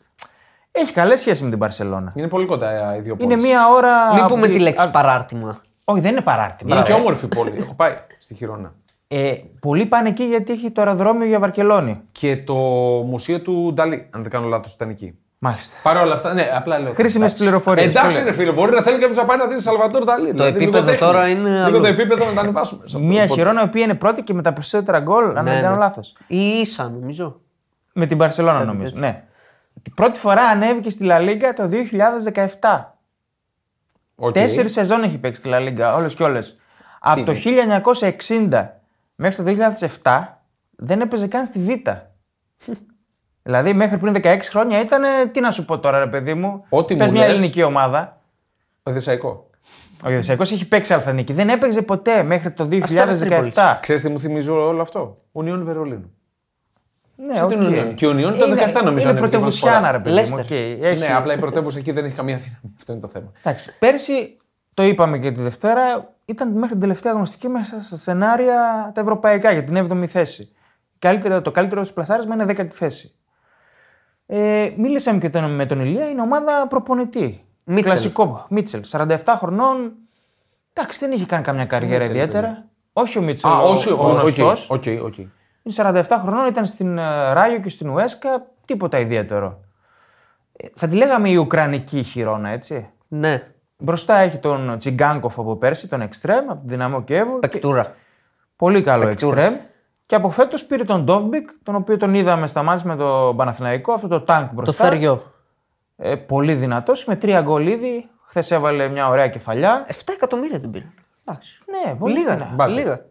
[SPEAKER 3] Έχει καλές σχέσεις με την Παρσελώνα.
[SPEAKER 1] Είναι πολύ κοντά ε, οι δύο πόλεις.
[SPEAKER 3] Είναι μία ώρα.
[SPEAKER 2] Μην
[SPEAKER 3] από
[SPEAKER 2] πούμε τη λέξη
[SPEAKER 3] α- Ναι,
[SPEAKER 2] παράρτημα.
[SPEAKER 3] Όχι, δεν είναι παράρτημα.
[SPEAKER 1] Είναι και όμορφη πόλη. Έχω πάει στη Χιρόνα.
[SPEAKER 3] Ε, πολλοί πάνε εκεί γιατί έχει το αεροδρόμιο για Βαρκελόνη.
[SPEAKER 1] Και το μουσείο του Νταλή, αν δεν κάνω λάθος, ήταν εκεί.
[SPEAKER 3] Μάλιστα.
[SPEAKER 1] Παρ' όλα αυτά, ναι, απλά λέω.
[SPEAKER 3] Χρήσιμες
[SPEAKER 1] Εντάξει.
[SPEAKER 3] πληροφορίες.
[SPEAKER 1] Εντάξει, ρε φίλε, μπορεί να θέλει κάποιος να πάει να δει Σαλβατόρ Νταλή. Το
[SPEAKER 2] επίπεδο τώρα είναι
[SPEAKER 1] Λίγο
[SPEAKER 2] αλλού.
[SPEAKER 1] το επίπεδο να τα ανεβάσουμε. σε αυτό
[SPEAKER 3] Μία
[SPEAKER 1] το podcast.
[SPEAKER 3] χειρόνα η οποία είναι πρώτη και με τα περισσότερα γκολ,
[SPEAKER 2] Ναι,
[SPEAKER 3] αν δεν ναι, κάνω λάθος.
[SPEAKER 2] Ή ίσα, νομίζω.
[SPEAKER 3] Με την Παρσελώνα νομίζω. Ναι. Την πρώτη φορά ανέβηκε στη Λα Λίγκα το 2017.
[SPEAKER 1] Οκ.
[SPEAKER 3] Τέσσερις σεζόν έχει παίξει στη Λα Λίγκα, όλες και όλες. Από το 1960 μέχρι το 2007 δεν έπαιζε καν στη Β. δηλαδή μέχρι πριν 16 χρόνια ήταν. Τι να σου πω τώρα, ρε παιδί μου.
[SPEAKER 1] Ό,τι
[SPEAKER 3] Πες
[SPEAKER 1] μου
[SPEAKER 3] μια
[SPEAKER 1] λες.
[SPEAKER 3] ελληνική ομάδα.
[SPEAKER 1] Παθησαϊκό.
[SPEAKER 3] Ο Ιωσιακό έχει παίξει αλφανική. Δεν έπαιζε ποτέ μέχρι το 2017.
[SPEAKER 1] Ξέρεις τι μου θυμίζει όλο αυτό. Ουνιόν Βερολίνου.
[SPEAKER 3] Ναι,
[SPEAKER 1] Ξέρετε την
[SPEAKER 3] οκ.
[SPEAKER 1] Union. Και η Union ήταν
[SPEAKER 3] Είναι-
[SPEAKER 1] 17 νομίζω,
[SPEAKER 3] Είναι
[SPEAKER 1] ανέβηκε πρώτη
[SPEAKER 3] πρωτευουσιάνα,
[SPEAKER 1] φορά.
[SPEAKER 3] ρε παιδί μου.
[SPEAKER 2] Leicester.
[SPEAKER 3] οκ. Έχει-
[SPEAKER 1] Ναι, απλά η πρωτεύουσα εκεί δεν έχει καμία δύναμη. Αυτό είναι το θέμα.
[SPEAKER 3] Εντάξει, πέρσι το είπαμε και τη Δευτέρα, ήταν μέχρι την τελευταία αγωνιστική μέσα στα σενάρια τα ευρωπαϊκά για την 7η θέση. Καλύτερο, το καλύτερο του πλασάρισμας είναι 10η θέση. Ε, μίλησαμε και τον, με τον Ηλία, είναι ομάδα προπονητή.
[SPEAKER 2] Μίτσελ.
[SPEAKER 3] Κλασικό. Μίτσελ, 47 χρονών. Εντάξει, δεν είχε κάνει καμιά καριέρα ιδιαίτερα. Όχι ο Μίτσελ.
[SPEAKER 1] Α,
[SPEAKER 3] ο,
[SPEAKER 1] όχι,
[SPEAKER 3] ο
[SPEAKER 1] οκ,
[SPEAKER 3] γνωστός.
[SPEAKER 1] οκ, οκ.
[SPEAKER 3] Είναι 47 χρονών, ήταν στην ε, Ράγιο και στην Ουέσκα, τίποτα ιδιαίτερο. Ε, θα τη λέγαμε η Ουκρανική χειρόνα, έτσι.
[SPEAKER 2] Ναι.
[SPEAKER 3] Μπροστά έχει τον Τσιγκάνκοφ από πέρσι, τον Εκστρέμ, από την Δυναμό Κιέβου.
[SPEAKER 2] Πεκτούρα.
[SPEAKER 3] Πολύ καλό
[SPEAKER 2] Πεκτούρα.
[SPEAKER 3] Εκστρέμ. Και από φέτος πήρε τον Ντόβμπικ, τον οποίο τον είδαμε στα μάτια με τον Παναθηναϊκό, αυτό το τάγκ
[SPEAKER 2] Το
[SPEAKER 3] μπροστά.
[SPEAKER 2] θεριό.
[SPEAKER 3] Ε, πολύ δυνατός, με τρία γκολ ήδη. Χθες έβαλε μια ωραία κεφαλιά.
[SPEAKER 2] 7 εκατομμύρια την πήραν. Εντάξει.
[SPEAKER 3] Ναι, πολύ
[SPEAKER 2] Λίγα.
[SPEAKER 3] δυνατά.
[SPEAKER 2] ναι, Λίγα.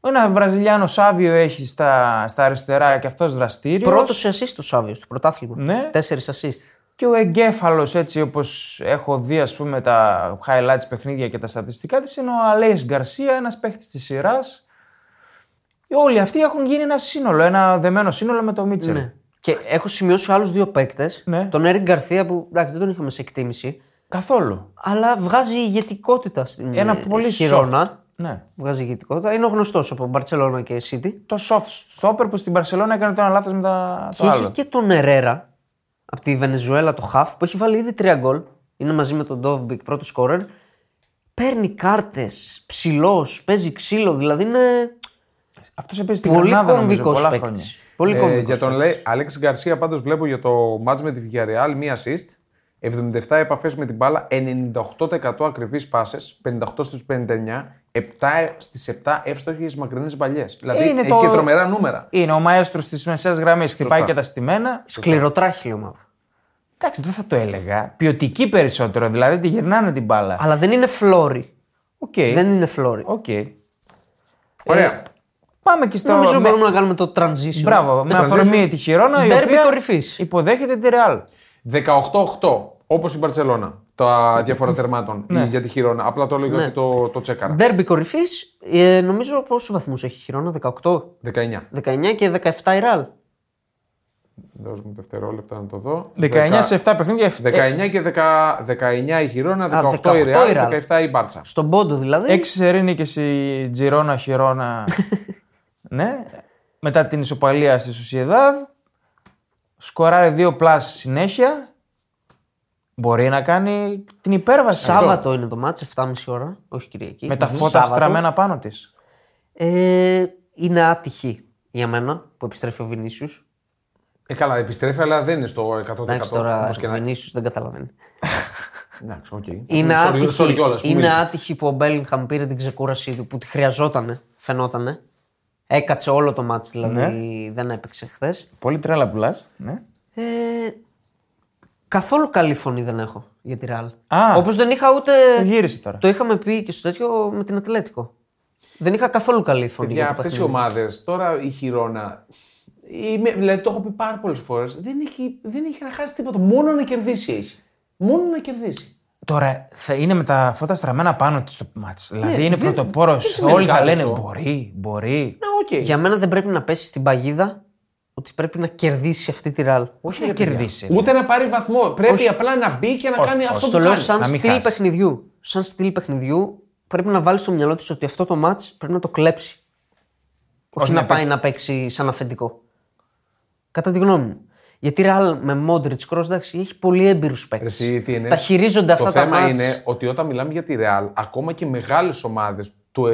[SPEAKER 3] Ένα Βραζιλιάνο Σάβιο έχει στα, στα αριστερά και αυτός δραστήριος.
[SPEAKER 2] Πρώτος σε assist ο Σάβιος στο πρωτάθλημα.
[SPEAKER 3] Ναι.
[SPEAKER 2] Τέσσερις assist.
[SPEAKER 3] Και ο εγκέφαλος, έτσι όπως έχω δει, ας πούμε, τα highlights παιχνίδια και τα στατιστικά της, είναι ο Αλέης Γκαρσία, ένας παίχτη της σειράς. Όλοι αυτοί έχουν γίνει ένα σύνολο, ένα δεμένο σύνολο με το Μίτσελ.
[SPEAKER 2] Ναι. Και έχω σημειώσει άλλους δύο παίκτες.
[SPEAKER 3] Ναι.
[SPEAKER 2] Τον Έρικ Γκαρθία που εντάξει, δεν τον είχαμε σε εκτίμηση.
[SPEAKER 3] Καθόλου.
[SPEAKER 2] Αλλά βγάζει ηγετικότητα στην
[SPEAKER 3] Ένα
[SPEAKER 2] ε,
[SPEAKER 3] πολύ
[SPEAKER 2] χειρόνα.
[SPEAKER 3] soft. Ναι.
[SPEAKER 2] Βγάζει ηγετικότητα. Είναι ο γνωστός από Μπαρσελόνα και City.
[SPEAKER 3] Το soft stopper που στην Παρσελόνα έκανε το ένα λάθος με τα...
[SPEAKER 2] Και
[SPEAKER 3] το άλλο.
[SPEAKER 2] έχει και τον Ερέρα από τη Βενεζουέλα, το Χαφ, που έχει βάλει ήδη τρία γκολ. Είναι μαζί με τον Ντόβμπικ, πρώτο σκόρερ. Παίρνει κάρτες, ψηλός, παίζει ξύλο, δηλαδή είναι
[SPEAKER 3] Αυτός επίση στην
[SPEAKER 2] πολύ
[SPEAKER 3] Γρανάδα νομίζω,
[SPEAKER 2] κομβικό
[SPEAKER 3] πολλά
[SPEAKER 2] παίκτης.
[SPEAKER 3] χρόνια.
[SPEAKER 2] Πολύ
[SPEAKER 1] Ε,
[SPEAKER 2] κομβικός
[SPEAKER 1] για τον
[SPEAKER 2] παίκτης.
[SPEAKER 1] λέει, Αλέξη Γκαρσία, πάντως βλέπω για το match με τη Villarreal μία assist, 77 επαφές με την μπάλα, 98% ακριβείς πάσες, 58 στι 59, 7 στι 7 εύστοχες μακρινές παλιέ. Δηλαδή
[SPEAKER 3] είναι
[SPEAKER 1] έχει
[SPEAKER 3] το- Ε,
[SPEAKER 1] και τρομερά νούμερα.
[SPEAKER 3] Είναι ο μαέστρος της μεσαίας γραμμής, χτυπάει και τα στημένα.
[SPEAKER 2] Σκληροτράχυλη ομάδα.
[SPEAKER 3] Εντάξει, δεν θα το έλεγα. Ποιοτική περισσότερο, δηλαδή τη γυρνάνε την μπάλα.
[SPEAKER 2] Αλλά δεν είναι φλόρι.
[SPEAKER 3] Οκ.
[SPEAKER 2] Δεν είναι φλόρι.
[SPEAKER 3] Οκ. Ε,
[SPEAKER 1] Ωραία.
[SPEAKER 3] Πάμε και στο.
[SPEAKER 2] Νομίζω
[SPEAKER 3] με-
[SPEAKER 2] μπορούμε να κάνουμε το transition.
[SPEAKER 3] Μπράβο, με αφορμή τη Χιρόνα η
[SPEAKER 2] Ντέρμπι
[SPEAKER 3] οποία
[SPEAKER 2] κορυφής.
[SPEAKER 3] υποδέχεται τη Ρεάλ.
[SPEAKER 1] 18-8, όπως η Μπαρσελόνα, τα διάφορα τερμάτων ή για τη Χιρόνα. Απλά το λέω γιατί το, το τσέκαρα.
[SPEAKER 2] Ντέρμπι κορυφής, ε, νομίζω πόσους βαθμούς έχει η χειρόνα, 18,
[SPEAKER 1] 19.
[SPEAKER 2] 19 και 17 η ραλ.
[SPEAKER 1] Δώσ' μου δευτερόλεπτα να το δω.
[SPEAKER 3] 19 σε 7 παιχνίδια,
[SPEAKER 1] 19 και 10, 19 η Χιρόνα, 18, η
[SPEAKER 2] 18 η
[SPEAKER 1] Ρεάλ,
[SPEAKER 2] Real.
[SPEAKER 1] 17 η Μπάρτσα.
[SPEAKER 2] Στον πόντο δηλαδή.
[SPEAKER 3] 6 σερή νίκες η Τζιρόνα Χιρόνα. ναι. Μετά την ισοπαλία στη Σουσιεδάδ. Σκοράρει δύο πλάσεις συνέχεια. Μπορεί να κάνει την υπέρβαση.
[SPEAKER 2] Σάββατο είναι το μάτς, 7.30 ώρα, όχι Κυριακή.
[SPEAKER 3] Με τα
[SPEAKER 2] Μμμ.
[SPEAKER 3] φώτα
[SPEAKER 2] Σάββατο.
[SPEAKER 3] στραμμένα πάνω της.
[SPEAKER 2] Ε, είναι άτυχη για μένα που επιστρέφει ο Βινίσιους.
[SPEAKER 1] Ε, καλά, επιστρέφει, αλλά δεν είναι στο 100%.
[SPEAKER 2] Εντάξει τώρα, ο Βινίσιους δεν καταλαβαίνει.
[SPEAKER 1] Εντάξει, οκ.
[SPEAKER 2] Είναι
[SPEAKER 1] Ε, Sorry-
[SPEAKER 2] άτυχη,
[SPEAKER 1] sorry κιόλας που
[SPEAKER 2] είναι
[SPEAKER 1] μίλησα.
[SPEAKER 2] άτυχη που ο Μπέλιγχαμ πήρε την ξεκούρασή του που τη χρειαζότανε, φαινότανε. Έκατσε όλο το μάτς, δηλαδή
[SPEAKER 3] Ναι.
[SPEAKER 2] δεν έπαιξε χθες.
[SPEAKER 3] Πολύ τρέλα πουλάς. Ναι.
[SPEAKER 2] Ε, καθόλου καλή φωνή δεν έχω για τη Ραλ.
[SPEAKER 3] Α.
[SPEAKER 2] Όπως δεν είχα ούτε.
[SPEAKER 3] Το γύρισε τώρα.
[SPEAKER 2] Το είχαμε πει και στο τέτοιο με την Ατλέτικο. Δεν είχα καθόλου καλή φωνή
[SPEAKER 1] Για
[SPEAKER 2] για το
[SPEAKER 1] αυτές οι
[SPEAKER 2] παιχνίδι.
[SPEAKER 1] ομάδες, τώρα η Χιρόνα. Είμαι, δηλαδή το έχω πει πάρα πολλές φορές. Δεν έχει, δεν έχει να χάσει τίποτα. Μόνο να κερδίσει έχει. Μόνο να κερδίσει.
[SPEAKER 3] Τώρα θα είναι με τα φώτα στραμμένα πάνω της το μάτς.
[SPEAKER 2] Ναι,
[SPEAKER 3] Δηλαδή είναι
[SPEAKER 1] δεν-
[SPEAKER 3] πρωτοπόρος.
[SPEAKER 1] δεν σημαίνει
[SPEAKER 3] Όλοι θα
[SPEAKER 1] κάτι
[SPEAKER 3] λένε
[SPEAKER 1] αυτό.
[SPEAKER 3] μπορεί, μπορεί.
[SPEAKER 1] Ναι, οκ.
[SPEAKER 2] Για μένα δεν πρέπει να πέσει στην παγίδα ότι πρέπει να κερδίσει αυτή τη ραλ.
[SPEAKER 3] Όχι να κερδίσει.
[SPEAKER 1] Ούτε να πάρει βαθμό. Πρέπει απλά να μπει και να κάνει αυτό
[SPEAKER 2] Στο
[SPEAKER 1] που
[SPEAKER 2] λέω
[SPEAKER 1] κάνει.
[SPEAKER 2] σαν
[SPEAKER 3] να μην
[SPEAKER 2] στυλ
[SPEAKER 3] χάσει.
[SPEAKER 2] παιχνιδιού. Σαν στυλ παιχνιδιού πρέπει να βάλει στο μυαλό της ότι αυτό το μάτ πρέπει να το κλέψει. Όχι, να
[SPEAKER 1] ναι,
[SPEAKER 2] πάει να παίξει σαν αφεντικό. Κατά τη γνώμη μου. Γιατί η Ραλ με Μόντριτ Κρό εντάξει έχει πολύ έμπειρους παίκτες.
[SPEAKER 1] Εσύ, τι είναι.
[SPEAKER 2] Τα χειρίζονται
[SPEAKER 1] το
[SPEAKER 2] αυτά τα
[SPEAKER 1] θέμα
[SPEAKER 2] μάτς.
[SPEAKER 1] είναι ότι όταν μιλάμε για τη Ρεάλ, ακόμα και μεγάλες ομάδες ε,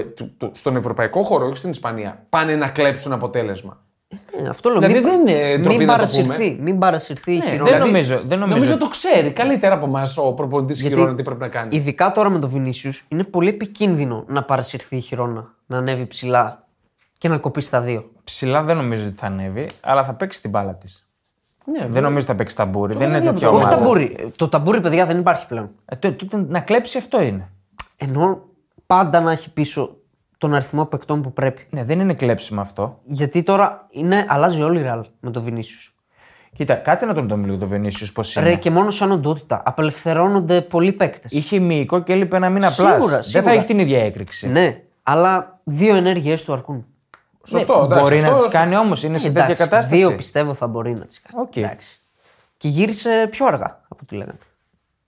[SPEAKER 1] στον ευρωπαϊκό χώρο, όχι στην Ισπανία, πάνε να κλέψουν αποτέλεσμα.
[SPEAKER 2] Ναι, αυτό λέω.
[SPEAKER 1] Δηλαδή,
[SPEAKER 2] μην,
[SPEAKER 1] δεν είναι ντροπή
[SPEAKER 2] μην
[SPEAKER 1] να το Ναι,
[SPEAKER 2] παρασυρθεί, μην παρασυρθεί η χειρότερη.
[SPEAKER 3] Δεν νομίζω, δεν νομίζω.
[SPEAKER 1] Δηλαδή, Νομίζω το ξέρει καλύτερα από εμάς ο προπονητής
[SPEAKER 2] Γιατί
[SPEAKER 1] Χιρόνα τι πρέπει να
[SPEAKER 3] Ναι,
[SPEAKER 1] κάνει.
[SPEAKER 2] Ειδικά τώρα με τον Βινίσιους, είναι πολύ επικίνδυνο να παρασυρθεί η χειρόνα, να ανέβει ψηλά και να κοπεί στα δύο.
[SPEAKER 3] Ψηλά δεν νομίζω ότι θα ανέβει, αλλά θα παίξει την μπάλα της.
[SPEAKER 1] Ναι,
[SPEAKER 3] Δεν νομίζω ότι θα παίξει ταμπούρι. Δεν είναι
[SPEAKER 1] βλέπω
[SPEAKER 3] τέτοια
[SPEAKER 1] το-
[SPEAKER 2] Όχι
[SPEAKER 1] Ομάδα.
[SPEAKER 2] ταμπούρι. Το ταμπούρι, παιδιά, δεν υπάρχει πλέον.
[SPEAKER 3] Ε, τούτο- τούτο να κλέψει αυτό είναι.
[SPEAKER 2] Ενώ πάντα να έχει πίσω τον αριθμό παικτών που πρέπει.
[SPEAKER 3] Ναι, δεν είναι κλέψιμο αυτό.
[SPEAKER 2] Γιατί τώρα είναι, αλλάζει όλη η ραλ με τον Βινίσιους.
[SPEAKER 3] Κοίτα, κάτσε να τον δούμε λίγο το Βενίσιο πώ είναι.
[SPEAKER 2] Ρε και μόνο σαν οντότητα. Απελευθερώνονται πολλοί παίκτες.
[SPEAKER 3] ναι. Είχε μυϊκό και έλειπε ένα μήνα
[SPEAKER 2] Σίγουρα,
[SPEAKER 3] πλάσ. Δεν
[SPEAKER 2] σίγουρα.
[SPEAKER 3] θα έχει την ίδια έκρηξη.
[SPEAKER 2] Ναι, αλλά δύο ενέργειέ του αρκούν.
[SPEAKER 1] Σωστό, εντάξει,
[SPEAKER 3] Μπορεί να
[SPEAKER 1] αυτό-
[SPEAKER 3] τις κάνει όμως, είναι σε
[SPEAKER 2] Ε,
[SPEAKER 3] τέτοια
[SPEAKER 2] Εντάξει,
[SPEAKER 3] κατάσταση.
[SPEAKER 2] Δύο πιστεύω θα μπορεί να τις κάνει.
[SPEAKER 3] Οκ.
[SPEAKER 2] Εντάξει. Και γύρισε πιο αργά από ό,τι λέγανε.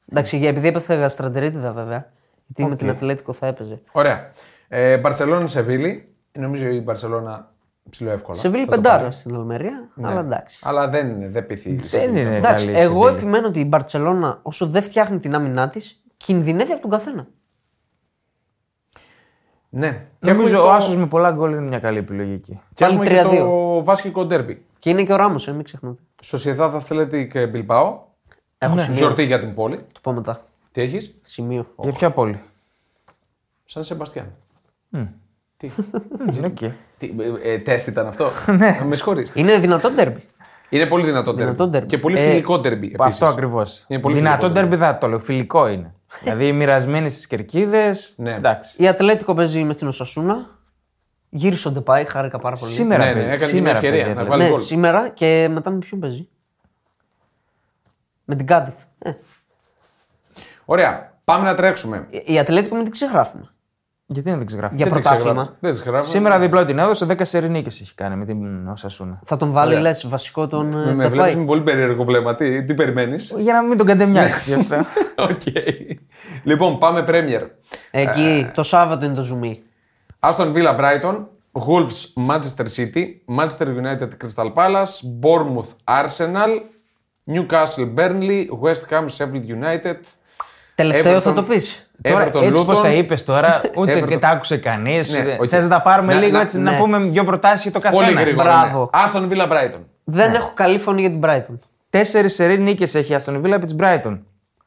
[SPEAKER 2] Εντάξει, για- επειδή έπεθε γαστραντερίτιδα βέβαια. Γιατί με την Ατλέτικο θα έπαιζε.
[SPEAKER 1] Ωραία. Ε, Μπαρσελόνα Σεβίλη. Νομίζω η Μπαρσελόνα ψηλό εύκολα.
[SPEAKER 2] Σε βίλη
[SPEAKER 1] Θα το
[SPEAKER 2] πεντάρα
[SPEAKER 1] πάρει.
[SPEAKER 2] στην Αλμερία,
[SPEAKER 3] Ναι.
[SPEAKER 2] αλλά εντάξει.
[SPEAKER 1] Αλλά δεν είναι, δεν πείθει. η Σεβίλη.
[SPEAKER 3] Δεν είναι
[SPEAKER 2] Εντάξει,
[SPEAKER 3] καλή η
[SPEAKER 2] εγώ
[SPEAKER 3] Σεβίλη.
[SPEAKER 2] επιμένω ότι η Μπαρσελόνα, όσο δεν φτιάχνει την άμυνά της, κινδυνεύει από τον καθένα.
[SPEAKER 1] Ναι. Και
[SPEAKER 3] Νομίζω
[SPEAKER 1] έχουμε
[SPEAKER 3] ο
[SPEAKER 1] το-
[SPEAKER 3] Άσος με πολλά γκολ είναι μια καλή επιλογή εκεί.
[SPEAKER 1] Και
[SPEAKER 2] Πάλι
[SPEAKER 1] έχουμε και
[SPEAKER 2] 3-2.
[SPEAKER 1] το Βάσκικο Ντέρμπι.
[SPEAKER 2] Και είναι και ο Ράμος, ε, μην ξεχνάτε.
[SPEAKER 1] Σοσιαδάδα Αθλέτικ Μπιλμπάο.
[SPEAKER 2] Έχω
[SPEAKER 3] Ναι.
[SPEAKER 2] σημείο.
[SPEAKER 1] Γιορτή για την πόλη.
[SPEAKER 2] Το πω μετά.
[SPEAKER 1] Τι έχεις,
[SPEAKER 2] Σημείο.
[SPEAKER 3] Για ποια πόλη.
[SPEAKER 1] Σαν Σεμπαστιάν. Τι,
[SPEAKER 3] Οκ.
[SPEAKER 1] τι ε, ε, τεστ ήταν αυτό.
[SPEAKER 3] Ναι.
[SPEAKER 1] Να με συγχωρείς.
[SPEAKER 2] Είναι δυνατό ντέρμπι.
[SPEAKER 1] Είναι πολύ δυνατό
[SPEAKER 2] Δυνατό
[SPEAKER 1] ντέρμπι.
[SPEAKER 2] ντέρμπι.
[SPEAKER 1] Και πολύ
[SPEAKER 3] Ε,
[SPEAKER 1] φιλικό ντέρμπι.
[SPEAKER 3] Που Αυτό
[SPEAKER 1] επίσης.
[SPEAKER 3] ακριβώς.
[SPEAKER 1] Είναι πολύ
[SPEAKER 3] Δυνατό
[SPEAKER 1] φιλικό
[SPEAKER 3] ντερμπι δεν το λέω. Φιλικό είναι. δηλαδή μοιρασμένοι στις κερκίδες.
[SPEAKER 1] Ναι.
[SPEAKER 3] Εντάξει.
[SPEAKER 2] Η Ατλέτικο παίζει μες στην Οσασούνα. Γύρισε ο Ντεπάη, χάρηκα πάρα πολύ.
[SPEAKER 3] Σήμερα
[SPEAKER 1] Ναι, ναι,
[SPEAKER 3] παίζει.
[SPEAKER 1] έκανε και μια
[SPEAKER 3] σήμερα
[SPEAKER 1] ευκαιρία
[SPEAKER 3] παίζει,
[SPEAKER 1] να
[SPEAKER 3] Ατλέτικο.
[SPEAKER 1] βάλει.
[SPEAKER 2] Ναι,
[SPEAKER 1] γκολ.
[SPEAKER 2] σήμερα και μετά με ποιον παίζει. Με την Κάντιθ. Ε,
[SPEAKER 1] Ωραία. Πάμε να τρέξουμε.
[SPEAKER 2] η Ατλέτικο μην την ξεγράφουμε.
[SPEAKER 3] Γιατί να δεν ξεγράφει.
[SPEAKER 2] Για
[SPEAKER 1] Δεν τις
[SPEAKER 2] πρωτάθλημα.
[SPEAKER 1] ξεγράφω. Δεν τις γράφω.
[SPEAKER 3] Σήμερα διπλό την έδωσε, 10 σερινίκε έχει κάνει με την Οσασούνα.
[SPEAKER 2] Θα τον βάλει,
[SPEAKER 1] Ωραία. Ναι,
[SPEAKER 2] λες, βασικό τον
[SPEAKER 1] Με,
[SPEAKER 2] ε,
[SPEAKER 1] με βλέπει
[SPEAKER 2] Ντεπάη.
[SPEAKER 1] με πολύ περίεργο βλέμμα. Τι, τι περιμένεις.
[SPEAKER 3] Για να μην τον
[SPEAKER 1] Ναι,
[SPEAKER 3] κατεμοιάσει γι' αυτό.
[SPEAKER 1] Οκ. Λοιπόν, πάμε Πρέμιερ. Ε.
[SPEAKER 2] Εκεί το Σάββατο είναι το ζουμί.
[SPEAKER 1] Άστον Villa Brighton, Wolves Manchester City, Manchester United Crystal Palace, Bournemouth Arsenal, Newcastle Burnley, West Ham Sheffield United.
[SPEAKER 2] Τελευταίο
[SPEAKER 1] Everton-
[SPEAKER 2] θα το πεις.
[SPEAKER 3] Τώρα,
[SPEAKER 1] Everton
[SPEAKER 3] έτσι πώ
[SPEAKER 1] Luton.
[SPEAKER 3] τα είπες τώρα, ούτε
[SPEAKER 1] Everton.
[SPEAKER 3] και τα άκουσε κανείς.
[SPEAKER 1] Ναι, όχι.
[SPEAKER 3] Θες να τα πάρουμε
[SPEAKER 1] Να-
[SPEAKER 3] λίγο
[SPEAKER 1] να-
[SPEAKER 3] έτσι, να
[SPEAKER 2] ναι.
[SPEAKER 3] πούμε δύο προτάσεις για το καθένα.
[SPEAKER 1] Πολύ γρήγορα.
[SPEAKER 2] Μπράβο.
[SPEAKER 1] ναι. Aston Villa Brighton.
[SPEAKER 2] Δεν
[SPEAKER 1] Ναι.
[SPEAKER 2] έχω καλή φωνή για την Brighton.
[SPEAKER 3] Τέσσερις σερή νίκες έχει η Αστον Βίλα από τη Brighton.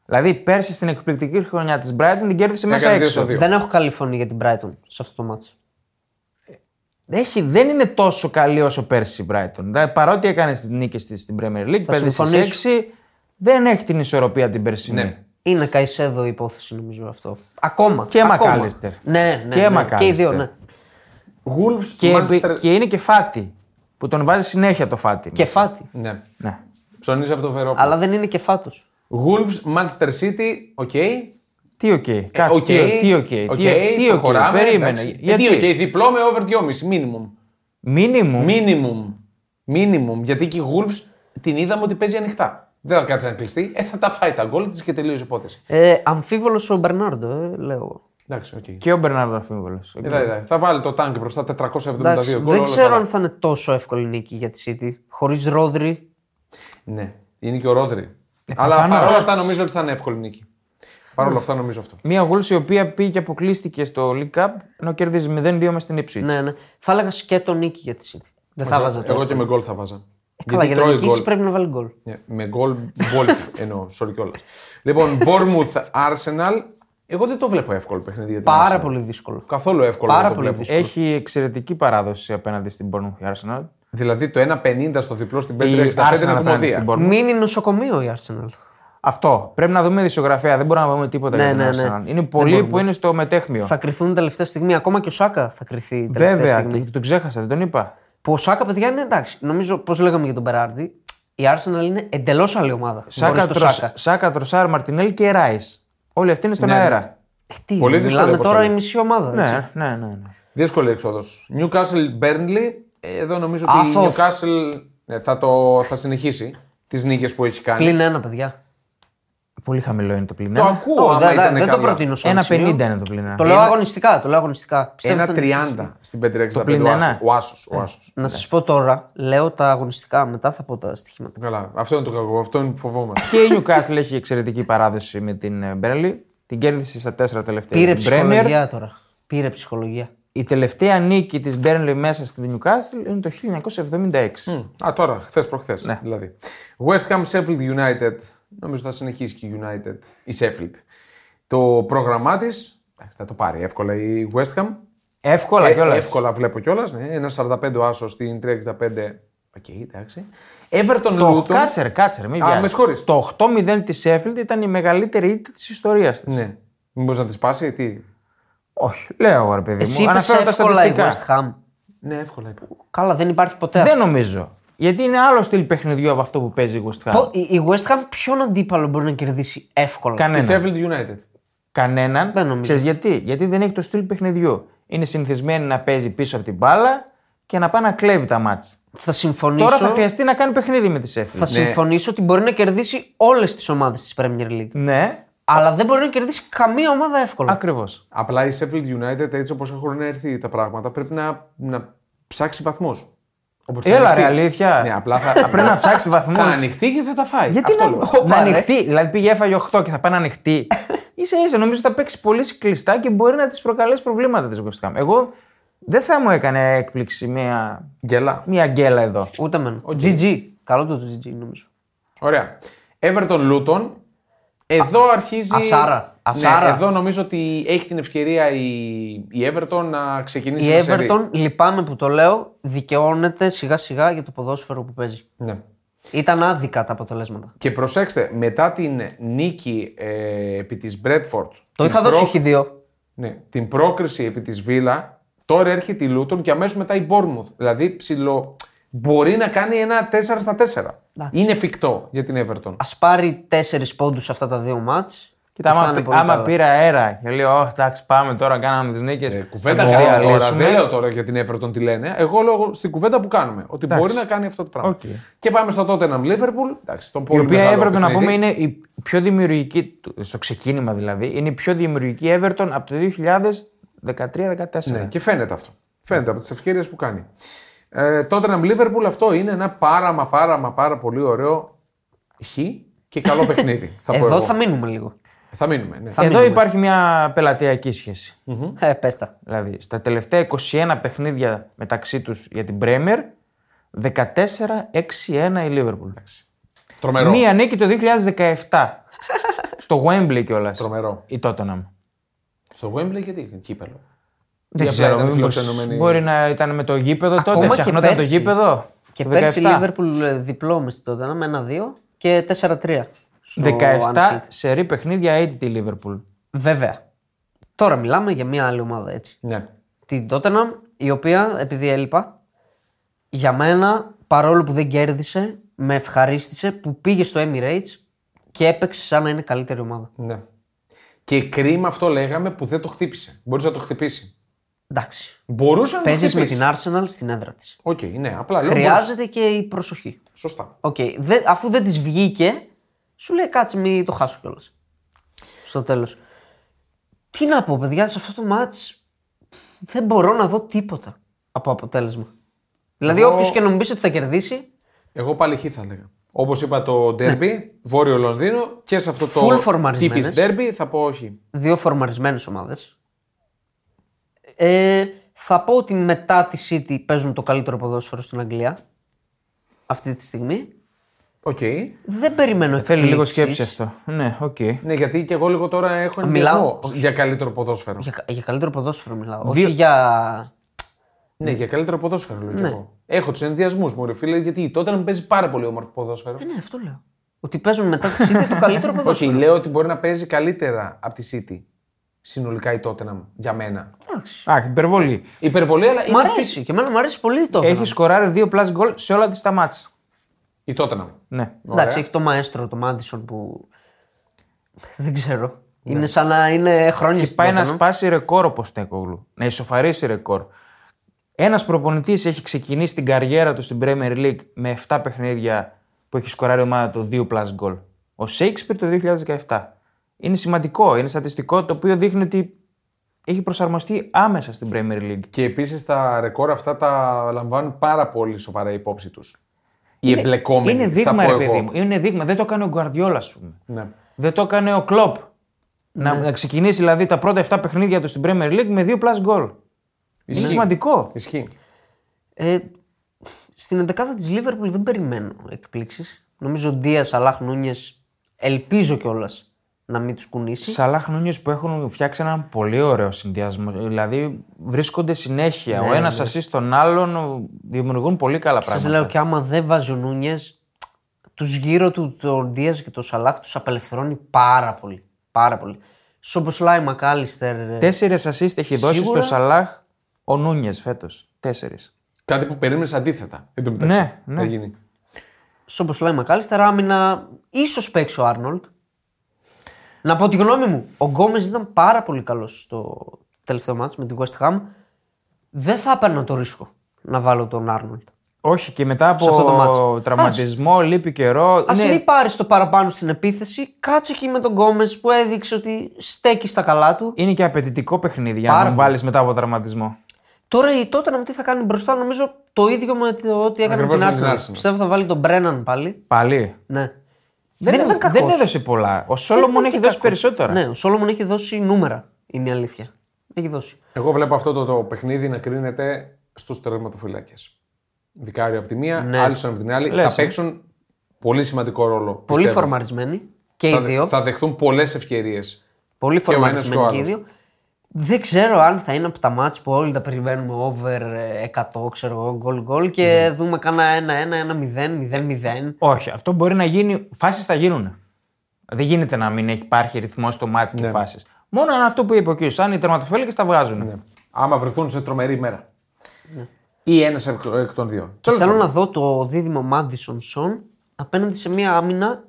[SPEAKER 3] Δηλαδή πέρσι στην εκπληκτική χρονιά της Brighton την κέρδισε μέσα
[SPEAKER 1] Έκανε δύο
[SPEAKER 3] έξω.
[SPEAKER 1] στο δύο.
[SPEAKER 2] Δεν έχω καλή φωνή για την Brighton σε αυτό το μάτσο.
[SPEAKER 3] Έχει, δεν είναι τόσο καλή όσο πέρσι η Brighton. Δηλαδή, παρότι έκανε τις νίκες της στην Premier League, πέντε στις
[SPEAKER 2] συμφωνήσω.
[SPEAKER 3] έξι, δεν έχει την ισορροπία την περσινή.
[SPEAKER 1] Ναι.
[SPEAKER 2] Είναι καισέδο η υπόθεση νομίζω αυτό. Ακόμα.
[SPEAKER 3] Και
[SPEAKER 2] ακόμα.
[SPEAKER 3] Μακάλιστερ.
[SPEAKER 2] Ναι, ναι.
[SPEAKER 3] Και
[SPEAKER 2] ναι. και οι δύο,
[SPEAKER 3] Μακάλιστερ.
[SPEAKER 2] ναι.
[SPEAKER 1] Wolves
[SPEAKER 3] Και,
[SPEAKER 1] Manchester...
[SPEAKER 3] και είναι και φάτι. Που τον βάζει συνέχεια το φάτι.
[SPEAKER 2] Κεφάτι.
[SPEAKER 1] Ναι.
[SPEAKER 3] Ναι.
[SPEAKER 1] Ψωνίζει από το Βερόπουλο.
[SPEAKER 2] Αλλά δεν είναι κεφάτο.
[SPEAKER 1] Wolves Manchester City, οκ. Ε,
[SPEAKER 3] Τι οκ. Κάτσε.
[SPEAKER 1] Οκ.
[SPEAKER 3] Τι οκ.
[SPEAKER 1] Οκ,
[SPEAKER 3] Τι οκ.
[SPEAKER 1] προχωράμε,
[SPEAKER 3] Περίμενε.
[SPEAKER 1] εντάξει. Ε, Τι οκ,
[SPEAKER 3] Γιατί.
[SPEAKER 1] διπλό με over 2,5 minimum.
[SPEAKER 3] Μίνιμουμ.
[SPEAKER 1] Minimum. Minimum. Γιατί και η Wolves την είδαμε ότι παίζει ανοιχτά. Δεν θα κάτσει να κλειστεί. Ε, θα τα φάει τα γκολ της και τελείωσε η υπόθεση.
[SPEAKER 2] Ε, Αμφίβολος ο Μπερνάρντο, ε, λέω. εγώ.
[SPEAKER 1] Εντάξει, οκ. Okay.
[SPEAKER 3] Και ο Μπερνάρδο Αφίβολο.
[SPEAKER 1] Ε, θα βάλει το τάγκ μπροστά 472
[SPEAKER 2] Εντάξει,
[SPEAKER 1] γκολ.
[SPEAKER 2] δεν
[SPEAKER 1] όλα
[SPEAKER 2] ξέρω
[SPEAKER 1] καλά.
[SPEAKER 2] αν θα είναι τόσο εύκολη νίκη για τη City. Χωρίς Ρόδρυ.
[SPEAKER 1] Ναι. Είναι και ο Ρόδρυ.
[SPEAKER 2] Ε,
[SPEAKER 1] Αλλά
[SPEAKER 3] προφανώς.
[SPEAKER 1] παρόλα αυτά νομίζω ότι θα είναι εύκολη νίκη. Παρόλα αυτά νομίζω αυτό.
[SPEAKER 3] Μία γούλση η οποία πήγε και αποκλείστηκε στο League Cup ενώ κερδίζει 0-2 μες στην ύψη.
[SPEAKER 2] Ναι, ναι. Θα έλεγα σκέτο νίκη για τη City. Δεν θα βάζα το.
[SPEAKER 1] Εγώ και
[SPEAKER 2] εύκολο.
[SPEAKER 1] με γκολ θα βάζα.
[SPEAKER 2] Ε, Καλά, για
[SPEAKER 1] Γιατί
[SPEAKER 2] να
[SPEAKER 1] τρώει
[SPEAKER 2] νικήσει
[SPEAKER 1] γκολ.
[SPEAKER 2] πρέπει να βάλει γκολ.
[SPEAKER 1] Ναι, με γκολ Bolt εννοώ, sorry κιόλας. Λοιπόν, Bournemouth Arsenal, εγώ δεν το βλέπω εύκολο παιχνίδι. για την
[SPEAKER 2] Πάρα
[SPEAKER 1] Arsenal.
[SPEAKER 2] πολύ δύσκολο.
[SPEAKER 1] Καθόλου εύκολο.
[SPEAKER 2] Πάρα
[SPEAKER 1] δεν το
[SPEAKER 2] πολύ
[SPEAKER 1] βλέπω.
[SPEAKER 2] δύσκολο.
[SPEAKER 3] Έχει εξαιρετική παράδοση απέναντι στην Bournemouth η Arsenal.
[SPEAKER 1] Δηλαδή το 1,50 στο διπλό στην
[SPEAKER 3] Η
[SPEAKER 1] 5,65 είναι
[SPEAKER 3] απέναντι στην
[SPEAKER 1] κομμωδία.
[SPEAKER 3] Bournemouth.
[SPEAKER 2] Μείνει νοσοκομείο η Arsenal.
[SPEAKER 3] Αυτό. Πρέπει να δούμε δισογραφία. Δεν μπορούμε να πούμε τίποτα
[SPEAKER 2] Ναι,
[SPEAKER 3] για την
[SPEAKER 2] ναι, ναι.
[SPEAKER 3] Arsenal. Είναι πολλοί που είναι στο μετέχμιο.
[SPEAKER 2] Θα κρυθούν τελευταία στιγμή. Ακόμα και ο Σάκα θα κρυθεί τελευταία
[SPEAKER 3] Βέβαια,
[SPEAKER 2] στιγμή.
[SPEAKER 3] και τον ξέχασα, δεν τον είπα.
[SPEAKER 2] Που ο Σάκα, παιδιά, είναι εντάξει. Νομίζω, πώς λέγαμε για τον Μπεράρντι, η Arsenal είναι εντελώς άλλη ομάδα.
[SPEAKER 3] Σάκα,
[SPEAKER 2] χωρίς τον
[SPEAKER 3] τροσ,
[SPEAKER 2] Σάκα.
[SPEAKER 3] Σάκα Τροσάρ, Μαρτινέλ και Ράις. Όλοι αυτοί είναι στον αέρα.
[SPEAKER 2] Ε, τι,
[SPEAKER 1] Πολύ δύσκολη
[SPEAKER 2] μιλάμε
[SPEAKER 1] αποστολή.
[SPEAKER 2] τώρα η μισή ομάδα. έτσι.
[SPEAKER 3] Ναι, ναι, ναι. ναι.
[SPEAKER 1] Δύσκολη έξοδο. Newcastle Burnley. ε, Εδώ νομίζω ότι η
[SPEAKER 2] Άθος.
[SPEAKER 1] Newcastle ε, θα, το, θα συνεχίσει τις νίκες που έχει κάνει.
[SPEAKER 2] Πλην ένα, παιδιά.
[SPEAKER 3] Πολύ χαμηλό είναι το πλήν.
[SPEAKER 1] Το
[SPEAKER 3] ένα.
[SPEAKER 1] ακούω. άμα
[SPEAKER 2] δεν
[SPEAKER 1] ήταν
[SPEAKER 2] δεν το
[SPEAKER 1] καλά.
[SPEAKER 2] προτείνω σαν
[SPEAKER 3] Ένα
[SPEAKER 2] σημείο.
[SPEAKER 3] 50 είναι το πλήν. ένα.
[SPEAKER 2] Το λέω αγωνιστικά. Το λέω αγωνιστικά. Πιστεύω
[SPEAKER 1] Ένα
[SPEAKER 2] θα είναι-
[SPEAKER 1] 30 στην 565.
[SPEAKER 3] Το πλην
[SPEAKER 1] ο
[SPEAKER 3] ένα.
[SPEAKER 1] Άσος. Ο Άσος, Ο Άσος.
[SPEAKER 3] Ναι.
[SPEAKER 2] Να σας πω τώρα, λέω τα αγωνιστικά, μετά θα πω τα
[SPEAKER 3] Ναι.
[SPEAKER 2] στοιχήματα.
[SPEAKER 1] Καλά. Αυτό είναι το κακό. Αυτό είναι που φοβόμαστε.
[SPEAKER 3] Και η Newcastle έχει εξαιρετική παράδοση με την Μπέρλι. Την κέρδισε στα τέσσερα τελευταία.
[SPEAKER 2] Πήρε
[SPEAKER 3] Την Premier.
[SPEAKER 2] ψυχολογία τώρα. Πήρε ψυχολογία.
[SPEAKER 3] Η τελευταία νίκη της Μπέρλι μέσα στην Newcastle είναι το 1976.
[SPEAKER 1] Α, τώρα, χθες προχθές.
[SPEAKER 3] Ναι.
[SPEAKER 1] Δηλαδή. West Ham Sheffield United. Νομίζω θα συνεχίσει και η United, η Sheffield. Το πρόγραμμά της. Θα το πάρει εύκολα η West Ham.
[SPEAKER 3] Εύκολα
[SPEAKER 1] Ε,
[SPEAKER 3] κιόλας.
[SPEAKER 1] εύκολα βλέπω κιόλας. Ναι. Ένα 45 άσος στην 365. Οκ, εντάξει. Everton
[SPEAKER 3] Το
[SPEAKER 1] Luton.
[SPEAKER 3] κάτσερ, κάτσερ, μην
[SPEAKER 1] Α,
[SPEAKER 3] βιάζεις.
[SPEAKER 1] με συγχωρείς.
[SPEAKER 3] Το 8-0 της Sheffield ήταν η μεγαλύτερη ήττα της ιστορίας της.
[SPEAKER 1] Ναι. Μήπως να τη σπάσει, τι.
[SPEAKER 3] Όχι, λέω ρε παιδί
[SPEAKER 2] Εσύ
[SPEAKER 3] Ε, μου.
[SPEAKER 2] είπες
[SPEAKER 3] Αναφέρω τα
[SPEAKER 2] εύκολα η
[SPEAKER 3] στατιστικά.
[SPEAKER 2] West Ham.
[SPEAKER 1] Ναι, εύκολα είπα.
[SPEAKER 2] Καλά, δεν υπάρχει ποτέ
[SPEAKER 3] Δεν νομίζω. Γιατί είναι άλλο στυλ παιχνιδιού από αυτό που παίζει η West Ham.
[SPEAKER 2] αυτό. Η η West Ham ποιον αντίπαλο μπορεί να κερδίσει εύκολα.
[SPEAKER 1] Η
[SPEAKER 3] Κανένα.
[SPEAKER 1] Sheffield United.
[SPEAKER 3] Κανέναν.
[SPEAKER 2] Δεν νομίζω.
[SPEAKER 3] Ξέρεις γιατί. Γιατί δεν έχει το στυλ παιχνιδιού. Είναι συνηθισμένη να παίζει πίσω από την μπάλα και να πάει να κλέβει τα μάτς.
[SPEAKER 2] Θα συμφωνήσω.
[SPEAKER 3] Τώρα θα χρειαστεί να κάνει παιχνίδι με τη Sheffield.
[SPEAKER 2] Θα
[SPEAKER 1] Ναι.
[SPEAKER 2] συμφωνήσω ότι μπορεί να κερδίσει όλες τις ομάδες της Premier League.
[SPEAKER 3] Ναι,
[SPEAKER 2] Αλλά δεν μπορεί να κερδίσει καμία ομάδα εύκολα.
[SPEAKER 3] ακριβώς.
[SPEAKER 1] Απλά η Sheffield United, έτσι όπως έχουν έρθει τα πράγματα, πρέπει να, να ψάξει βαθμό.
[SPEAKER 3] Έλα ρε, αλήθεια.
[SPEAKER 1] Ναι, απλά θα,
[SPEAKER 3] Πρέπει να ψάξει
[SPEAKER 1] θα
[SPEAKER 3] βαθμούς.
[SPEAKER 1] ανοιχτεί και θα τα φάει.
[SPEAKER 3] Γιατί
[SPEAKER 1] Αυτό
[SPEAKER 3] να,
[SPEAKER 1] λέω.
[SPEAKER 3] να
[SPEAKER 2] Όπα, ρε.
[SPEAKER 3] ανοιχτεί, δηλαδή πήγε έφαγε 8 και θα πάει να ανοιχτεί. Ίσα ίσα, νομίζω ότι θα παίξει πολύ κλειστά και μπορεί να τη προκαλέσει προβλήματα τη West Ham. Εγώ δεν θα μου έκανε έκπληξη μία,
[SPEAKER 1] Γελά.
[SPEAKER 3] μία γκέλα εδώ.
[SPEAKER 2] Ούτε εμένα. GG. Καλό το, το GG νομίζω.
[SPEAKER 1] Ωραία. Everton Luton. Εδώ αρχίζει.
[SPEAKER 2] ασάρα. Ασάρα.
[SPEAKER 1] Ναι, εδώ νομίζω ότι έχει την ευκαιρία η, η Everton να ξεκινήσει
[SPEAKER 2] Η
[SPEAKER 1] με σερί.
[SPEAKER 2] Everton, λυπάμαι που το λέω, δικαιώνεται σιγά σιγά για το ποδόσφαιρο που παίζει.
[SPEAKER 1] Ναι.
[SPEAKER 2] Ήταν άδικα τα αποτελέσματα.
[SPEAKER 1] Και προσέξτε, μετά την νίκη ε, επί της Bradford.
[SPEAKER 2] Το
[SPEAKER 1] την
[SPEAKER 2] είχα δώσει
[SPEAKER 1] προ-
[SPEAKER 2] όχι δύο.
[SPEAKER 1] Ναι, την πρόκριση επί της Βίλα, τώρα έρχεται η Λούτον και αμέσως μετά η Bournemouth. Δηλαδή ψηλό, μπορεί να κάνει ένα 4 στα 4. Είναι εφικτό για την Everton.
[SPEAKER 2] Ας πάρει τέσσερις πόντους αυτά τα δύο μάτ.
[SPEAKER 3] Κοίτα, άμα, πή- άμα πήρα αέρα και λέω, Ωχ, εντάξει, πάμε τώρα, κάναμε τις νίκες.
[SPEAKER 1] Ε, κουβέντα κάνουμε τώρα. Δεν λέω τώρα για την Everton τι λένε. Εγώ λέω στην κουβέντα που κάνουμε. Ότι μπορεί να κάνει αυτό το πράγμα.
[SPEAKER 3] Οκ.
[SPEAKER 1] Και πάμε στο Tottenham Liverpool. Εντάξει, τον
[SPEAKER 3] Η
[SPEAKER 1] πολύ
[SPEAKER 3] οποία
[SPEAKER 1] μεγάλο
[SPEAKER 3] Everton, να
[SPEAKER 1] παιχνίδι.
[SPEAKER 3] πούμε, είναι η πιο δημιουργική, του- στο ξεκίνημα δηλαδή, είναι η πιο δημιουργική Everton από το 2013-2014.
[SPEAKER 1] Ναι, και φαίνεται αυτό. Φαίνεται από τις ευκαιρίες που κάνει. Ε, Tottenham Liverpool αυτό είναι ένα πάρα μα πάρα μα πάρα πολύ ωραίο χ και καλό παιχνίδι. θα πω
[SPEAKER 2] Εδώ
[SPEAKER 1] εγώ.
[SPEAKER 2] θα μείνουμε λίγο.
[SPEAKER 1] Θα μείνουμε. Ναι.
[SPEAKER 2] Θα
[SPEAKER 3] Εδώ
[SPEAKER 2] μείνουμε.
[SPEAKER 3] υπάρχει μια πελατειακή σχέση.
[SPEAKER 2] Ε, πες τα.
[SPEAKER 3] Δηλαδή, στα τελευταία 21 παιχνίδια μεταξύ τους για την Πρέμερ, 14-6-1 η Λίβερπουλ.
[SPEAKER 1] Τρομερό.
[SPEAKER 3] Μία νίκη το 2017. στο Wembley κιόλας.
[SPEAKER 1] Τρομερό.
[SPEAKER 3] Η Tottenham.
[SPEAKER 1] Στο Wembley και τι, κύπελο.
[SPEAKER 3] Δεν
[SPEAKER 1] απλά
[SPEAKER 3] ξέρω,
[SPEAKER 1] ήταν
[SPEAKER 3] μήπως
[SPEAKER 1] φιλοξενούμενοι.
[SPEAKER 3] μπορεί να ήταν με το γήπεδο
[SPEAKER 2] Ακόμα και
[SPEAKER 3] τότε, φτιαχνόταν το
[SPEAKER 2] πέρσι.
[SPEAKER 3] γήπεδο.
[SPEAKER 2] Και
[SPEAKER 3] το
[SPEAKER 2] πέρσι η
[SPEAKER 3] 17.
[SPEAKER 2] Λίβερπουλ ε, διπλό με στην Τότανα με ένα-δύο και 4-3. στο
[SPEAKER 3] 17
[SPEAKER 2] Anfield.
[SPEAKER 3] σερή παιχνίδια έτσι τη Λίβερπουλ.
[SPEAKER 2] Βέβαια. Τώρα μιλάμε για μια άλλη ομάδα έτσι.
[SPEAKER 1] Ναι.
[SPEAKER 2] Την Tottenham, η οποία επειδή έλειπα, για μένα παρόλο που δεν κέρδισε, με ευχαρίστησε που πήγε στο Emirates και έπαιξε σαν να είναι καλύτερη ομάδα.
[SPEAKER 1] ναι. Και κρίμα αυτό λέγαμε που δεν το χτύπησε. Μπορούσε να το χτυπήσει.
[SPEAKER 2] Εντάξει.
[SPEAKER 1] Μπορούσε να το
[SPEAKER 2] Παίζεις με
[SPEAKER 1] χτυπήσει.
[SPEAKER 2] την Arsenal στην έδρα της.
[SPEAKER 1] Οκ, ναι, απλά λέω. μπορούσε.
[SPEAKER 2] Χρειάζεται και η προσοχή.
[SPEAKER 1] Σωστά.
[SPEAKER 2] Οκ, Δε, αφού δεν της βγήκε, σου λέει κάτσε, μην το χάσω κιόλας. Στο τέλος. Τι να πω, παιδιά, σε αυτό το μάτς δεν μπορώ να δω τίποτα από αποτέλεσμα. Δηλαδή,
[SPEAKER 1] Εγώ-
[SPEAKER 2] όποιος και να μου πει ότι θα κερδίσει,
[SPEAKER 1] Εγώ πάλι χ θα έλεγα. Όπως είπα το ντέρμπι, Βόρειο Λονδίνο και σε αυτό
[SPEAKER 2] Ναι. Full
[SPEAKER 1] το
[SPEAKER 2] φορμαρισμένες.
[SPEAKER 1] τύπης ντέρμπι θα πω όχι.
[SPEAKER 2] δύο φορμαρισμένες ομάδες. Ε, θα πω ότι μετά τη City παίζουν το καλύτερο ποδόσφαιρο στην Αγγλία αυτή τη στιγμή.
[SPEAKER 1] Οκ.
[SPEAKER 2] Δεν περιμένω
[SPEAKER 3] Ε, Θέλει λίγο
[SPEAKER 2] εκπλήξεις.
[SPEAKER 3] σκέψη αυτό. Ναι, οκ.
[SPEAKER 1] Ναι, γιατί και εγώ λίγο τώρα έχω
[SPEAKER 2] μιλάω.
[SPEAKER 1] ενδιασμό για καλύτερο ποδόσφαιρο.
[SPEAKER 2] Για, κα- για καλύτερο ποδόσφαιρο μιλάω. Όχι για.
[SPEAKER 1] Ναι, για καλύτερο ποδόσφαιρο
[SPEAKER 2] Ναι.
[SPEAKER 1] λέω κι εγώ. Έχω τους ενδιασμούς μου, ρε φίλε, γιατί τότε να παίζει πάρα πολύ όμορφο ποδόσφαιρο.
[SPEAKER 2] Ε, ναι, αυτό λέω. Ότι παίζουν μετά τη City το καλύτερο ποδόσφαιρο.
[SPEAKER 1] Όχι, λέω ότι μπορεί να παίζει καλύτερα από τη City. Συνολικά η Tottenham για μένα.
[SPEAKER 2] Εντάξει.
[SPEAKER 3] Αχ, υπερβολή.
[SPEAKER 1] Υπερβολή, αλλά
[SPEAKER 2] Μ'
[SPEAKER 1] είναι αυτή
[SPEAKER 2] αρέσει και εμένα μου αρέσει πολύ το.
[SPEAKER 3] Έχει σκοράρει δύο πλάσ γκολ σε όλα της τα μάτσα.
[SPEAKER 1] η Tottenham.
[SPEAKER 3] Ναι.
[SPEAKER 2] Εντάξει,
[SPEAKER 1] Ωραία.
[SPEAKER 2] έχει το μαέστρο, το Μάντισον που. Δεν ξέρω. Είναι σαν να είναι χρόνια στην
[SPEAKER 3] Ναι. Πάει να
[SPEAKER 2] Tottenham.
[SPEAKER 3] σπάσει ρεκόρ ο Ποστέκογλου. Να ισοφαρίσει ρεκόρ. Ένας προπονητής έχει ξεκινήσει την καριέρα του στην Premier League με 7 παιχνίδια που έχει σκοράρει η ομάδα του 2 plus γκολ. Ο Σέιξπιρ το 2017. Είναι σημαντικό, είναι στατιστικό το οποίο δείχνει ότι έχει προσαρμοστεί άμεσα στην Premier League.
[SPEAKER 1] Και επίσης τα ρεκόρ αυτά τα λαμβάνουν πάρα πολύ σοβαρά υπόψη τους. Οι εμπλεκόμενοι.
[SPEAKER 3] Είναι
[SPEAKER 1] θα
[SPEAKER 3] δείγμα,
[SPEAKER 1] πω
[SPEAKER 3] ρε
[SPEAKER 1] εγώ.
[SPEAKER 3] παιδί μου. Είναι δείγμα. Δεν το έκανε ο Γκουαρδιόλα, ας πούμε.
[SPEAKER 1] Ναι.
[SPEAKER 3] Δεν το έκανε ο Κλοπ. Να, να ξεκινήσει δηλαδή τα πρώτα 7 παιχνίδια του στην Premier League με 2 plus goal. Είναι
[SPEAKER 1] Ισχύει.
[SPEAKER 3] σημαντικό.
[SPEAKER 1] Ισχύει.
[SPEAKER 2] Ε, στην εντεκάδα της Λίβερπουλ δεν περιμένω εκπλήξεις. Νομίζω Ντία, Αλάχ, Νούνιε. Ελπίζω κιόλας να μην τους κουνήσει.
[SPEAKER 3] Σαλάχ Νούνιο που έχουν φτιάξει έναν πολύ ωραίο συνδυασμό. Δηλαδή βρίσκονται συνέχεια.
[SPEAKER 2] Ναι,
[SPEAKER 3] ο ένας ασύ τον άλλον ο- δημιουργούν πολύ καλά
[SPEAKER 2] Σα
[SPEAKER 3] πράγματα.
[SPEAKER 2] λέω και άμα δεν βάζει ο Νούνιες, τους γύρω του, το Ντίας και το Σαλάχ, τους απελευθερώνει πάρα πολύ. Πάρα πολύ. Σομποσλάι, Μακάλιστερ. ε,
[SPEAKER 3] Τέσσερις ασίστ έχει δώσει
[SPEAKER 2] Σίγουρα.
[SPEAKER 3] στο Σαλάχ ο Νούνιες φέτος. Τέσσερις.
[SPEAKER 1] Κάτι που περίμενες αντίθετα. Εν τω μεταξύ.
[SPEAKER 3] Ναι, ναι.
[SPEAKER 1] Θα γίνει.
[SPEAKER 2] Σομποσλάι, Μακάλιστερ, άμυνα. ίσως παίξει ο Άρνολτ. Να πω τη γνώμη μου. Ο Γκόμες ήταν πάρα πολύ καλός στο τελευταίο μάτς με την West Ham. Δεν θα έπαιρνα το ρίσκο να βάλω τον Άρνολτ.
[SPEAKER 3] Όχι, και μετά από
[SPEAKER 2] αυτό το μάτς.
[SPEAKER 3] τραυματισμό, λείπει καιρό.
[SPEAKER 2] Ας
[SPEAKER 3] είναι-
[SPEAKER 2] μην πάρεις το παραπάνω στην επίθεση, κάτσε εκεί με τον Γκόμες που έδειξε ότι στέκει στα καλά του.
[SPEAKER 3] είναι και απαιτητικό παιχνίδι για να
[SPEAKER 2] Πάρα
[SPEAKER 3] τον
[SPEAKER 2] πολύ.
[SPEAKER 3] βάλεις μετά από τραυματισμό.
[SPEAKER 2] Τώρα η τότε τι θα κάνει μπροστά, νομίζω το ίδιο με το ότι έκανε με
[SPEAKER 1] Ακριβώς
[SPEAKER 2] την
[SPEAKER 1] με την
[SPEAKER 2] Arsenal.
[SPEAKER 1] Arsenal.
[SPEAKER 2] Πιστεύω θα βάλει τον Μπρέναν πάλι.
[SPEAKER 3] Πάλι.
[SPEAKER 2] Ναι. Δεν,
[SPEAKER 3] έδω-
[SPEAKER 2] ήταν κακό.
[SPEAKER 3] δεν έδωσε πολλά. Ο Σόλομον έχει δώσει περισσότερα.
[SPEAKER 2] Ναι, ο Σόλομον έχει δώσει νούμερα. Είναι η αλήθεια. Έχει δώσει.
[SPEAKER 1] Εγώ βλέπω αυτό το, το παιχνίδι να κρίνεται στους τερματοφυλάκες. Δικάριο από τη μία, ναι.
[SPEAKER 2] Ναι.
[SPEAKER 1] Άλισον από την άλλη.
[SPEAKER 3] Λες, ε.
[SPEAKER 1] θα παίξουν πολύ σημαντικό ρόλο.
[SPEAKER 2] Πολύ
[SPEAKER 1] πιστεύω.
[SPEAKER 2] φορμαρισμένοι και οι
[SPEAKER 1] Θα, δε-
[SPEAKER 2] δύο.
[SPEAKER 1] θα δεχτούν πολλές ευκαιρίες.
[SPEAKER 2] Πολύ
[SPEAKER 1] ο ένας και
[SPEAKER 2] φορμαρισμένοι
[SPEAKER 1] ο
[SPEAKER 2] και οι
[SPEAKER 1] άλλος.
[SPEAKER 2] δύο. Δεν ξέρω αν θα είναι από τα μάτς που όλοι τα περιμένουμε over ε, 100, ξέρω εγώ, γκολ γκολ και
[SPEAKER 3] Ναι.
[SPEAKER 2] δούμε κανένα 1-1, 1-0, 0-0.
[SPEAKER 3] Όχι, αυτό μπορεί να γίνει. Φάσεις θα γίνουν. Δεν γίνεται να μην έχει- υπάρχει ρυθμός στο μάτι και φάσεις. Μόνο αν αυτό που είπε ο Κιούς, αν οι τερματοφύλακες τα βγάζουν.
[SPEAKER 1] Άμα βρεθούν σε τρομερή ημέρα. Ή ένας εκ, εκ των δύο.
[SPEAKER 2] Και
[SPEAKER 1] Τέλος
[SPEAKER 2] Θέλω
[SPEAKER 1] πάντων,
[SPEAKER 2] να δω το δίδυμο Μάντισον Σον απέναντι σε μια άμυνα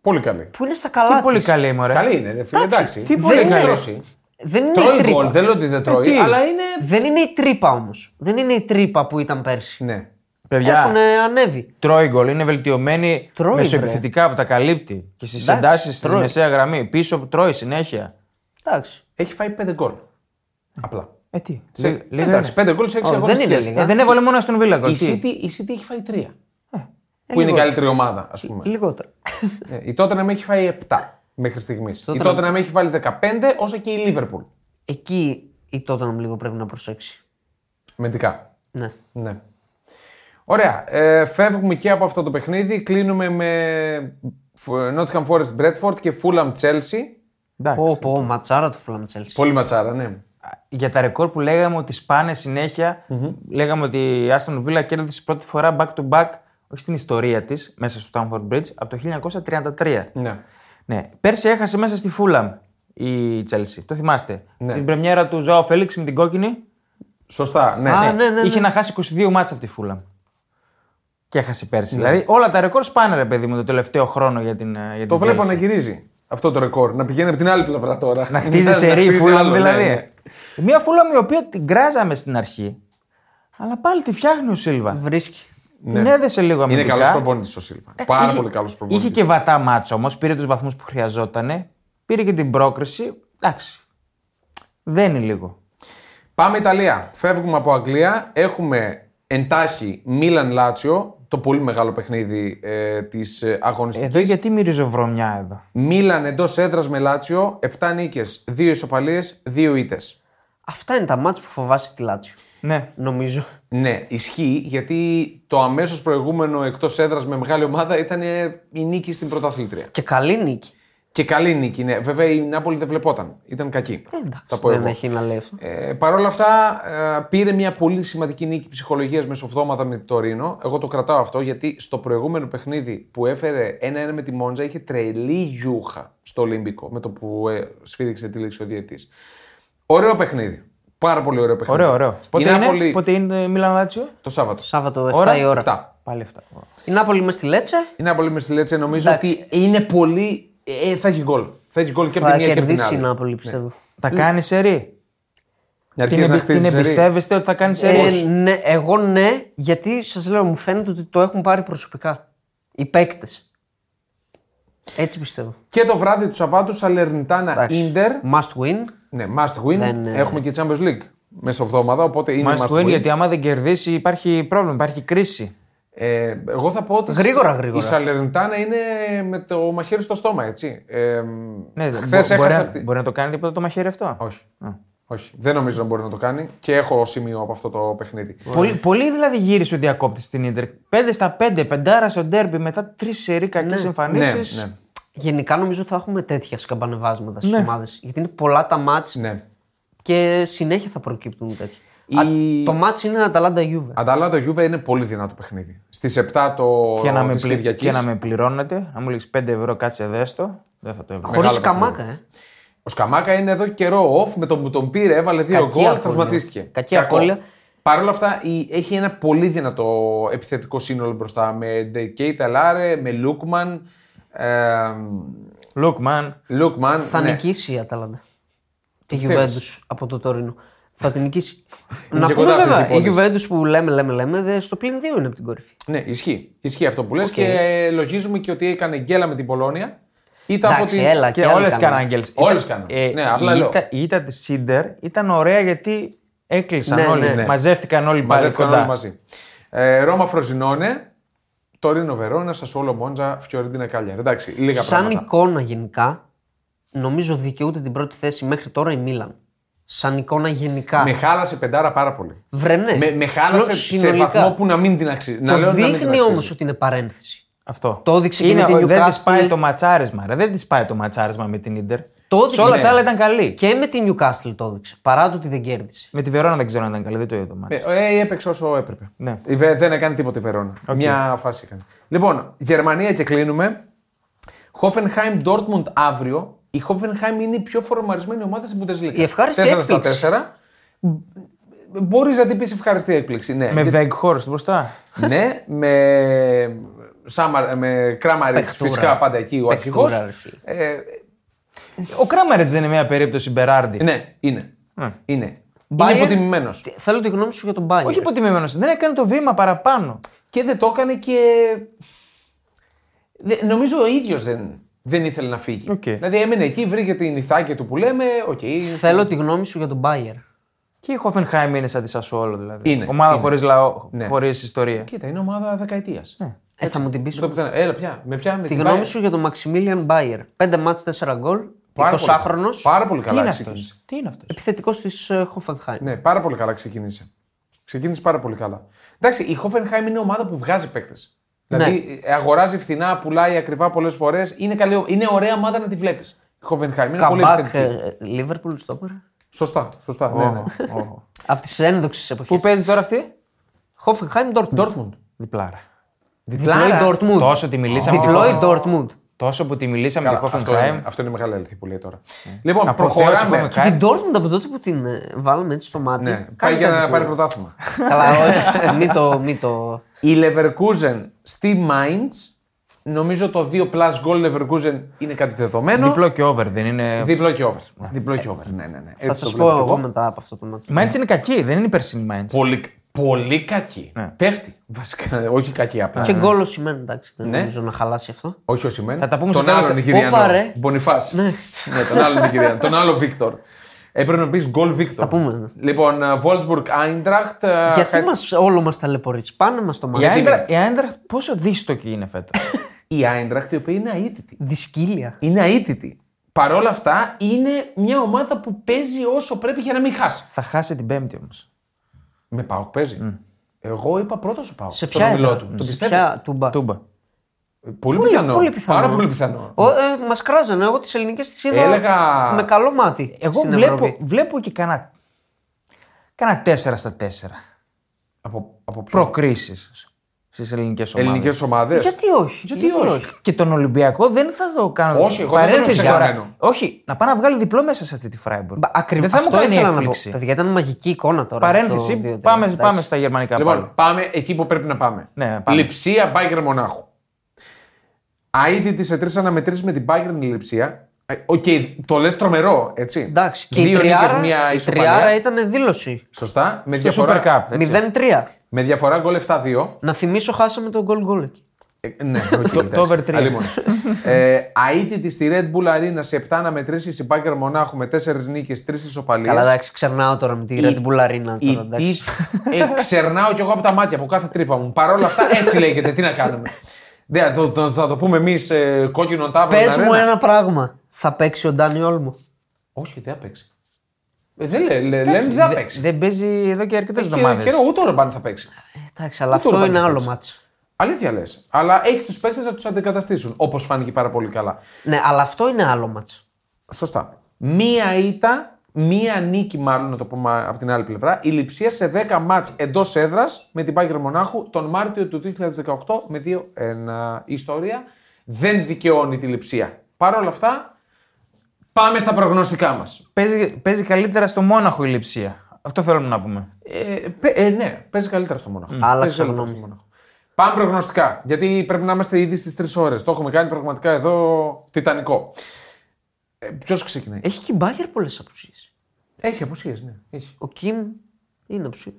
[SPEAKER 1] Πολύ καλή.
[SPEAKER 2] που είναι στα καλά
[SPEAKER 3] Τι
[SPEAKER 2] της.
[SPEAKER 3] πολύ καλή είμαι, ρε.
[SPEAKER 1] Καλή είναι, ρε φίλε.
[SPEAKER 2] Εντάξει,
[SPEAKER 1] Εντάξει.
[SPEAKER 2] τι
[SPEAKER 1] Δεν
[SPEAKER 2] πολύ
[SPEAKER 1] έχει
[SPEAKER 2] καλή.
[SPEAKER 1] τρώσει.
[SPEAKER 2] Δεν είναι η
[SPEAKER 1] Τρώει
[SPEAKER 2] τρύπα. Ε,
[SPEAKER 1] γκολ, δεν λέω ότι δεν τρώει,
[SPEAKER 3] τι.
[SPEAKER 1] αλλά είναι.
[SPEAKER 2] Δεν είναι η τρύπα όμως. Δεν είναι η τρύπα που ήταν πέρσι.
[SPEAKER 1] Ναι.
[SPEAKER 3] Παιδιά,
[SPEAKER 2] Έχουν ε, ανέβει.
[SPEAKER 3] τρώει γκολ, είναι βελτιωμένη
[SPEAKER 2] Τρώει,
[SPEAKER 3] μεσοεπιθετικά που τα καλύπτει και στις
[SPEAKER 2] Εντάξει,
[SPEAKER 3] εντάσεις στη
[SPEAKER 2] τρώει.
[SPEAKER 3] μεσαία γραμμή. Πίσω τρώει συνέχεια.
[SPEAKER 2] Εντάξει.
[SPEAKER 1] Έχει φάει πέντε γκολ. Απλά.
[SPEAKER 3] Ε, τι.
[SPEAKER 1] Σε-
[SPEAKER 3] Λίγα είναι.
[SPEAKER 1] Εντάξει, πέντε γκολ σε έξι
[SPEAKER 2] Ω,
[SPEAKER 1] αγωνιστικές.
[SPEAKER 2] δεν είναι λίγα.
[SPEAKER 3] Ε, δεν έβαλε μόνο στον Βίλα γκολ.
[SPEAKER 1] Η
[SPEAKER 3] τι.
[SPEAKER 1] City, η City έχει φάει τρία. Ε, που είναι η καλύτερη ομάδα, ας πούμε.
[SPEAKER 2] Λιγότερα.
[SPEAKER 1] Ε, Η Tottenham έχει φάει 7 μέχρι στιγμής. Η
[SPEAKER 2] Tottenham-
[SPEAKER 1] Tottenham έχει βάλει 15, όσο και η Liverpool.
[SPEAKER 2] Εκεί η Tottenham λίγο πρέπει να προσέξει.
[SPEAKER 1] Μεντικά.
[SPEAKER 2] Ναι.
[SPEAKER 1] Ναι. Ωραία. Ε, φεύγουμε και από αυτό το παιχνίδι. Κλείνουμε με Φ- Nottingham Forest Bradford και Fulham Chelsea.
[SPEAKER 3] Εντάξει.
[SPEAKER 2] Πω, πω, ματσάρα του Fulham Chelsea.
[SPEAKER 1] Πολύ ματσάρα, ναι.
[SPEAKER 3] για τα ρεκόρ που λέγαμε ότι σπάνε συνέχεια, λέγαμε ότι η Aston Villa κέρδισε πρώτη φορά back to back, όχι στην ιστορία της, μέσα στο Stamford Bridge, από το 1933.
[SPEAKER 1] ναι.
[SPEAKER 3] Ναι. Πέρσι έχασε μέσα στη Fulham η Chelsea. Το θυμάστε. Την πρεμιέρα του Ζωάο Φέληξ με την κόκκινη.
[SPEAKER 1] Σωστά, ναι.
[SPEAKER 2] Α,
[SPEAKER 1] ναι.
[SPEAKER 2] ναι, ναι, ναι.
[SPEAKER 3] Είχε να χάσει 22 μάτσα από τη Fulham. Και έχασε πέρσι. Δηλαδή όλα τα ρεκόρ σπάνε, ρε παιδί μου, το τελευταίο χρόνο για την, ε, για
[SPEAKER 1] Το
[SPEAKER 3] την
[SPEAKER 1] βλέπω
[SPEAKER 3] Chelsea.
[SPEAKER 1] να γυρίζει αυτό το ρεκόρ. Να πηγαίνει από την άλλη πλευρά τώρα.
[SPEAKER 3] Να χτίζει σε ρί φούλαμ
[SPEAKER 1] ναι,
[SPEAKER 3] δηλαδή. Μια φούλαμ η οποία την κράζαμε στην αρχή, αλλά πάλι τη φτιάχνει ο Σίλβα.
[SPEAKER 2] Βρίσκει.
[SPEAKER 3] Την έδεσε λίγο
[SPEAKER 1] Ναι. Είναι
[SPEAKER 3] αμυντικά.
[SPEAKER 1] καλός προπονητής ο Σίλβα. Πάρα
[SPEAKER 3] Ε, Είχε-
[SPEAKER 1] πολύ καλός προπονητής.
[SPEAKER 3] Είχε και βατά μάτσα όμως. Πήρε τους βαθμούς που χρειαζόταν. Πήρε και την πρόκριση. Εντάξει. Δεν είναι λίγο.
[SPEAKER 1] Πάμε Ιταλία. Φεύγουμε από Αγγλία. Έχουμε εντάχει Μίλαν Λάτσιο. το πολύ μεγάλο παιχνίδι ε, της αγωνιστικής.
[SPEAKER 3] Εδώ γιατί μυρίζω βρωμιά εδώ.
[SPEAKER 1] Μίλαν εντός έδρας με Λάτσιο, 7 νίκε, 2 ισοπαλίε, 2 ήττες.
[SPEAKER 2] Αυτά είναι τα μάτια που φοβάσαι τη Λάτσιο.
[SPEAKER 3] Ναι.
[SPEAKER 2] Νομίζω.
[SPEAKER 1] Ναι, ισχύει γιατί το αμέσως προηγούμενο εκτός έδρας με μεγάλη ομάδα ήταν ε, η νίκη στην πρωταθλήτρια.
[SPEAKER 2] Και καλή νίκη.
[SPEAKER 1] Και καλή νίκη, ναι. Βέβαια η Νάπολη δεν βλεπόταν. Ήταν κακή.
[SPEAKER 2] Ε, Εντάξει,
[SPEAKER 1] θα πω
[SPEAKER 2] δεν
[SPEAKER 1] εγώ.
[SPEAKER 2] έχει να λέει αυτό.
[SPEAKER 1] Ε, Παρ' όλα αυτά, ε, πήρε μια πολύ σημαντική νίκη ψυχολογίας μεσοβδόματα με το Ρήνο. Εγώ το κρατάω αυτό γιατί στο προηγούμενο παιχνίδι που έφερε 1-1 με τη Μόντζα είχε τρελή γιούχα στο Ολυμπικό με το που ε, σφύριξε τη λέξη ο διαιτής. Ωραίο παιχνίδι. Πάρα πολύ ωραίο παιχνίδι.
[SPEAKER 3] Ωραίο, ωραίο.
[SPEAKER 1] Πότε
[SPEAKER 3] Πότε
[SPEAKER 1] η
[SPEAKER 3] είναι,
[SPEAKER 1] Νάπολη
[SPEAKER 3] πότε είναι Μίλαν Λάτσιο.
[SPEAKER 1] το Σάββατο.
[SPEAKER 2] Σάββατο 7
[SPEAKER 3] Ώρα,
[SPEAKER 2] η ώρα.
[SPEAKER 1] 7.
[SPEAKER 3] Πάλι αυτά.
[SPEAKER 2] Η Νάπολη με στη Λέτσα
[SPEAKER 1] Η Νάπολη με στη Λέτσε νομίζω
[SPEAKER 2] Εντάξει.
[SPEAKER 1] ότι είναι πολύ. Ε, θα έχει γκολ. Θα έχει γκολ και από
[SPEAKER 2] θα
[SPEAKER 1] τη μία και από την
[SPEAKER 2] κερδίσει
[SPEAKER 1] άλλη. Ναι.
[SPEAKER 2] η Νάπολη, πιστεύω.
[SPEAKER 3] Τα κάνεις σερή.
[SPEAKER 1] Να αρχίσεις
[SPEAKER 3] Την,
[SPEAKER 1] να
[SPEAKER 3] εμπι- την
[SPEAKER 1] χτίζεις σερί.
[SPEAKER 3] εμπιστεύεστε ότι θα κάνεις
[SPEAKER 2] Ε,
[SPEAKER 3] σερή.
[SPEAKER 2] ναι, εγώ ναι, γιατί σας λέω, μου φαίνεται ότι το έχουν πάρει προσωπικά. Οι παίκτες. Έτσι πιστεύω.
[SPEAKER 1] Και το βράδυ του Σαββάτου Σαλερνιτάνα
[SPEAKER 2] Εντάξει.
[SPEAKER 1] Ιντερ.
[SPEAKER 2] Must win.
[SPEAKER 1] Ναι, must win.
[SPEAKER 2] Δεν, ε,
[SPEAKER 1] Έχουμε και Champions League μέσα εβδομάδα, οπότε είναι must,
[SPEAKER 3] Μάλιστα
[SPEAKER 1] win.
[SPEAKER 3] win, γιατί άμα δεν κερδίσει υπάρχει πρόβλημα, υπάρχει κρίση.
[SPEAKER 1] Ε, εγώ θα πω ότι
[SPEAKER 2] Γρήγορα, γρήγορα.
[SPEAKER 1] η Σαλερνιτάνα είναι με το μαχαίρι στο στόμα, έτσι. Ε,
[SPEAKER 3] Ναι,
[SPEAKER 1] χθες
[SPEAKER 3] μπο- μπορεί,
[SPEAKER 1] έχασε
[SPEAKER 3] να-
[SPEAKER 1] απ' τη-
[SPEAKER 3] μπορεί να το κάνει τίποτα το μαχαίρι αυτό.
[SPEAKER 1] Όχι. Όχι. Δεν νομίζω να μπορεί να το κάνει και έχω σημείο από αυτό το παιχνίδι.
[SPEAKER 3] Πολύ, πολύ δηλαδή γύρισε ο διακόπτης στην Ιντερ. 5 στα 5, πεντάρα στο ντέρμπι, μετά τρεις σερή κακέ
[SPEAKER 1] Ναι,
[SPEAKER 3] εμφανίσει.
[SPEAKER 1] ναι,
[SPEAKER 2] Γενικά νομίζω θα έχουμε τέτοια σκαμπανεβάσματα στις ομάδες. Γιατί είναι πολλά τα μάτς
[SPEAKER 1] ναι.
[SPEAKER 2] και συνέχεια θα προκύπτουν τέτοια.
[SPEAKER 1] Η-
[SPEAKER 2] Α, το μάτς είναι Αταλάντα Juve.
[SPEAKER 1] Ανταλάντα Γιούβε είναι πολύ δυνατό παιχνίδι. Στις 7 το
[SPEAKER 3] Και, να με
[SPEAKER 1] της
[SPEAKER 3] πλη...
[SPEAKER 1] Κυριακής.
[SPEAKER 3] και να με πληρώνετε, να μου λήξει 5 ευρώ, κάτσε δέστο. Δεν θα το έβγαλα.
[SPEAKER 2] Χωρί
[SPEAKER 1] παιχνίδι. Ναι.
[SPEAKER 2] καμάκα, ε.
[SPEAKER 1] Ο Σκαμάκα είναι εδώ καιρό off με τον που τον πήρε, έβαλε δύο
[SPEAKER 2] Κακή
[SPEAKER 1] γκολ,
[SPEAKER 2] απώλεια.
[SPEAKER 1] τραυματίστηκε.
[SPEAKER 2] Κακή απώλεια.
[SPEAKER 1] Παρ' όλα αυτά η- έχει ένα πολύ δυνατό επιθετικό σύνολο μπροστά με Ντεκέιτα Λάρε, με Λούκμαν. ε,
[SPEAKER 3] Look, man.
[SPEAKER 1] Λούκμαν.
[SPEAKER 2] Θα
[SPEAKER 1] ναι.
[SPEAKER 2] νικήσει η Αταλάντα. Τη
[SPEAKER 1] πιστεύεις?
[SPEAKER 2] Juventus από το τωρινό. Θα την νικήσει.
[SPEAKER 1] Είναι
[SPEAKER 2] Να
[SPEAKER 1] και
[SPEAKER 2] πούμε
[SPEAKER 1] κοντά αυτές
[SPEAKER 2] βέβαια,
[SPEAKER 1] οι
[SPEAKER 2] η Juventus που λέμε, λέμε, λέμε, δε- στο πλήν 2 είναι από την κορυφή.
[SPEAKER 1] Ναι, ισχύει. Ισχύει αυτό που λες και λογίζουμε και ότι έκανε γκέλα με την Πολώνια. Ήταν
[SPEAKER 2] Εντάξει, έλα
[SPEAKER 3] Και,
[SPEAKER 2] και άλλοι
[SPEAKER 3] όλες
[SPEAKER 2] κάνουν.
[SPEAKER 3] κάναν γκέλ.
[SPEAKER 1] Όλες κάναν. Ναι, απλά
[SPEAKER 3] ε, η,
[SPEAKER 1] λέω.
[SPEAKER 3] ήττα, η ήττα της Ιντερ ήταν ωραία γιατί έκλεισαν
[SPEAKER 2] Ναι,
[SPEAKER 3] όλοι.
[SPEAKER 2] ναι, ναι.
[SPEAKER 3] Μαζεύτηκαν όλοι πάλι
[SPEAKER 1] Μαζεύτηκαν
[SPEAKER 3] κοντά.
[SPEAKER 1] όλοι μαζί. Ε, Ρώμα Φροζινώνε, Τωρίνο Βερόνα, Σασόλο Μόντζα, Φιωρεντίνα Κάλιαρ. Εντάξει, λίγα
[SPEAKER 2] Σαν
[SPEAKER 1] πράγματα.
[SPEAKER 2] εικόνα γενικά, νομίζω δικαιούται την πρώτη θέση μέχρι τώρα η Μίλαν. Σαν εικόνα γενικά.
[SPEAKER 1] Με χάλασε πεντάρα πάρα πολύ.
[SPEAKER 2] Βρε, ναι.
[SPEAKER 1] Με, με χάλασε
[SPEAKER 2] Σλο-
[SPEAKER 1] σε βαθμό που να μην την αξίζει. Να λέω
[SPEAKER 2] Το
[SPEAKER 1] ότι να μην την
[SPEAKER 2] δείχνει
[SPEAKER 1] αξίζει.
[SPEAKER 2] όμως ότι είναι παρένθεση.
[SPEAKER 3] Αυτό.
[SPEAKER 2] Το έδειξε και με την
[SPEAKER 3] ο- Δεν της
[SPEAKER 2] Newcastle.
[SPEAKER 3] πάει το ματσάρισμα. Ρε. Δεν της πάει το ματσάρισμα με την Ιντερ.
[SPEAKER 2] Το
[SPEAKER 3] Σε όλα
[SPEAKER 2] έδειξε.
[SPEAKER 3] τα άλλα ήταν καλή.
[SPEAKER 2] Και με την Newcastle το έδειξε. Παρά το ότι δεν κέρδισε.
[SPEAKER 3] Με τη Βερόνα δεν ξέρω αν ήταν καλή, δεν το είδα το μάτς.
[SPEAKER 1] Ε, ε, έπαιξε όσο έπρεπε.
[SPEAKER 3] Ναι.
[SPEAKER 1] Η Βε- δεν έκανε τίποτα η Βερόνα. Μια φάση έκανε. Λοιπόν, Γερμανία και κλείνουμε. Χόφενχάιμ Ντόρτμουντ αύριο. Η Χόφενχάιμ είναι η πιο φορμαρισμένη ομάδα στην Bundesliga.
[SPEAKER 2] Η ευχάριστη
[SPEAKER 1] 4 στα
[SPEAKER 2] έκπληξη.
[SPEAKER 1] 4. Μπορείς να την πεις ευχαριστή έκπληξη. Ναι,
[SPEAKER 3] Με
[SPEAKER 1] Γιατί-
[SPEAKER 3] Βέγκχορστ μπροστά.
[SPEAKER 1] ναι, με, Σάμαρ, με Κράμαριτ
[SPEAKER 2] Παιχτούρα.
[SPEAKER 1] φυσικά πάντα εκεί ο αρχηγό.
[SPEAKER 2] Παιχτούρα, ρε φίλε.
[SPEAKER 1] Ε,
[SPEAKER 3] Ο Κράμαρετ δεν είναι μια περίπτωση Μπεράρντι.
[SPEAKER 1] ναι, είναι. Είναι.
[SPEAKER 2] Bayern-
[SPEAKER 1] Είναι υποτιμημένος.
[SPEAKER 2] Τι- Θέλω τη γνώμη σου για τον Bayern.
[SPEAKER 3] Όχι υποτιμημένος. Δεν έκανε το βήμα παραπάνω.
[SPEAKER 1] Και δεν το έκανε και. Δε- Νομίζω ο ίδιος δεν, δεν ήθελε να φύγει.
[SPEAKER 3] Οκ.
[SPEAKER 1] Δηλαδή έμενε εκεί, βρήκε την ηθάκια του που λέμε. Οκ.
[SPEAKER 2] Θέλω τη γνώμη σου για τον Bayer. Ε,
[SPEAKER 3] Και η Χόφενχάιμ είναι σαν τη Σασουόλο δηλαδή.
[SPEAKER 1] Είναι,
[SPEAKER 3] Ομάδα
[SPEAKER 1] είναι.
[SPEAKER 3] χωρίς λαό,
[SPEAKER 1] Ναι.
[SPEAKER 3] χωρίς ιστορία.
[SPEAKER 1] Κοίτα, είναι ομάδα δεκαετίας.
[SPEAKER 3] Ναι.
[SPEAKER 2] Ε, θα μου την πεις.
[SPEAKER 1] Έλα πια. Με πια με
[SPEAKER 2] Τη
[SPEAKER 1] την
[SPEAKER 2] γνώμη
[SPEAKER 1] Bayern.
[SPEAKER 2] σου για τον Maximilian Bayer. 5 μάτς 4 γκολ.
[SPEAKER 1] Πάρα πολύ
[SPEAKER 2] 20χρονο.
[SPEAKER 1] καλά. Πάρα πολύ
[SPEAKER 3] Τι
[SPEAKER 1] καλά
[SPEAKER 3] είναι αυτός.
[SPEAKER 1] ξεκίνησε.
[SPEAKER 3] Τι είναι αυτός.
[SPEAKER 2] Επιθετικός της ε, Hoffenheim.
[SPEAKER 1] Ναι, πάρα πολύ καλά ξεκίνησε. Ξεκίνησε πάρα πολύ καλά. Εντάξει, η Hoffenheim είναι ομάδα που βγάζει παίκτες.
[SPEAKER 2] Ναι.
[SPEAKER 1] Δηλαδή ε, αγοράζει φθηνά, πουλάει ακριβά πολλές φορές. Είναι, καλή- είναι ωραία ομάδα να τη βλέπεις. Η Hoffenheim είναι πολύ
[SPEAKER 2] Καμπάκ,
[SPEAKER 1] αισθητική.
[SPEAKER 2] Λίβερπουλ, ε, στο πέρα.
[SPEAKER 1] Σωστά, σωστά. ναι, ναι.
[SPEAKER 2] Από τις ένδοξες εποχέ.
[SPEAKER 3] Πού παίζει τώρα αυτή.
[SPEAKER 2] Hoffenheim Dortmund.
[SPEAKER 1] Dortmund.
[SPEAKER 3] Διπλάρα.
[SPEAKER 2] Διπλό η Dortmund.
[SPEAKER 3] Τόσο τη μιλήσαμε.
[SPEAKER 2] Διπλό η
[SPEAKER 3] την-
[SPEAKER 2] Dortmund.
[SPEAKER 3] Τόσο που τη μιλήσαμε
[SPEAKER 1] Καλά,
[SPEAKER 3] την
[SPEAKER 1] αυτό, είναι,
[SPEAKER 3] Χόφενχάιμ.
[SPEAKER 1] αυτό είναι μεγάλη αλήθεια που λέει τώρα. Λοιπόν,
[SPEAKER 3] Να προθέω
[SPEAKER 1] προχωράμε.
[SPEAKER 3] συγγνώμη.
[SPEAKER 2] Και την Dortmund από τότε που την ε, βάλαμε έτσι στο μάτι.
[SPEAKER 1] Ναι,
[SPEAKER 2] κάνει
[SPEAKER 1] πάει για
[SPEAKER 2] κάτι
[SPEAKER 1] να
[SPEAKER 2] που-
[SPEAKER 1] πάρει πρωτάθλημα.
[SPEAKER 2] Καλά, όχι. Ε, Μην το. Μη το...
[SPEAKER 1] Η Leverkusen στη Mainz. Νομίζω το 2 plus goal Leverkusen είναι κάτι δεδομένο.
[SPEAKER 3] Διπλό και over δεν είναι.
[SPEAKER 1] Διπλό και over. Διπλό και over. Ναι, ναι, ναι.
[SPEAKER 2] Θα
[SPEAKER 1] Έτσι το
[SPEAKER 2] σας πω
[SPEAKER 1] βλέπω κι
[SPEAKER 2] εγώ μετά από αυτό το μάτι.
[SPEAKER 3] Η Μάιντ είναι κακή, δεν είναι η περσινή Μάιντ.
[SPEAKER 1] Πολύ, πολύ κακή.
[SPEAKER 3] Ναι.
[SPEAKER 1] Πέφτει. Βασικά, όχι κακή απλά.
[SPEAKER 2] Και γκολ ο Σιμέν, εντάξει,
[SPEAKER 1] Ναι.
[SPEAKER 2] δεν νομίζω να χαλάσει αυτό.
[SPEAKER 1] Όχι ο Σιμέν.
[SPEAKER 3] Θα τα πούμε
[SPEAKER 1] τον
[SPEAKER 3] στο τέλος.
[SPEAKER 1] άλλον Νιγηριανό.
[SPEAKER 2] Όπα, ρε.
[SPEAKER 1] Μπονιφάς.
[SPEAKER 2] Ναι.
[SPEAKER 1] τον άλλον Νιγηριανό. τον άλλο Βίκτορ. Έπρεπε να πεις γκολ Victor.
[SPEAKER 2] Τα πούμε, ναι.
[SPEAKER 1] Λοιπόν, ε, Βόλτσμπουργκ Άιντραχτ.
[SPEAKER 2] Γιατί μας, όλο μας ταλαιπωρείς. Πάνε μας το
[SPEAKER 3] Η
[SPEAKER 2] μάτι.
[SPEAKER 3] Άιντρα- Η Άιντραχτ πόσο δύστοκη είναι φέτος.
[SPEAKER 1] Η Άιντραχτ, η οποία είναι αίτητη.
[SPEAKER 2] Δυσκύλια.
[SPEAKER 1] Είναι αίτητη. Παρ' όλα αυτά, είναι μια ομάδα που παίζει όσο πρέπει για να μην χάσει.
[SPEAKER 3] Θα χάσει την Πέμπτη όμως.
[SPEAKER 1] Με πάω, παίζει. Εγώ είπα πρώτο ο Πάοκ.
[SPEAKER 2] Σε
[SPEAKER 1] στον
[SPEAKER 2] ποια
[SPEAKER 1] ομιλό
[SPEAKER 2] έδρα.
[SPEAKER 1] του.
[SPEAKER 2] σε
[SPEAKER 1] Το πιστεύω.
[SPEAKER 2] ποια τούμπα.
[SPEAKER 3] Τούμπα.
[SPEAKER 1] Πολύ, πιθανό.
[SPEAKER 2] Πολύ πιθανό.
[SPEAKER 1] Πάρα πολύ πιθανό.
[SPEAKER 2] Ο, ε, μας κράζανε. Εγώ τις ελληνικές τις είδα
[SPEAKER 1] Έλεγα-
[SPEAKER 2] με καλό μάτι.
[SPEAKER 3] Εγώ
[SPEAKER 2] στην
[SPEAKER 3] βλέπω,
[SPEAKER 2] Ευρώπη.
[SPEAKER 3] βλέπω και κανένα. Κάνα 4 στα 4
[SPEAKER 1] Από, από
[SPEAKER 3] προκρίσεις στις ελληνικές ομάδες.
[SPEAKER 1] ελληνικές ομάδες.
[SPEAKER 2] Γιατί όχι.
[SPEAKER 1] Γιατί όχι.
[SPEAKER 3] Και τον Ολυμπιακό δεν θα το κάνω.
[SPEAKER 1] Όχι, εγώ δεν τον
[SPEAKER 3] Παρένθεση
[SPEAKER 1] ξεχωριμένο.
[SPEAKER 3] τώρα. Όχι, να πάω να βγάλει διπλό μέσα σε αυτή τη Φράιμπουργκ.
[SPEAKER 2] Ακριβώς
[SPEAKER 3] Δεν θα μου
[SPEAKER 2] αυτό
[SPEAKER 3] κάνει
[SPEAKER 2] ήθελα να πω.
[SPEAKER 3] έκπληξη.
[SPEAKER 2] Παιδιά, ήταν μαγική εικόνα τώρα.
[SPEAKER 3] Παρένθεση,
[SPEAKER 2] το 2-3.
[SPEAKER 3] πάμε,
[SPEAKER 2] Εντάξει.
[SPEAKER 3] πάμε στα γερμανικά
[SPEAKER 1] Λοιπόν,
[SPEAKER 3] πάλι.
[SPEAKER 1] πάμε εκεί που πρέπει να πάμε.
[SPEAKER 3] Ναι, πάμε.
[SPEAKER 1] Λειψία Μπάγκερ Μονάχου. Αίτητη σε τρει αναμετρήσεις με την Bayern η Λειψία. Ε, Οκ, το λες τρομερό, έτσι.
[SPEAKER 2] Εντάξει. Και η
[SPEAKER 1] Δύο νίκες,
[SPEAKER 2] τριάρα,
[SPEAKER 1] μία
[SPEAKER 2] η
[SPEAKER 1] ισοπαλία.
[SPEAKER 2] τριάρα ήταν δήλωση.
[SPEAKER 1] Σωστά. Με
[SPEAKER 3] Στο Super
[SPEAKER 1] διαφορά,
[SPEAKER 3] Cup. έτσι.
[SPEAKER 2] 0-3.
[SPEAKER 1] με διαφορά γκολ 7-2.
[SPEAKER 2] Να θυμίσω, χάσαμε τον γκολ γκολ εκεί.
[SPEAKER 1] Ε, ναι, οκ,
[SPEAKER 3] Το- το
[SPEAKER 1] εντάξει.
[SPEAKER 3] over three.
[SPEAKER 1] Αλλήμον. ε, αίτητη στη Red Bull Arena σε 7 αναμετρήσει η Bayern Μονάχου με 4 νίκε, 3 ισοπαλίες.
[SPEAKER 2] Καλά, εντάξει, ξερνάω τώρα με τη Red Bull Arena.
[SPEAKER 1] Η
[SPEAKER 2] Τώρα, εντάξει.
[SPEAKER 1] τι- ε, ξερνάω κι εγώ από τα μάτια από κάθε τρύπα μου. Παρ' όλα αυτά έτσι λέγεται. Τι να κάνουμε. Δεν, θα, το- θα το πούμε εμείς ε, κόκκινο τάβρο.
[SPEAKER 2] Πες
[SPEAKER 1] στην
[SPEAKER 2] μου
[SPEAKER 1] αρένα.
[SPEAKER 2] ένα πράγμα. Θα παίξει ο Ντάνι Όλμο.
[SPEAKER 1] Όχι, δεν θα παίξει. Ε, δεν λέ, λέ, λένε ότι δεν θα
[SPEAKER 3] Δε-
[SPEAKER 1] παίξει.
[SPEAKER 3] Δεν παίζει εδώ και αρκετές εβδομάδε.
[SPEAKER 1] Και καιρό ούτε ο Ρομπάν θα παίξει.
[SPEAKER 2] Ε, Εντάξει, αλλά
[SPEAKER 1] Ούτε ο
[SPEAKER 2] αυτό είναι
[SPEAKER 1] Ρομπάν
[SPEAKER 2] άλλο
[SPEAKER 1] θα
[SPEAKER 2] μάτσο.
[SPEAKER 1] Αλήθεια λες. Αλλά έχει τους παίχτε να τους αντικαταστήσουν. Όπως φάνηκε πάρα πολύ καλά.
[SPEAKER 2] Ναι, αλλά αυτό είναι άλλο μάτσο.
[SPEAKER 1] Σωστά. Μία ήττα, μία νίκη μάλλον να το πούμε από την άλλη πλευρά. Η λειψία σε 10 μάτς εντός έδρας με την Πάγκερ Μονάχου τον Μάρτιο του 2018 με 2-1 η ιστορία. Δεν δικαιώνει τη λειψία. Παρ' όλα αυτά, πάμε στα προγνωστικά μας.
[SPEAKER 3] Παίζει, παίζει καλύτερα στο Μόναχο η λειψία. Αυτό θέλουμε να πούμε.
[SPEAKER 1] Ε, πε- ε, ναι, παίζει καλύτερα στο Μόναχο. Παίζει
[SPEAKER 2] Άλλαξα
[SPEAKER 1] καλύτερα
[SPEAKER 2] γνώμη.
[SPEAKER 1] στο Μόναχο. Πάμε προγνωστικά. Γιατί πρέπει να είμαστε ήδη στις 3 ώρες. Το έχουμε κάνει πραγματικά εδώ τιτανικό. Ε, Ποιος ξεκινάει.
[SPEAKER 2] Έχει και η Μπάγκερ πολλές απουσίες.
[SPEAKER 1] Έχει απουσίες, ναι. Έχει.
[SPEAKER 2] Ο Κιμ είναι απουσία.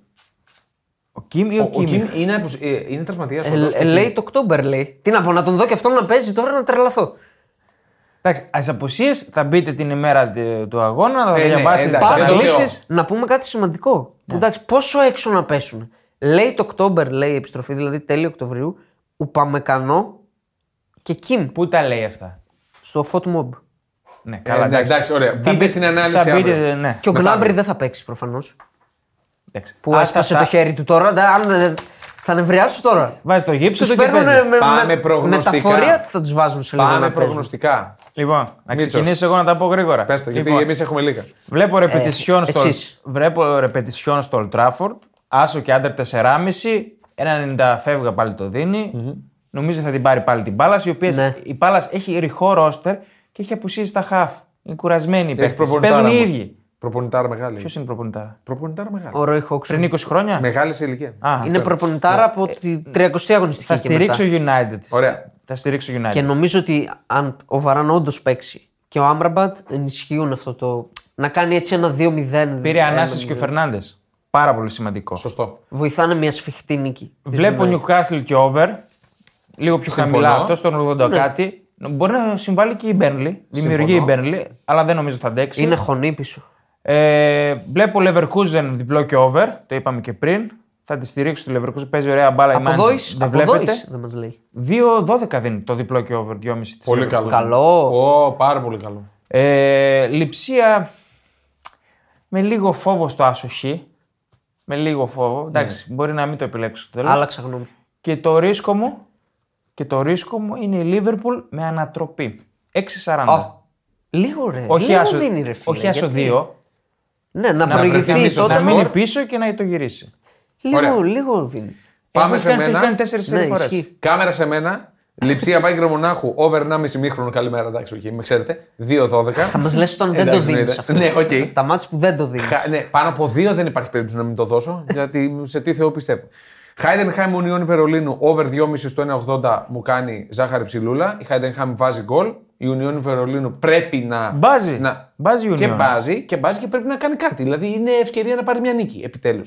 [SPEAKER 3] Ο Κιμ ή ο,
[SPEAKER 1] Ο, ο
[SPEAKER 3] Κίμι.
[SPEAKER 1] Κιμ είναι, αποσ- ε, είναι τραυματίας.
[SPEAKER 2] Ε, ε, λέει το Οκτώμπερ, λέει. Τι να πω, να τον δω και αυτόν να παίζει τώρα να τρελαθώ.
[SPEAKER 3] Εντάξει, ας αποσίες θα μπείτε την ημέρα τε- του αγώνα, να
[SPEAKER 1] Ε, ναι,
[SPEAKER 3] διαβάσετε
[SPEAKER 1] εντάξει,
[SPEAKER 3] τις
[SPEAKER 1] Σαν
[SPEAKER 2] Πάντως,
[SPEAKER 1] το
[SPEAKER 3] αναλύσεις.
[SPEAKER 1] λέω.
[SPEAKER 2] να πούμε κάτι σημαντικό. Εντάξει, πόσο έξω να πέσουν. Λέει το Οκτώβερ, λέει η επιστροφή, δηλαδή τέλειο Οκτωβρίου, Ουπαμεκανό και Κιμ
[SPEAKER 3] Πού τα λέει αυτά.
[SPEAKER 2] στο Fot Mob.
[SPEAKER 3] Ναι, καλά,
[SPEAKER 1] Καλά, Ε, εντάξει,
[SPEAKER 3] εντάξει.
[SPEAKER 1] ωραία. Θα μπει στην ανάλυση.
[SPEAKER 3] Θα
[SPEAKER 1] αύριο.
[SPEAKER 3] μπείτε, ναι.
[SPEAKER 2] Και ο
[SPEAKER 1] Μετά
[SPEAKER 2] Γκνάμπρι
[SPEAKER 1] αύριο.
[SPEAKER 2] δεν θα παίξει προφανώς.
[SPEAKER 3] εντάξει.
[SPEAKER 2] Που
[SPEAKER 3] Ας
[SPEAKER 2] έσπασε
[SPEAKER 3] τα-
[SPEAKER 2] το χέρι του τώρα. ντα- Αν, δεν- θα νευριάσω τώρα.
[SPEAKER 3] Βάζεις το γύψο
[SPEAKER 2] Τους
[SPEAKER 3] του και
[SPEAKER 2] παίρνουν
[SPEAKER 3] παίζεις.
[SPEAKER 2] με,
[SPEAKER 1] Πάμε
[SPEAKER 2] με-
[SPEAKER 1] προγνωστικά.
[SPEAKER 2] μεταφορία που θα τους βάζουν σε λίγο.
[SPEAKER 1] Πάμε
[SPEAKER 2] να παίζουν.
[SPEAKER 1] προγνωστικά.
[SPEAKER 3] Λοιπόν, να
[SPEAKER 1] Μίτσος.
[SPEAKER 3] ξεκινήσω εγώ να τα πω γρήγορα.
[SPEAKER 1] Πες τα, γιατί
[SPEAKER 3] Λοιπόν,
[SPEAKER 1] εμείς έχουμε λίγα.
[SPEAKER 3] Βλέπω ρεπετισιόν στο,
[SPEAKER 2] Ε, εσείς.
[SPEAKER 3] βλέπω ρεπετισιόν στο Old Trafford. Άσο και άντερ 4,5. Ένα 90 φεύγα πάλι το δινει Νομίζω θα την πάρει πάλι την Πάλα. Η, οποία
[SPEAKER 2] Ναι.
[SPEAKER 3] η Πάλα έχει ρηχό ρόστερ και έχει απουσίε στα χαφ. Είναι κουρασμένοι οι παίκτες.
[SPEAKER 1] προπονητάρα
[SPEAKER 3] Παίζουν οι
[SPEAKER 1] όμως.
[SPEAKER 3] ίδιοι.
[SPEAKER 1] Προπονητάρα μεγάλη.
[SPEAKER 3] Ποιος είναι προπονητά.
[SPEAKER 1] Προπονητάρα μεγάλη.
[SPEAKER 2] Ο Ρόι Χόξον.
[SPEAKER 3] Πριν 20 χρόνια.
[SPEAKER 1] Μεγάλη σε ηλικία.
[SPEAKER 3] Α,
[SPEAKER 2] Είναι
[SPEAKER 3] αυτό.
[SPEAKER 2] προπονητάρα από τη 30η αγωνιστική.
[SPEAKER 3] Θα
[SPEAKER 2] και μετά.
[SPEAKER 3] στηρίξω United.
[SPEAKER 1] Ωραία.
[SPEAKER 3] Θα στηρίξω United.
[SPEAKER 2] Και νομίζω ότι αν ο Βαράν όντως παίξει και ο Άμραμπατ ενισχύουν αυτό το. Να κάνει έτσι ένα 2-0.
[SPEAKER 3] Πήρε ανάσες και ο Φερνάντες. Πάρα πολύ σημαντικό.
[SPEAKER 1] Ε, Σωστό. Ναι.
[SPEAKER 2] Βοηθάνε μια σφιχτή νίκη.
[SPEAKER 3] Βλέπω Newcastle και over. Λίγο πιο
[SPEAKER 1] Συμφωνώ. Ναι.
[SPEAKER 3] χαμηλά αυτό, στον 80 κάτι. Μπορεί να συμβάλλει και η Burnley. Δημιουργεί η Burnley, αλλά δεν νομίζω θα αντέξει.
[SPEAKER 2] Είναι χωνή πίσω.
[SPEAKER 3] Ε, βλέπω Leverkusen διπλό και over. Το είπαμε και πριν. Θα τη στηρίξω τη Leverkusen. Παίζει ωραία μπάλα η Manchester.
[SPEAKER 2] Αποδόης,
[SPEAKER 3] Δεν
[SPEAKER 2] αποδόης
[SPEAKER 3] βλέπετε.
[SPEAKER 2] δεν μας λέει.
[SPEAKER 3] 2-12 δίνει το διπλό και over. 2,5 της
[SPEAKER 1] Πολύ
[SPEAKER 3] Leverkusen.
[SPEAKER 1] καλό.
[SPEAKER 2] Καλό.
[SPEAKER 1] Ω, πάρα πολύ καλό.
[SPEAKER 3] Ε, λειψία με λίγο φόβο στο άσοχη. Με λίγο φόβο. Εντάξει,
[SPEAKER 1] Ναι.
[SPEAKER 3] μπορεί να μην το επιλέξω στο τέλος.
[SPEAKER 2] Άλλαξα γνώμη.
[SPEAKER 3] Και το ρίσκο μου, και το ρίσκο μου είναι η Λίβερπουλ με ανατροπή. 6-40.
[SPEAKER 2] Α, Λίγο ρε.
[SPEAKER 3] όχι
[SPEAKER 2] λίγο
[SPEAKER 3] άσο,
[SPEAKER 2] δίνει ρε φίλε.
[SPEAKER 3] όχι άσο
[SPEAKER 2] γιατί-
[SPEAKER 3] 2.
[SPEAKER 2] Ναι, να,
[SPEAKER 1] βρεθεί
[SPEAKER 2] προηγηθεί
[SPEAKER 1] αμέσως,
[SPEAKER 2] τότε.
[SPEAKER 3] Να
[SPEAKER 1] σκορ.
[SPEAKER 3] μείνει πίσω και να το γυρίσει.
[SPEAKER 2] Λίγο,
[SPEAKER 1] Ωραία.
[SPEAKER 2] λίγο δίνει.
[SPEAKER 1] Πάμε
[SPEAKER 3] Έχει
[SPEAKER 1] σε
[SPEAKER 3] κάνει- το
[SPEAKER 1] μένα.
[SPEAKER 3] Έχει κάνει τέσσερις
[SPEAKER 2] Ναι,
[SPEAKER 3] ναι, φορέ.
[SPEAKER 2] ισχύει.
[SPEAKER 1] Κάμερα σε μένα. Λειψία Μπάγκερ Μονάχου. Over 1,5 μήχρονο. Καλημέρα, εντάξει, οκ, με ξέρετε. 2-12.
[SPEAKER 2] Θα μας λες όταν δεν το
[SPEAKER 1] Εντάξει,
[SPEAKER 2] δίνεις
[SPEAKER 1] ναι,
[SPEAKER 2] αυτό.
[SPEAKER 1] Ναι, οκ.
[SPEAKER 2] Τα μάτια που δεν το δίνει.
[SPEAKER 1] Χα- Ναι, πάνω από δύο δεν υπάρχει περίπτωση να μην το δώσω, γιατί σε τι Θεό πιστεύω. Χάιντενχάιμ Union Βερολίνου, over 2,5 στο 1,80 μου κάνει ζάχαρη ψηλούλα. Η Χάιντενχάιμ βάζει γκολ. Η Union Βερολίνου πρέπει να.
[SPEAKER 3] Μπάζει.
[SPEAKER 1] Να...
[SPEAKER 3] Μπάζει η
[SPEAKER 1] Και
[SPEAKER 3] Union.
[SPEAKER 1] μπάζει και μπάζει και πρέπει να κάνει κάτι. Δηλαδή είναι ευκαιρία να πάρει μια νίκη επιτέλους.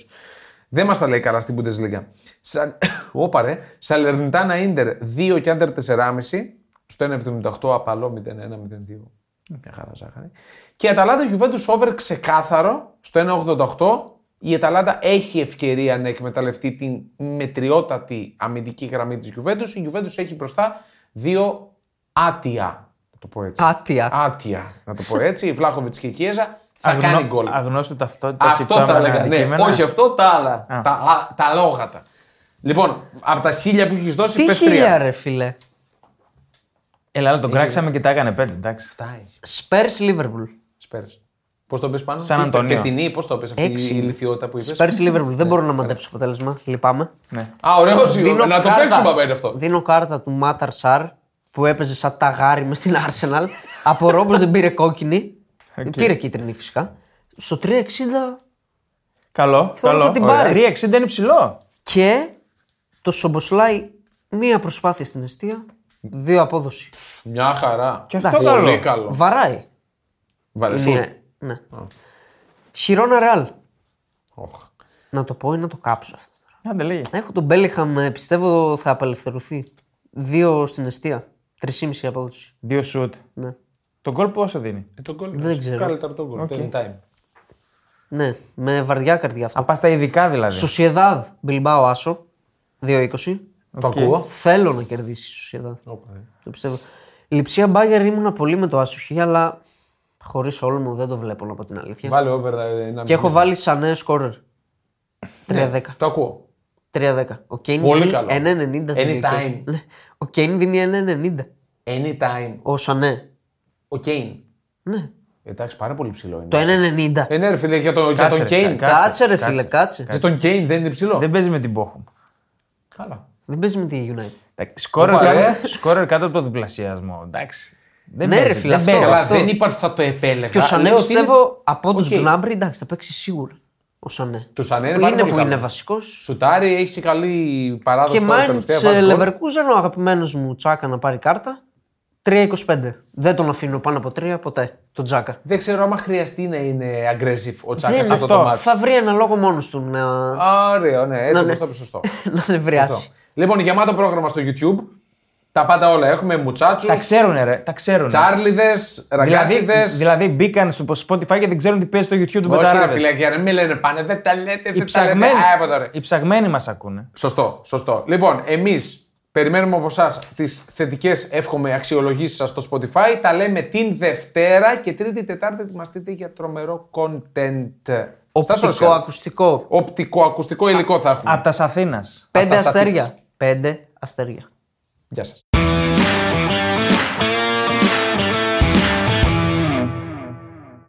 [SPEAKER 1] Δεν μας τα λέει καλά στην Bundesliga. Σαν... Όπα ρε. Σαλερνιτάνα Ίντερ 2 και άντερ 4,5 στο 1,78 απαλό 0-1-0-2. Μια χαρά ζάχαρη. Και η Αταλάντα Γιουβέντου over ξεκάθαρο στο 1,88. Η Αταλάντα έχει ευκαιρία να εκμεταλλευτεί την μετριότατη αμυντική γραμμή της Γιουβέντους. Η Γιουβέντους έχει μπροστά δύο άτια. Να το πω έτσι.
[SPEAKER 2] Άτια.
[SPEAKER 1] Άτια, να το πω έτσι. Η Βλάχοβιτ και η Κιέζα θα
[SPEAKER 3] Αγνώ-
[SPEAKER 1] κάνει γκολ.
[SPEAKER 3] Αγνώστου ταυτότητας.
[SPEAKER 1] Αυτό θα έλεγα. Ναι, όχι αυτό, τα άλλα. Τα, α, τα λόγατα. Λοιπόν, από τα χίλια που έχεις δώσει,
[SPEAKER 2] Τι
[SPEAKER 1] πες τρία.
[SPEAKER 2] χίλια ρε φίλε.
[SPEAKER 3] Ελά,
[SPEAKER 1] Ναι,
[SPEAKER 3] αλλά Ε, τον κράξαμε και τα έκανε πέντε, εντάξει.
[SPEAKER 1] Αυτά έχει.
[SPEAKER 2] Spurs Liverpool.
[SPEAKER 1] Σπέρες. Πώς το πει πάνω,
[SPEAKER 3] Σαν Αντωνίο.
[SPEAKER 1] Πετινή, πώς το πει αυτή
[SPEAKER 2] Έξι.
[SPEAKER 1] η ηλικιότητα που είπες.
[SPEAKER 2] Spurs Liverpool.
[SPEAKER 1] Ναι,
[SPEAKER 2] Δεν μπορώ να μαντέψω αποτέλεσμα. Λυπάμαι.
[SPEAKER 3] Ναι.
[SPEAKER 1] Α, ωραίο σίγουρα. Να το
[SPEAKER 2] κάρτα-
[SPEAKER 1] παίξουμε απέναντι αυτό.
[SPEAKER 2] Δίνω κάρτα του Μάταρ Σαρ που έπαιζε σαν ταγάρι μες στην Arsenal. Απορώ πως δεν πήρε κόκκινη. Πήρε κίτρινη φυσικά. Στο 360
[SPEAKER 3] Καλό.
[SPEAKER 2] Θεωρώ
[SPEAKER 3] καλό.
[SPEAKER 2] θα την
[SPEAKER 3] Ωραία.
[SPEAKER 2] πάρει.
[SPEAKER 3] 3,60 είναι ψηλό.
[SPEAKER 2] και το Σομποσλάι μία προσπάθεια στην αιστεία, δύο απόδοση.
[SPEAKER 1] Μια χαρά.
[SPEAKER 3] Και αυτό
[SPEAKER 2] Εντάξει.
[SPEAKER 1] Πολύ
[SPEAKER 3] καλό.
[SPEAKER 1] καλό.
[SPEAKER 2] Βαράει.
[SPEAKER 1] Βαλεσού.
[SPEAKER 2] Είναι, ναι. Χιρόνα Ρεάλ.
[SPEAKER 1] Οχ.
[SPEAKER 2] Να το πω ή να το κάψω αυτό.
[SPEAKER 3] Άντε λέγε.
[SPEAKER 2] Έχω τον Μπέλεχαμ, ε, πιστεύω θα απελευθερωθεί. Δύο στην αιστεία. Τρισήμιση απόδοση.
[SPEAKER 3] Δύο σουτ.
[SPEAKER 2] Ναι.
[SPEAKER 3] Τον κόλ πόσο δίνει.
[SPEAKER 1] Ε, Το γκολ.
[SPEAKER 2] Δεν
[SPEAKER 1] ναι.
[SPEAKER 2] ξέρω.
[SPEAKER 1] Καλύτερα από τον γκολ. Τέλει time.
[SPEAKER 2] ναι, με βαριά καρδιά αυτό.
[SPEAKER 3] Α, πας στα ειδικά δηλαδή.
[SPEAKER 2] Σοσιεδάδ Μπιλμπάο Άσο. 2-20.
[SPEAKER 1] Το ακούω.
[SPEAKER 2] Θέλω να κερδίσει η Σοσιεδάδ.
[SPEAKER 1] Όπα, ε.
[SPEAKER 2] Το πιστεύω. Λιψία Μπάγκερ ήμουνα πολύ με το άσοχη, αλλά χωρίς όλο μου δεν το βλέπω να πω την αλήθεια.
[SPEAKER 1] Βάλε over ε, ένα
[SPEAKER 2] Και έχω
[SPEAKER 1] μισό.
[SPEAKER 2] βάλει σαν νέο σκόρερ. 3-10.
[SPEAKER 1] Το ακούω.
[SPEAKER 2] 3-10. Ο Κέιν
[SPEAKER 1] Πολύ
[SPEAKER 2] δίνει
[SPEAKER 1] καλό.
[SPEAKER 2] 1,90. δίνει ο
[SPEAKER 1] Anytime.
[SPEAKER 2] Κέιν. Ναι. Ο Κέιν δίνει 1,90.
[SPEAKER 1] Anytime.
[SPEAKER 2] Ο Σανέ.
[SPEAKER 1] Ο Κέιν.
[SPEAKER 2] Ναι.
[SPEAKER 1] Εντάξει, πάρα πολύ ψηλό είναι.
[SPEAKER 2] Το 1,90.
[SPEAKER 1] Ε, ναι, ρε φίλε, για τον- για
[SPEAKER 3] Κάτσε,
[SPEAKER 1] τον
[SPEAKER 3] ρε,
[SPEAKER 1] Κέιν.
[SPEAKER 3] κάτσε.
[SPEAKER 2] Κάτσε ρε φίλε, κάτσε.
[SPEAKER 1] Για τον Κέιν δεν είναι
[SPEAKER 3] Δεν
[SPEAKER 1] ψηλό.
[SPEAKER 3] παίζει με την Πόχουμ.
[SPEAKER 1] Καλά.
[SPEAKER 2] Δεν παίζει με τη United.
[SPEAKER 3] Εντάξει, Σκόρερ
[SPEAKER 1] Οπα,
[SPEAKER 3] κάτω-
[SPEAKER 1] ρε.
[SPEAKER 3] σκόρερ κάτω από το διπλασιασμό. Εντάξει. Δεν
[SPEAKER 2] Ναι,
[SPEAKER 3] παίζει,
[SPEAKER 2] ρε φίλε,
[SPEAKER 3] δεν
[SPEAKER 2] αυτό.
[SPEAKER 3] παίζει.
[SPEAKER 1] Καλά,
[SPEAKER 2] αυτό.
[SPEAKER 1] δεν είπα ότι θα το επέλεγα.
[SPEAKER 2] Και ο Σανέ
[SPEAKER 1] Λέω ότι είναι-
[SPEAKER 2] πιστεύω από τους
[SPEAKER 1] Οκ.
[SPEAKER 2] Gnabry εντάξει θα παίξει σίγουρα. Ο Σανέ.
[SPEAKER 1] Το Σανέ είναι
[SPEAKER 2] Που
[SPEAKER 1] πάρα
[SPEAKER 2] είναι
[SPEAKER 1] πολύ
[SPEAKER 2] που
[SPEAKER 1] καλό.
[SPEAKER 2] είναι βασικός.
[SPEAKER 1] Σουτάρει, έχει καλή παράδοση.
[SPEAKER 2] Και
[SPEAKER 1] τώρα
[SPEAKER 2] μάιν τη
[SPEAKER 1] τελευταία, βάζει γκολ.
[SPEAKER 2] Λεβερκούζεν, ο αγαπημένος μου Τσάκα να πάρει κάρτα. 3-25. Δεν τον αφήνω πάνω από 3 ποτέ. Τον Τσάκα.
[SPEAKER 1] Δεν ξέρω άμα χρειαστεί να είναι aggressive ο Τσάκα
[SPEAKER 2] Δεν
[SPEAKER 1] σε
[SPEAKER 2] είναι
[SPEAKER 1] αυτό το
[SPEAKER 2] αυτό.
[SPEAKER 1] μάτι.
[SPEAKER 2] Θα βρει ένα λόγο μόνος του να,
[SPEAKER 1] Ωραίο, ναι, έτσι
[SPEAKER 2] ναι.
[SPEAKER 1] όπως το είπες, σωστό.
[SPEAKER 2] να νευριάσει.
[SPEAKER 1] Σωστό. Λοιπόν, γεμάτο πρόγραμμα στο YouTube. Τα πάντα όλα. Έχουμε μουτσάτσους,
[SPEAKER 3] Τα ξέρουνε, ρε. Τα ξέρουνε.
[SPEAKER 1] τσάρλιδες,
[SPEAKER 3] Δηλαδή,
[SPEAKER 1] ραγκάτσιδες.
[SPEAKER 3] δηλαδή μπήκαν στο Spotify και δεν ξέρουν τι παίζει στο YouTube του
[SPEAKER 1] Όχι, ρε φίλε,
[SPEAKER 3] Μπεταράδε.
[SPEAKER 1] για να μην λένε πάνε, δεν τα λέτε,
[SPEAKER 3] Οι
[SPEAKER 1] δεν τα λέτε.
[SPEAKER 3] ψαγμένοι,
[SPEAKER 1] Α, από τώρα. Ναι.
[SPEAKER 3] οι ψαγμένοι μας ακούνε.
[SPEAKER 1] Σωστό, σωστό. Λοιπόν, εμείς περιμένουμε από εσάς τις θετικές, εύχομαι, αξιολογήσεις σας στο Spotify. Τα λέμε την Δευτέρα και Τρίτη, Τετάρτη ετοιμαστείτε για τρομερό content. Στα
[SPEAKER 2] Οπτικό,
[SPEAKER 1] social.
[SPEAKER 2] ακουστικό.
[SPEAKER 1] Οπτικό, ακουστικό υλικό θα έχουμε.
[SPEAKER 3] Από τα Αθήνας.
[SPEAKER 1] Απ' τα
[SPEAKER 2] Πέντε
[SPEAKER 1] σατήρες.
[SPEAKER 2] αστέρια. Πέντε αστέρια.
[SPEAKER 1] Γεια σας.